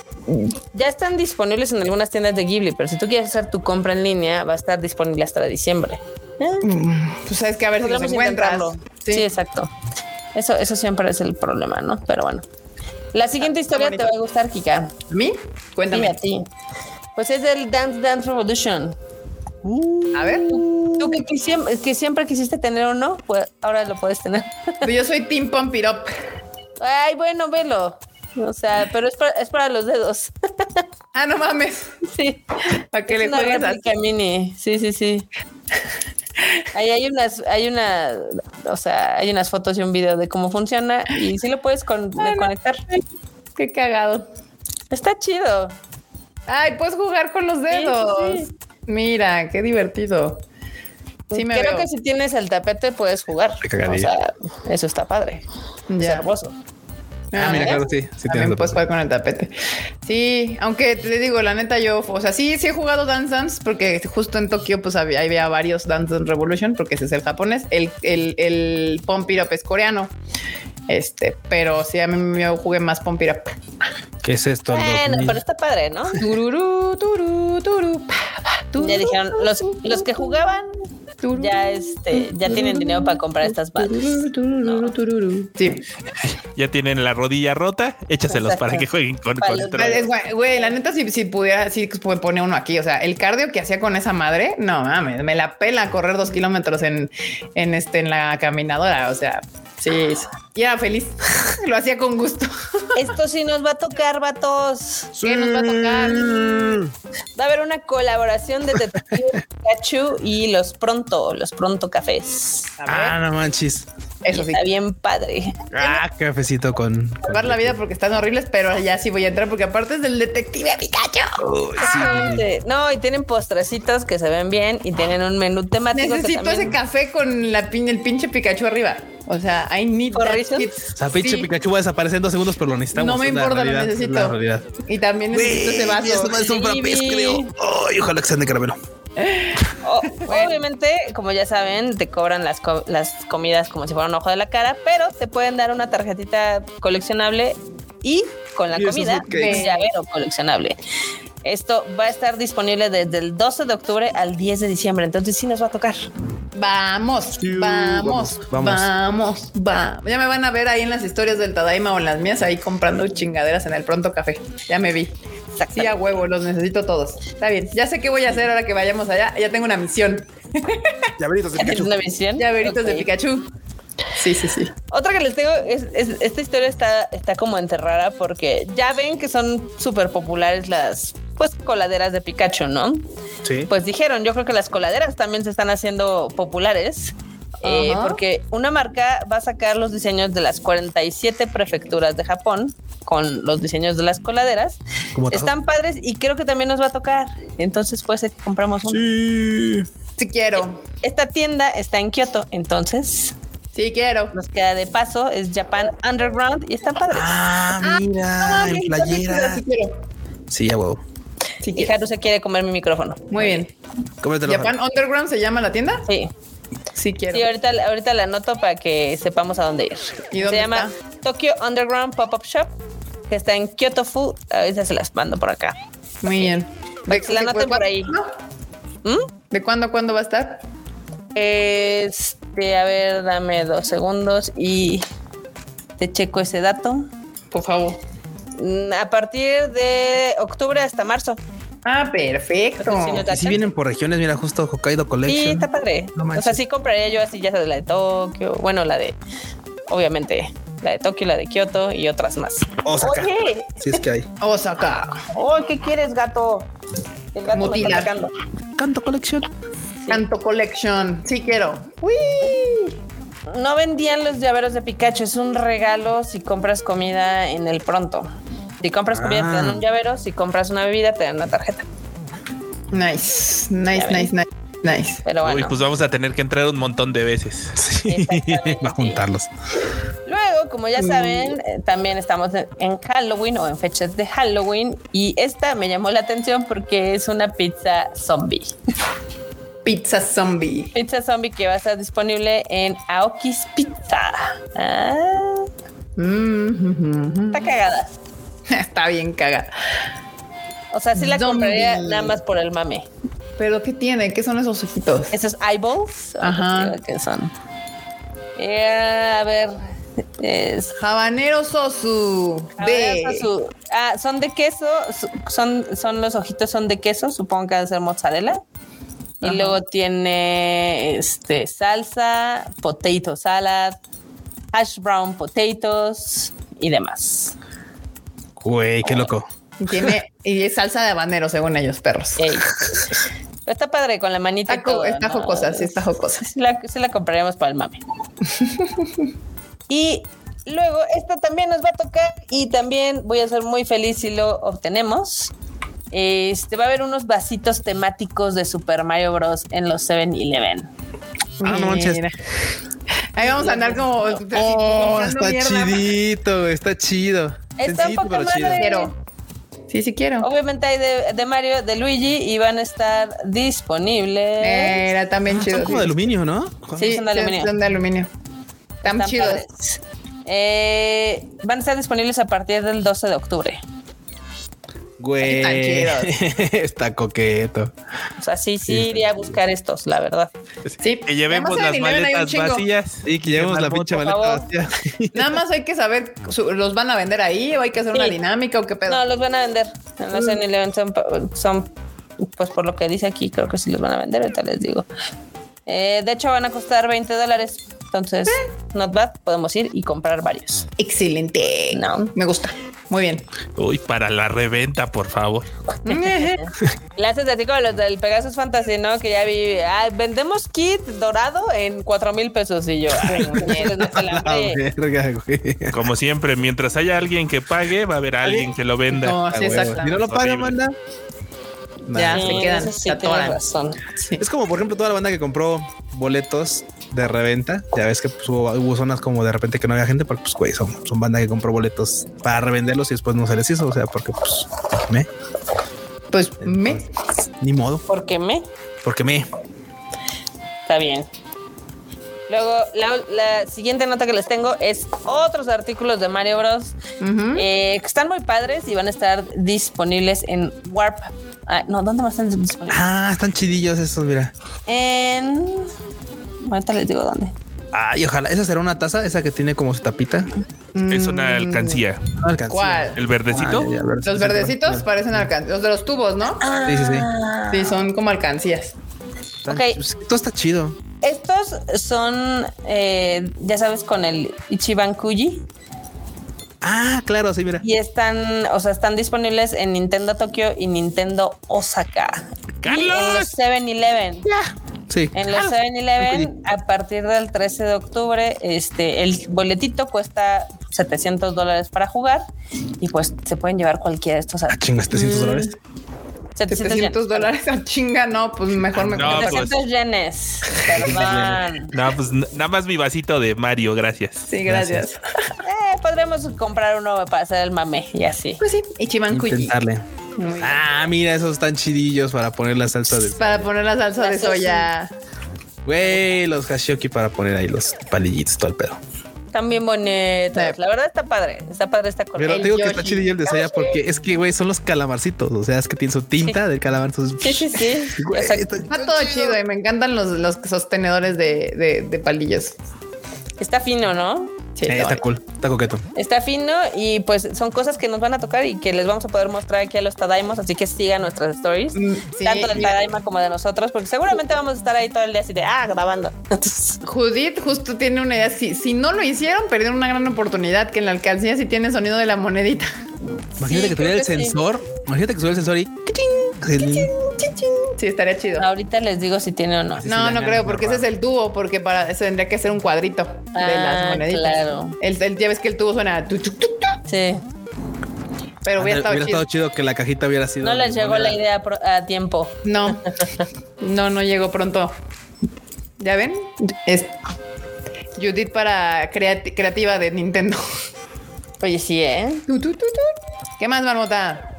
ya están disponibles en algunas tiendas de Ghibli, pero si tú quieres hacer tu compra en línea, va a estar disponible hasta diciembre. Pues sabes que a ver si los Podríamos encuentras. intentarlo. Sí. Sí. exacto. Eso, eso siempre es el problema, ¿no? Pero bueno. La siguiente historia te Ah, bonito. va a gustar, Kika. ¿A mí? Dime Cuéntame. a ti. Pues es del Dance Dance Revolution. A ver. Tú que, quisiem- que siempre quisiste tener uno, pues ahora lo puedes tener. Pues Yo soy Team Pump It Up. Ay, bueno, velo. O sea, pero es para, es para los dedos. Ah, no mames. Sí. Para que Es le una juegues así. réplica mini. Sí, sí, sí. Ahí hay unas, hay una, o sea, hay unas fotos y un video de cómo funciona y sí lo puedes con- conectar. Qué cagado. Está chido. Ay, puedes jugar con los dedos. sí, sí. Mira, qué divertido. Sí, me Creo veo. que si tienes el tapete puedes jugar. Qué cagadilla. O sea, eso está padre. Es Ya. hermoso. Ah, mira, ¿ves? claro, sí. Sí, tienes También razón. puedes jugar con el tapete. Sí, aunque te digo, la neta, yo, o sea, sí, sí he jugado Dance Dance porque justo en Tokio, pues había, había varios Dance Dance Revolution porque ese es el japonés. El, el, el Pump It Up es coreano. Este, pero sí, a mí yo jugué más Pump It Up. ¿Qué es esto? Bueno, pero está padre, ¿no? Tururú, turú, turú, pa, pa, turú, Ya dijeron, los, los que jugaban turú, ya este, ya tienen dinero para comprar estas bandas. tururú, tururú, tururú. Sí, Ya tienen la rodilla rota, échaselos para Exacto. que jueguen con Para control. Ay, ah, es guay- Güey, la neta, si, si pudiera, si pone uno aquí, o sea, el cardio que hacía con esa madre, no mames, me la pela correr dos kilómetros en, en este, en la caminadora. O sea, sí, sí. y era feliz, lo hacía con gusto. Esto sí nos va a tocar, vatos. ¿Qué nos va a tocar? Va a haber una colaboración de Detective Pikachu y los pronto, los pronto cafés. A Ah, no manches. ver, eso Y sí, Está bien padre. Ah, cafecito con. salvar la vida porque están horribles, pero ya sí voy a entrar porque aparte es del detective Pikachu. Exactamente. No, y tienen postrecitos que se ven bien y tienen un menú temático. que Necesito ese también- café con la pin- el pinche Pikachu arriba. O sea, I need ¿Por that reasons? shit. O sea, Sí. pinche Pikachu va a desaparecer en dos segundos, pero lo necesitamos. No me Es la importa, realidad, lo es necesito. la realidad. Y también necesito ese Güey, vaso. esa madre son frappés, Sí. creo. Ay, ojalá que sean de caramelo. O- Oh, Obviamente, como ya saben, te cobran las, co- las comidas como si fuera un ojo de la cara, pero te pueden dar una tarjetita coleccionable y con la Y esos comida, hotcakes. un llavero coleccionable. Esto va a estar disponible desde el 12 de octubre al 10 de diciembre, entonces sí nos va a tocar. Vamos, Sí, vamos, vamos, vamos, vamos. vamos, Ya me van a ver ahí en las historias del Tadaima o en las mías ahí comprando chingaderas en el pronto café. Ya me vi. Sí, a huevo, los necesito todos. Está bien. Ya sé qué voy a hacer ahora que vayamos allá. Ya tengo una misión. Llaveritos de ¿Tienes Pikachu. una visión? Llaveritos de Ok. Pikachu. Sí, sí, sí. Otra que les tengo es, es- esta historia está, está como enterrada porque ya ven que son súper populares las pues coladeras de Pikachu, ¿no? Sí. Pues dijeron, yo creo que las coladeras también se están haciendo populares. eh, Ajá. porque una marca va a sacar los diseños de las 47 prefecturas de Japón con los diseños de las coladeras. Como taza. Están padres y creo que también nos va a tocar. Entonces, pues eh, compramos uno. Sí. Sí quiero. Esta tienda está en Kioto, entonces Sí quiero. nos queda de paso, es Japan Underground y están padres. Ah, mira, en playera. Sí quiero. Sí, ya huevo. Sí Y quiero. Haru se quiere comer mi micrófono. Muy bien. Cómetelo. Japan Underground se llama la tienda. Sí. Sí quiero. Sí, ahorita, ahorita la anoto para que sepamos a dónde ir. ¿Y dónde se llama Tokyo Underground Pop-Up Shop, que está en Kyotofu. Ahorita se las mando por acá. Muy bien. Para que se la anoten por ahí. ¿no? ¿Mm? ¿De cuándo a cuándo va a estar? Este, a ver, dame dos segundos y te checo ese dato. Por favor. Mm, A partir de octubre hasta marzo. Ah, No perfecto. sé si lo Y si tachan. vienen por regiones, mira, justo Hokkaido Sí, Collection. está padre. No o manches. sea, sí compraría yo así, ya sabes, la de Tokio. Bueno, la de, obviamente, la de Tokio, la de Kioto y otras más. Osaka. Oye, Si es que hay. Osaka. oye, ¿qué quieres, gato? El gato me Mutila. está atacando. Canto Collection. Canto Collection. Sí quiero. Uy. No vendían los llaveros de Pikachu, es un regalo si compras comida en el pronto. Si compras comida te Ah. dan un llavero, si compras una bebida te dan una tarjeta. Nice. Ya Nice, ven. nice, nice, nice. Pero bueno. Uy, pues vamos a tener que entrar un montón de veces. Sí, va a juntarlos. Luego, como ya saben, eh, también estamos en- en Halloween o en fechas de Halloween y esta me llamó la atención porque es una pizza zombie. Pizza Zombie. Pizza zombie que va a estar disponible en Aoki's Pizza. Ah, Mm, está cagada. Está bien cagada. O sea, sí la Zombie. compraría nada más por el mame. Pero ¿qué tiene? ¿Qué son esos ojitos? Esos eyeballs. Ajá. Ajá. ¿Qué son? Eh, a ver. Es, Habanero sosu. a ver, De. eso su- ah, son de queso. su- son, son los ojitos son de queso. Supongo que van a ser mozzarella. Y Ajá. luego tiene este salsa, potato salad, hash brown potatoes y demás. Güey, qué loco. Tiene, y es salsa de habanero, según ellos, perros. Ey. Pero está padre con la manita. y Está, co- todo, está ¿no? jocosa, sí, está jocosa. Sí la, sí la compraríamos para el mame. y luego esta también nos va a tocar y también voy a ser muy feliz si lo obtenemos. Este va a haber unos vasitos temáticos de Super Mario Bros. en los 7-Eleven. Ah, no manches. Mira. Ahí vamos a andar como. así, Oh, echando está mierda. chidito, güey, está chido. Está un Sencillito, poco pero chido. madre. Quiero. Sí, sí quiero. Obviamente hay de, de Mario, de Luigi y van a estar disponibles. Eh, Era también Ah, Son chido. como de aluminio, ¿no? Sí, son de aluminio. Son de aluminio. Están Están chidos. padres. Eh, van a estar disponibles a partir del 12 de octubre. Güey, Están está coqueto. O sea, sí, sí, Sí, está iría a buscar estos, la verdad. Sí. Que llevemos Además, las en Eleven hay un maletas chingo. vacías. Y que llevemos la Marmota. pinche maleta favor. vacía. Nada más hay que saber, su- ¿los van a vender ahí o hay que hacer una Sí. dinámica o qué pedo? Mm. No, los van a vender. No sé, ni le son, son, pues por lo que dice aquí, creo que sí los van a vender, ahorita les digo. Eh, de hecho, van a costar 20 dólares. Eh. Entonces, not bad, podemos ir y comprar varios. Excelente. No. Me gusta. Muy bien. Uy, para la reventa, por favor. Le haces así como los del Pegasus Fantasy, ¿no? Que ya vi, ah, vendemos kit dorado en 4 mil pesos y yo. ay, no, les meto el Ah, hambre. verga, güey. Como siempre, mientras haya alguien que pague, va a haber alguien que lo venda. No, Ah, sí, güey, exacto. güey. Si no lo paga, Horrible. manda. Ya, Ah, Sí, se quedan. eso sí, se tienes atoran. razón. Sí. Es como, por ejemplo, toda la banda que compró boletos de reventa. Ya ves que pues, hubo, hubo zonas como de repente que no había gente, porque, pues, güey, son, son banda que compró boletos para revenderlos y después no se les hizo. O sea, porque, pues, me, Pues me. ni modo, ¿Por qué me? porque me. Está bien. Luego, la, la siguiente nota que les tengo es otros artículos de Mario Bros. Ujú. eh, que están muy padres y van a estar disponibles en Warp. Ah, no, ¿dónde más están disponibles? Ah, están chidillos esos, mira. En. Ahorita les digo dónde. Ay, ojalá. Esa será una taza, esa que tiene como su tapita. Eh, Es Mm. una alcancía. No alcancé. ¿Cuál? El verdecito. Ah, ya, ya, Los verdecitos parecen alcancías. Los de los tubos, ¿no? Sí, sí, sí. Sí, son como alcancías. Están- Ok. pues, todo está chido. Estos son, eh, ya sabes, con el Ichiban Kuji Ah, claro, sí, mira. y están, o sea, están disponibles en Nintendo Tokio y Nintendo Osaka. Y en los ¡Carlos! 7-Eleven. Sí. En los 7-Eleven, a partir del 13 de octubre, este, el boletito cuesta 700 dólares para jugar y pues se pueden llevar cualquiera de estos. Mm. Ah, chinga, 700 dólares. 700 yenes. dólares a chinga, no, pues Ah, mejor me No, compro- 700 yenes. Perdón. No, pues n- nada más mi vasito de Mario, gracias. Sí, gracias. Eh, podremos comprar uno para hacer el mame y así. Pues sí, Ichiban Kuji. Intentarle. Muy bien. Ah, mira, esos están chidillos para poner la Ah, salsa de. Para poner la salsa La de salsa. soya. Güey, los Hashioki para poner ahí los palillitos, todo el pedo. Están bien bonitas. Sí. La verdad está padre. Está padre esta corona. Pero El te digo que Yoshi. está chido el de Saya porque es que, güey, son los calamarcitos. O sea, es que tienen su tinta del calamar. entonces, Sí, sí, sí. güey, Exacto. está Está todo chido y me encantan los, los sostenedores de, de, de palillos. Está fino, ¿no? Sí, Eh, está está bonito. cool, está coqueto. Está fino y pues son cosas que nos van a tocar y que les vamos a poder mostrar aquí a los Tadaimos, así que sigan nuestras stories, Mm, Sí, tanto del mira, Tadaima como de nosotros, porque seguramente vamos a estar ahí todo el día así de, ah, grabando. Entonces, Judith justo tiene una idea. Si, si no lo hicieron, perdieron una gran oportunidad que en la alcancía sí tiene sonido de la monedita. Imagínate Sí, que tuviera creo el que sí. sensor. Imagínate que tuviera el sensor y. ¡kiching! Sí, estaría chido. ahorita les digo si tiene o no. sí, No, la no ganan, creo, porque raro. ese es el tubo, porque para eso tendría que ser un cuadrito de Ah, las moneditas. claro. El, el- ya ves que el tubo suena tu, tu, tu, tu, pero Sí, hubiera Ándale, estado Hubiera chido. estado chido que la cajita hubiera sido. no les llegó la idea pro- a tiempo. No, no, no llegó pronto. ¿Ya ven? Es Judith para creati- creativa de Nintendo. Oye, sí, ¿eh? Tu, tu, tu, tu. ¿Qué más, Marmota?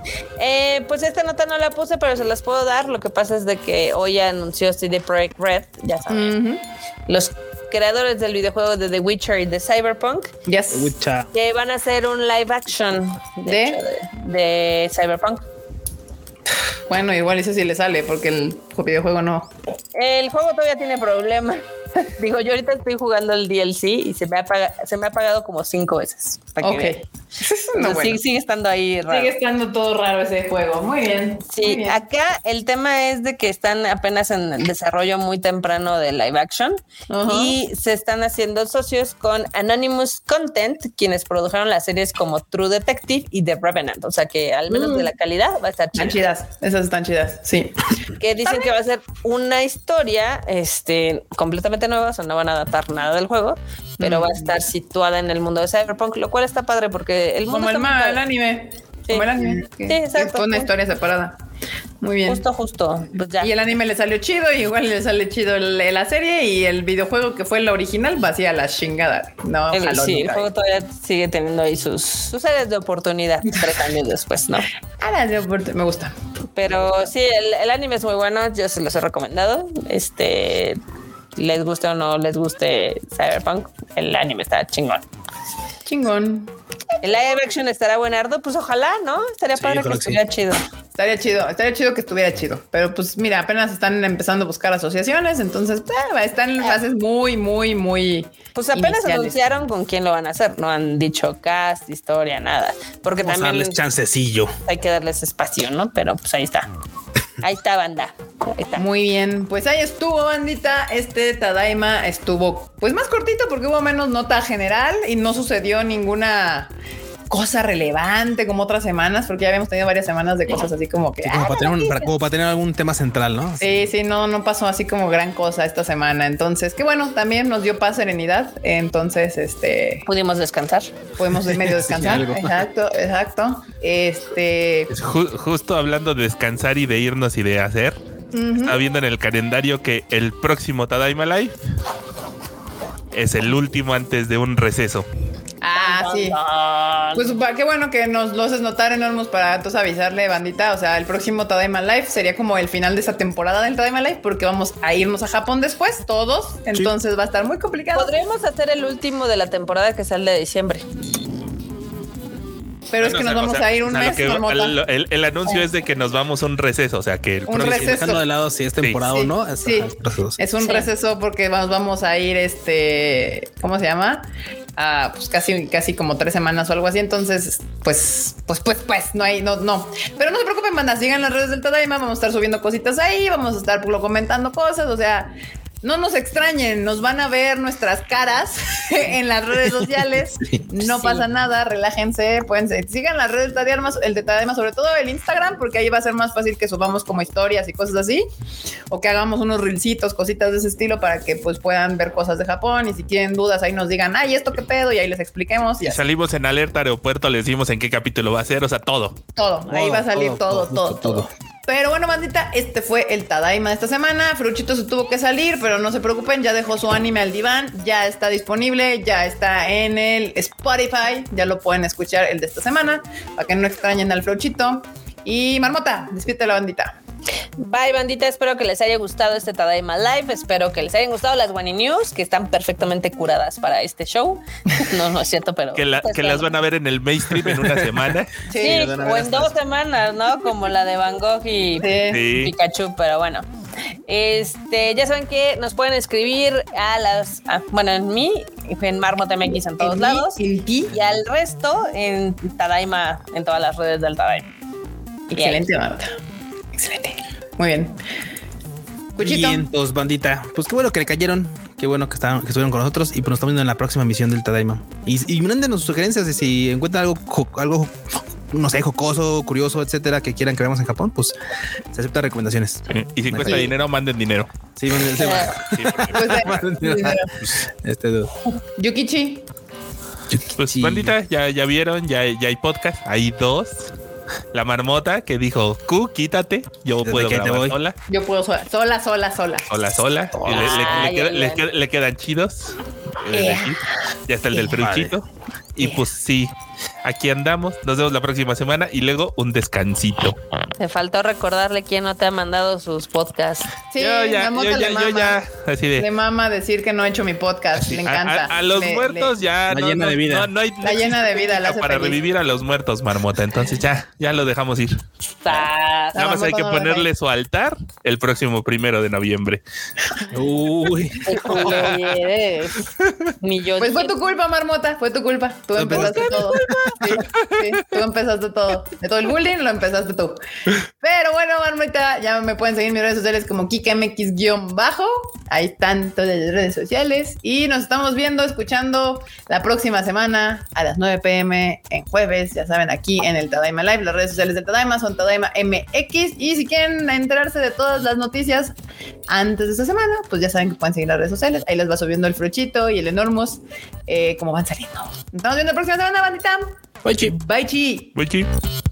Eh, pues esta nota no la puse, pero se las puedo dar. Lo que pasa es de que hoy anunció CD Projekt Red, ya saben, Ujú. los creadores del videojuego de The Witcher y de Cyberpunk, Yes. Ucha. que van a hacer un live action ¿De? hecho, de, de Cyberpunk. Bueno, igual eso sí le sale, porque el videojuego no. El juego todavía tiene problemas. Digo, yo ahorita estoy jugando el DLC y se me ha, paga- se me ha pagado como cinco veces. para que Ok. vean. No, O sea, bueno. sigue, sigue estando ahí raro. Sigue estando todo raro ese juego. Muy bien. muy Sí, bien. acá el tema es de que están apenas en el desarrollo muy temprano de live action Ajá. y se están haciendo socios con Anonymous Content, quienes produjeron las series como True Detective y The Revenant. O sea que al menos Mm. de la calidad va a estar Están chido. chidas. Esas están chidas. Sí. Que dicen que va a ser una historia este, completamente nueva, o sea, no van a adaptar nada del juego, pero va a estar situada en el mundo de Cyberpunk, lo cual está padre porque el mundo Mm. Como el, está muy ma- padre. el anime. Sí. Como el anime. que- Sí, exacto. que Fue una historia separada. Muy bien. Justo, justo. Pues ya. Y el anime le salió chido, y igual le sale chido el- la serie y el videojuego que fue la original vacía la chingada. No, El- jaló Eh, sí, el nunca. juego todavía sigue teniendo ahí sus, sus áreas de oportunidad tres años después, ¿no? Ah, la de Oportu- me gusta. Pero sí, el, el anime es muy bueno, yo se los he recomendado. Este, les guste o no les guste Cyberpunk, el anime está chingón. Chingón. El live action estará buenardo, pues ojalá, ¿no? Estaría Sí, padre que ojalá que sí. estuviera chido. Estaría chido, estaría chido que estuviera chido. Pero pues mira, apenas están empezando a buscar asociaciones, entonces eh, están en fases muy, muy, muy. Ah. Pues apenas iniciales. anunciaron con quién lo van a hacer, no han dicho cast, historia, nada. Porque Vamos a también darles chancecillo. hay que darles espacio, ¿no? Pero pues ahí está. Ahí está, banda. Ahí está. Muy bien, pues ahí estuvo, bandita. Este Tadaima estuvo pues más cortito porque hubo menos nota general y no sucedió ninguna cosa relevante como otras semanas, porque ya habíamos tenido varias semanas de cosas así como que. Sí, como, "Ah, para tener un- para- como para tener algún tema central, ¿no? Sí, sí, no, no pasó así como gran cosa esta semana. Entonces, que bueno, también nos dio paz, serenidad. Entonces, este, Pudimos descansar. podemos de medio descansar. algo. exacto, exacto. Este, Es ju- justo hablando de descansar y de irnos y de hacer. Está viendo en el calendario que el próximo Tadaima Live es el último antes de un receso. ah, sí. Pues va- qué bueno que nos lo haces notar enormes para entonces avisarle, bandita. O sea, el próximo Tadaima Live sería como el final de esta temporada del Tadaima Live, porque vamos a irnos a Japón después, todos. Entonces va a estar muy complicado. Podríamos hacer el último de la temporada que sale de diciembre. Pero es Bueno, que o sea, nos vamos o sea, a ir un o sea, lo mes, que- Marmota. el, el- el anuncio es de que nos vamos a un receso, o sea que el Un próximo- receso. Dejando de lado si es temporada o Sí, no. es- sí. ajá, procesos. Es un Sí. receso porque vamos, vamos a ir, este, ¿cómo se llama? A, pues casi, casi como tres semanas o algo así. Entonces, pues, pues, pues, pues, no hay, no, no. Pero no se preocupen, banda, sigan las redes del Tadaima, vamos a estar subiendo cositas ahí, vamos a estar lo comentando cosas, o sea, no nos extrañen, nos van a ver nuestras caras en las redes sociales. No Sí. pasa nada, relájense, pueden ser- sigan las redes de Tadaima, el de Tadaima, sobre todo el Instagram, porque ahí va a ser más fácil que subamos como historias y cosas así o que hagamos unos reelcitos, cositas de ese estilo para que pues puedan ver cosas de Japón y si tienen dudas ahí nos digan, ay, esto qué pedo y ahí les expliquemos y Y así, salimos en alerta aeropuerto, les dimos en qué capítulo va a ser, o sea, todo. todo, ahí Todo, va a salir todo, todo, todo, todo. justo todo. Pero bueno, bandita, este fue el Tadaima de esta semana. Fruchito se tuvo que salir, pero no se preocupen, ya dejó su anime al diván, ya está disponible, ya está en el Spotify, ya lo pueden escuchar el de esta semana, para que no extrañen al Fruchito. Y Marmota, despídete la bandita. Bye, bandita. Espero que les haya gustado este Tadaima Live. Espero que les hayan gustado las Wani News, que están perfectamente curadas para este show. No, no es cierto, pero. Que, la- pues, que las bueno. van a ver en el mainstream en una semana. Sí, Sí, las van a o ver en dos semanas, ¿no? Como la de Van Gogh y Sí. Sí. Pikachu, pero bueno. Este, ya saben que nos pueden escribir a las. a- bueno, en mí, en MarmotMX en todos En mí, lados. en ti. Y al resto en Tadaima, en todas las redes del Tadaima. Excelente, Marta. Excelente. Muy bien. Cuchito. Vientos, bandita. Pues qué bueno que le cayeron. Qué bueno que, estaban, que estuvieron con nosotros y pues nos estamos viendo en la próxima misión del Tadaima. Y, y mándenos sus sugerencias y si encuentran algo, jo- algo, no sé, jocoso, curioso, etcétera, que quieran que veamos en Japón, pues se aceptan recomendaciones. Y si cuesta Sí. dinero, manden dinero. Sí, manden- Eh, sí, manden- Sí, porque, Pues, eh, este dude. Yukichi. pues, Sí. bandita, ya, ya vieron, ya, ya hay podcast, hay dos. La marmota que dijo, Q, quítate, yo Desde puedo que te grabar voy. sola, Yo puedo sola, sola, sola, sola. sola, sola. Y le- le- le Ay, queda- ay, le ay. queda- le quedan chidos. El de Ea. aquí. Ya está el del peruchito. Y pues sí, aquí andamos. Nos vemos la próxima semana y luego un descansito. Te faltó recordarle quién no te ha mandado sus podcasts. Sí, yo ya, Miyamoto yo ya, le yo mama. ya, así de. Le mama decir que no he hecho mi podcast. Le a- encanta. A, a los Le- le- muertos ya La no, llena no- de vida. no- no hay La llena de vida, la hace para feliz. revivir a los muertos, marmota. Entonces ya, ya lo dejamos ir. Ah, La Nada más hay marmota que no duerme. ponerle su altar el próximo primero de noviembre. Uy, qué culo eres. Ni yo. Pues fue tu culpa, Marmota. Fue tu culpa. Tú empezaste todo. Sí, sí, tú empezaste todo. De todo el bullying lo empezaste tú. Pero bueno, Marmota, ya me pueden seguir en mis redes sociales como KikaMX-bajo. Ahí están todas las redes sociales. Y nos estamos viendo, escuchando la próxima semana a las 9 pm en jueves. Ya saben, aquí en el Tadaima Live. Las redes sociales del Tadaima son Tadaima MX. Y si quieren enterarse de todas las noticias antes de esta semana, pues ya saben que pueden seguir las redes sociales. Ahí les va subiendo el fruchito y el enormos, eh, como van saliendo. Nos estamos viendo la próxima semana, bandita. Bye, chi. Bye, chi. Muy chido.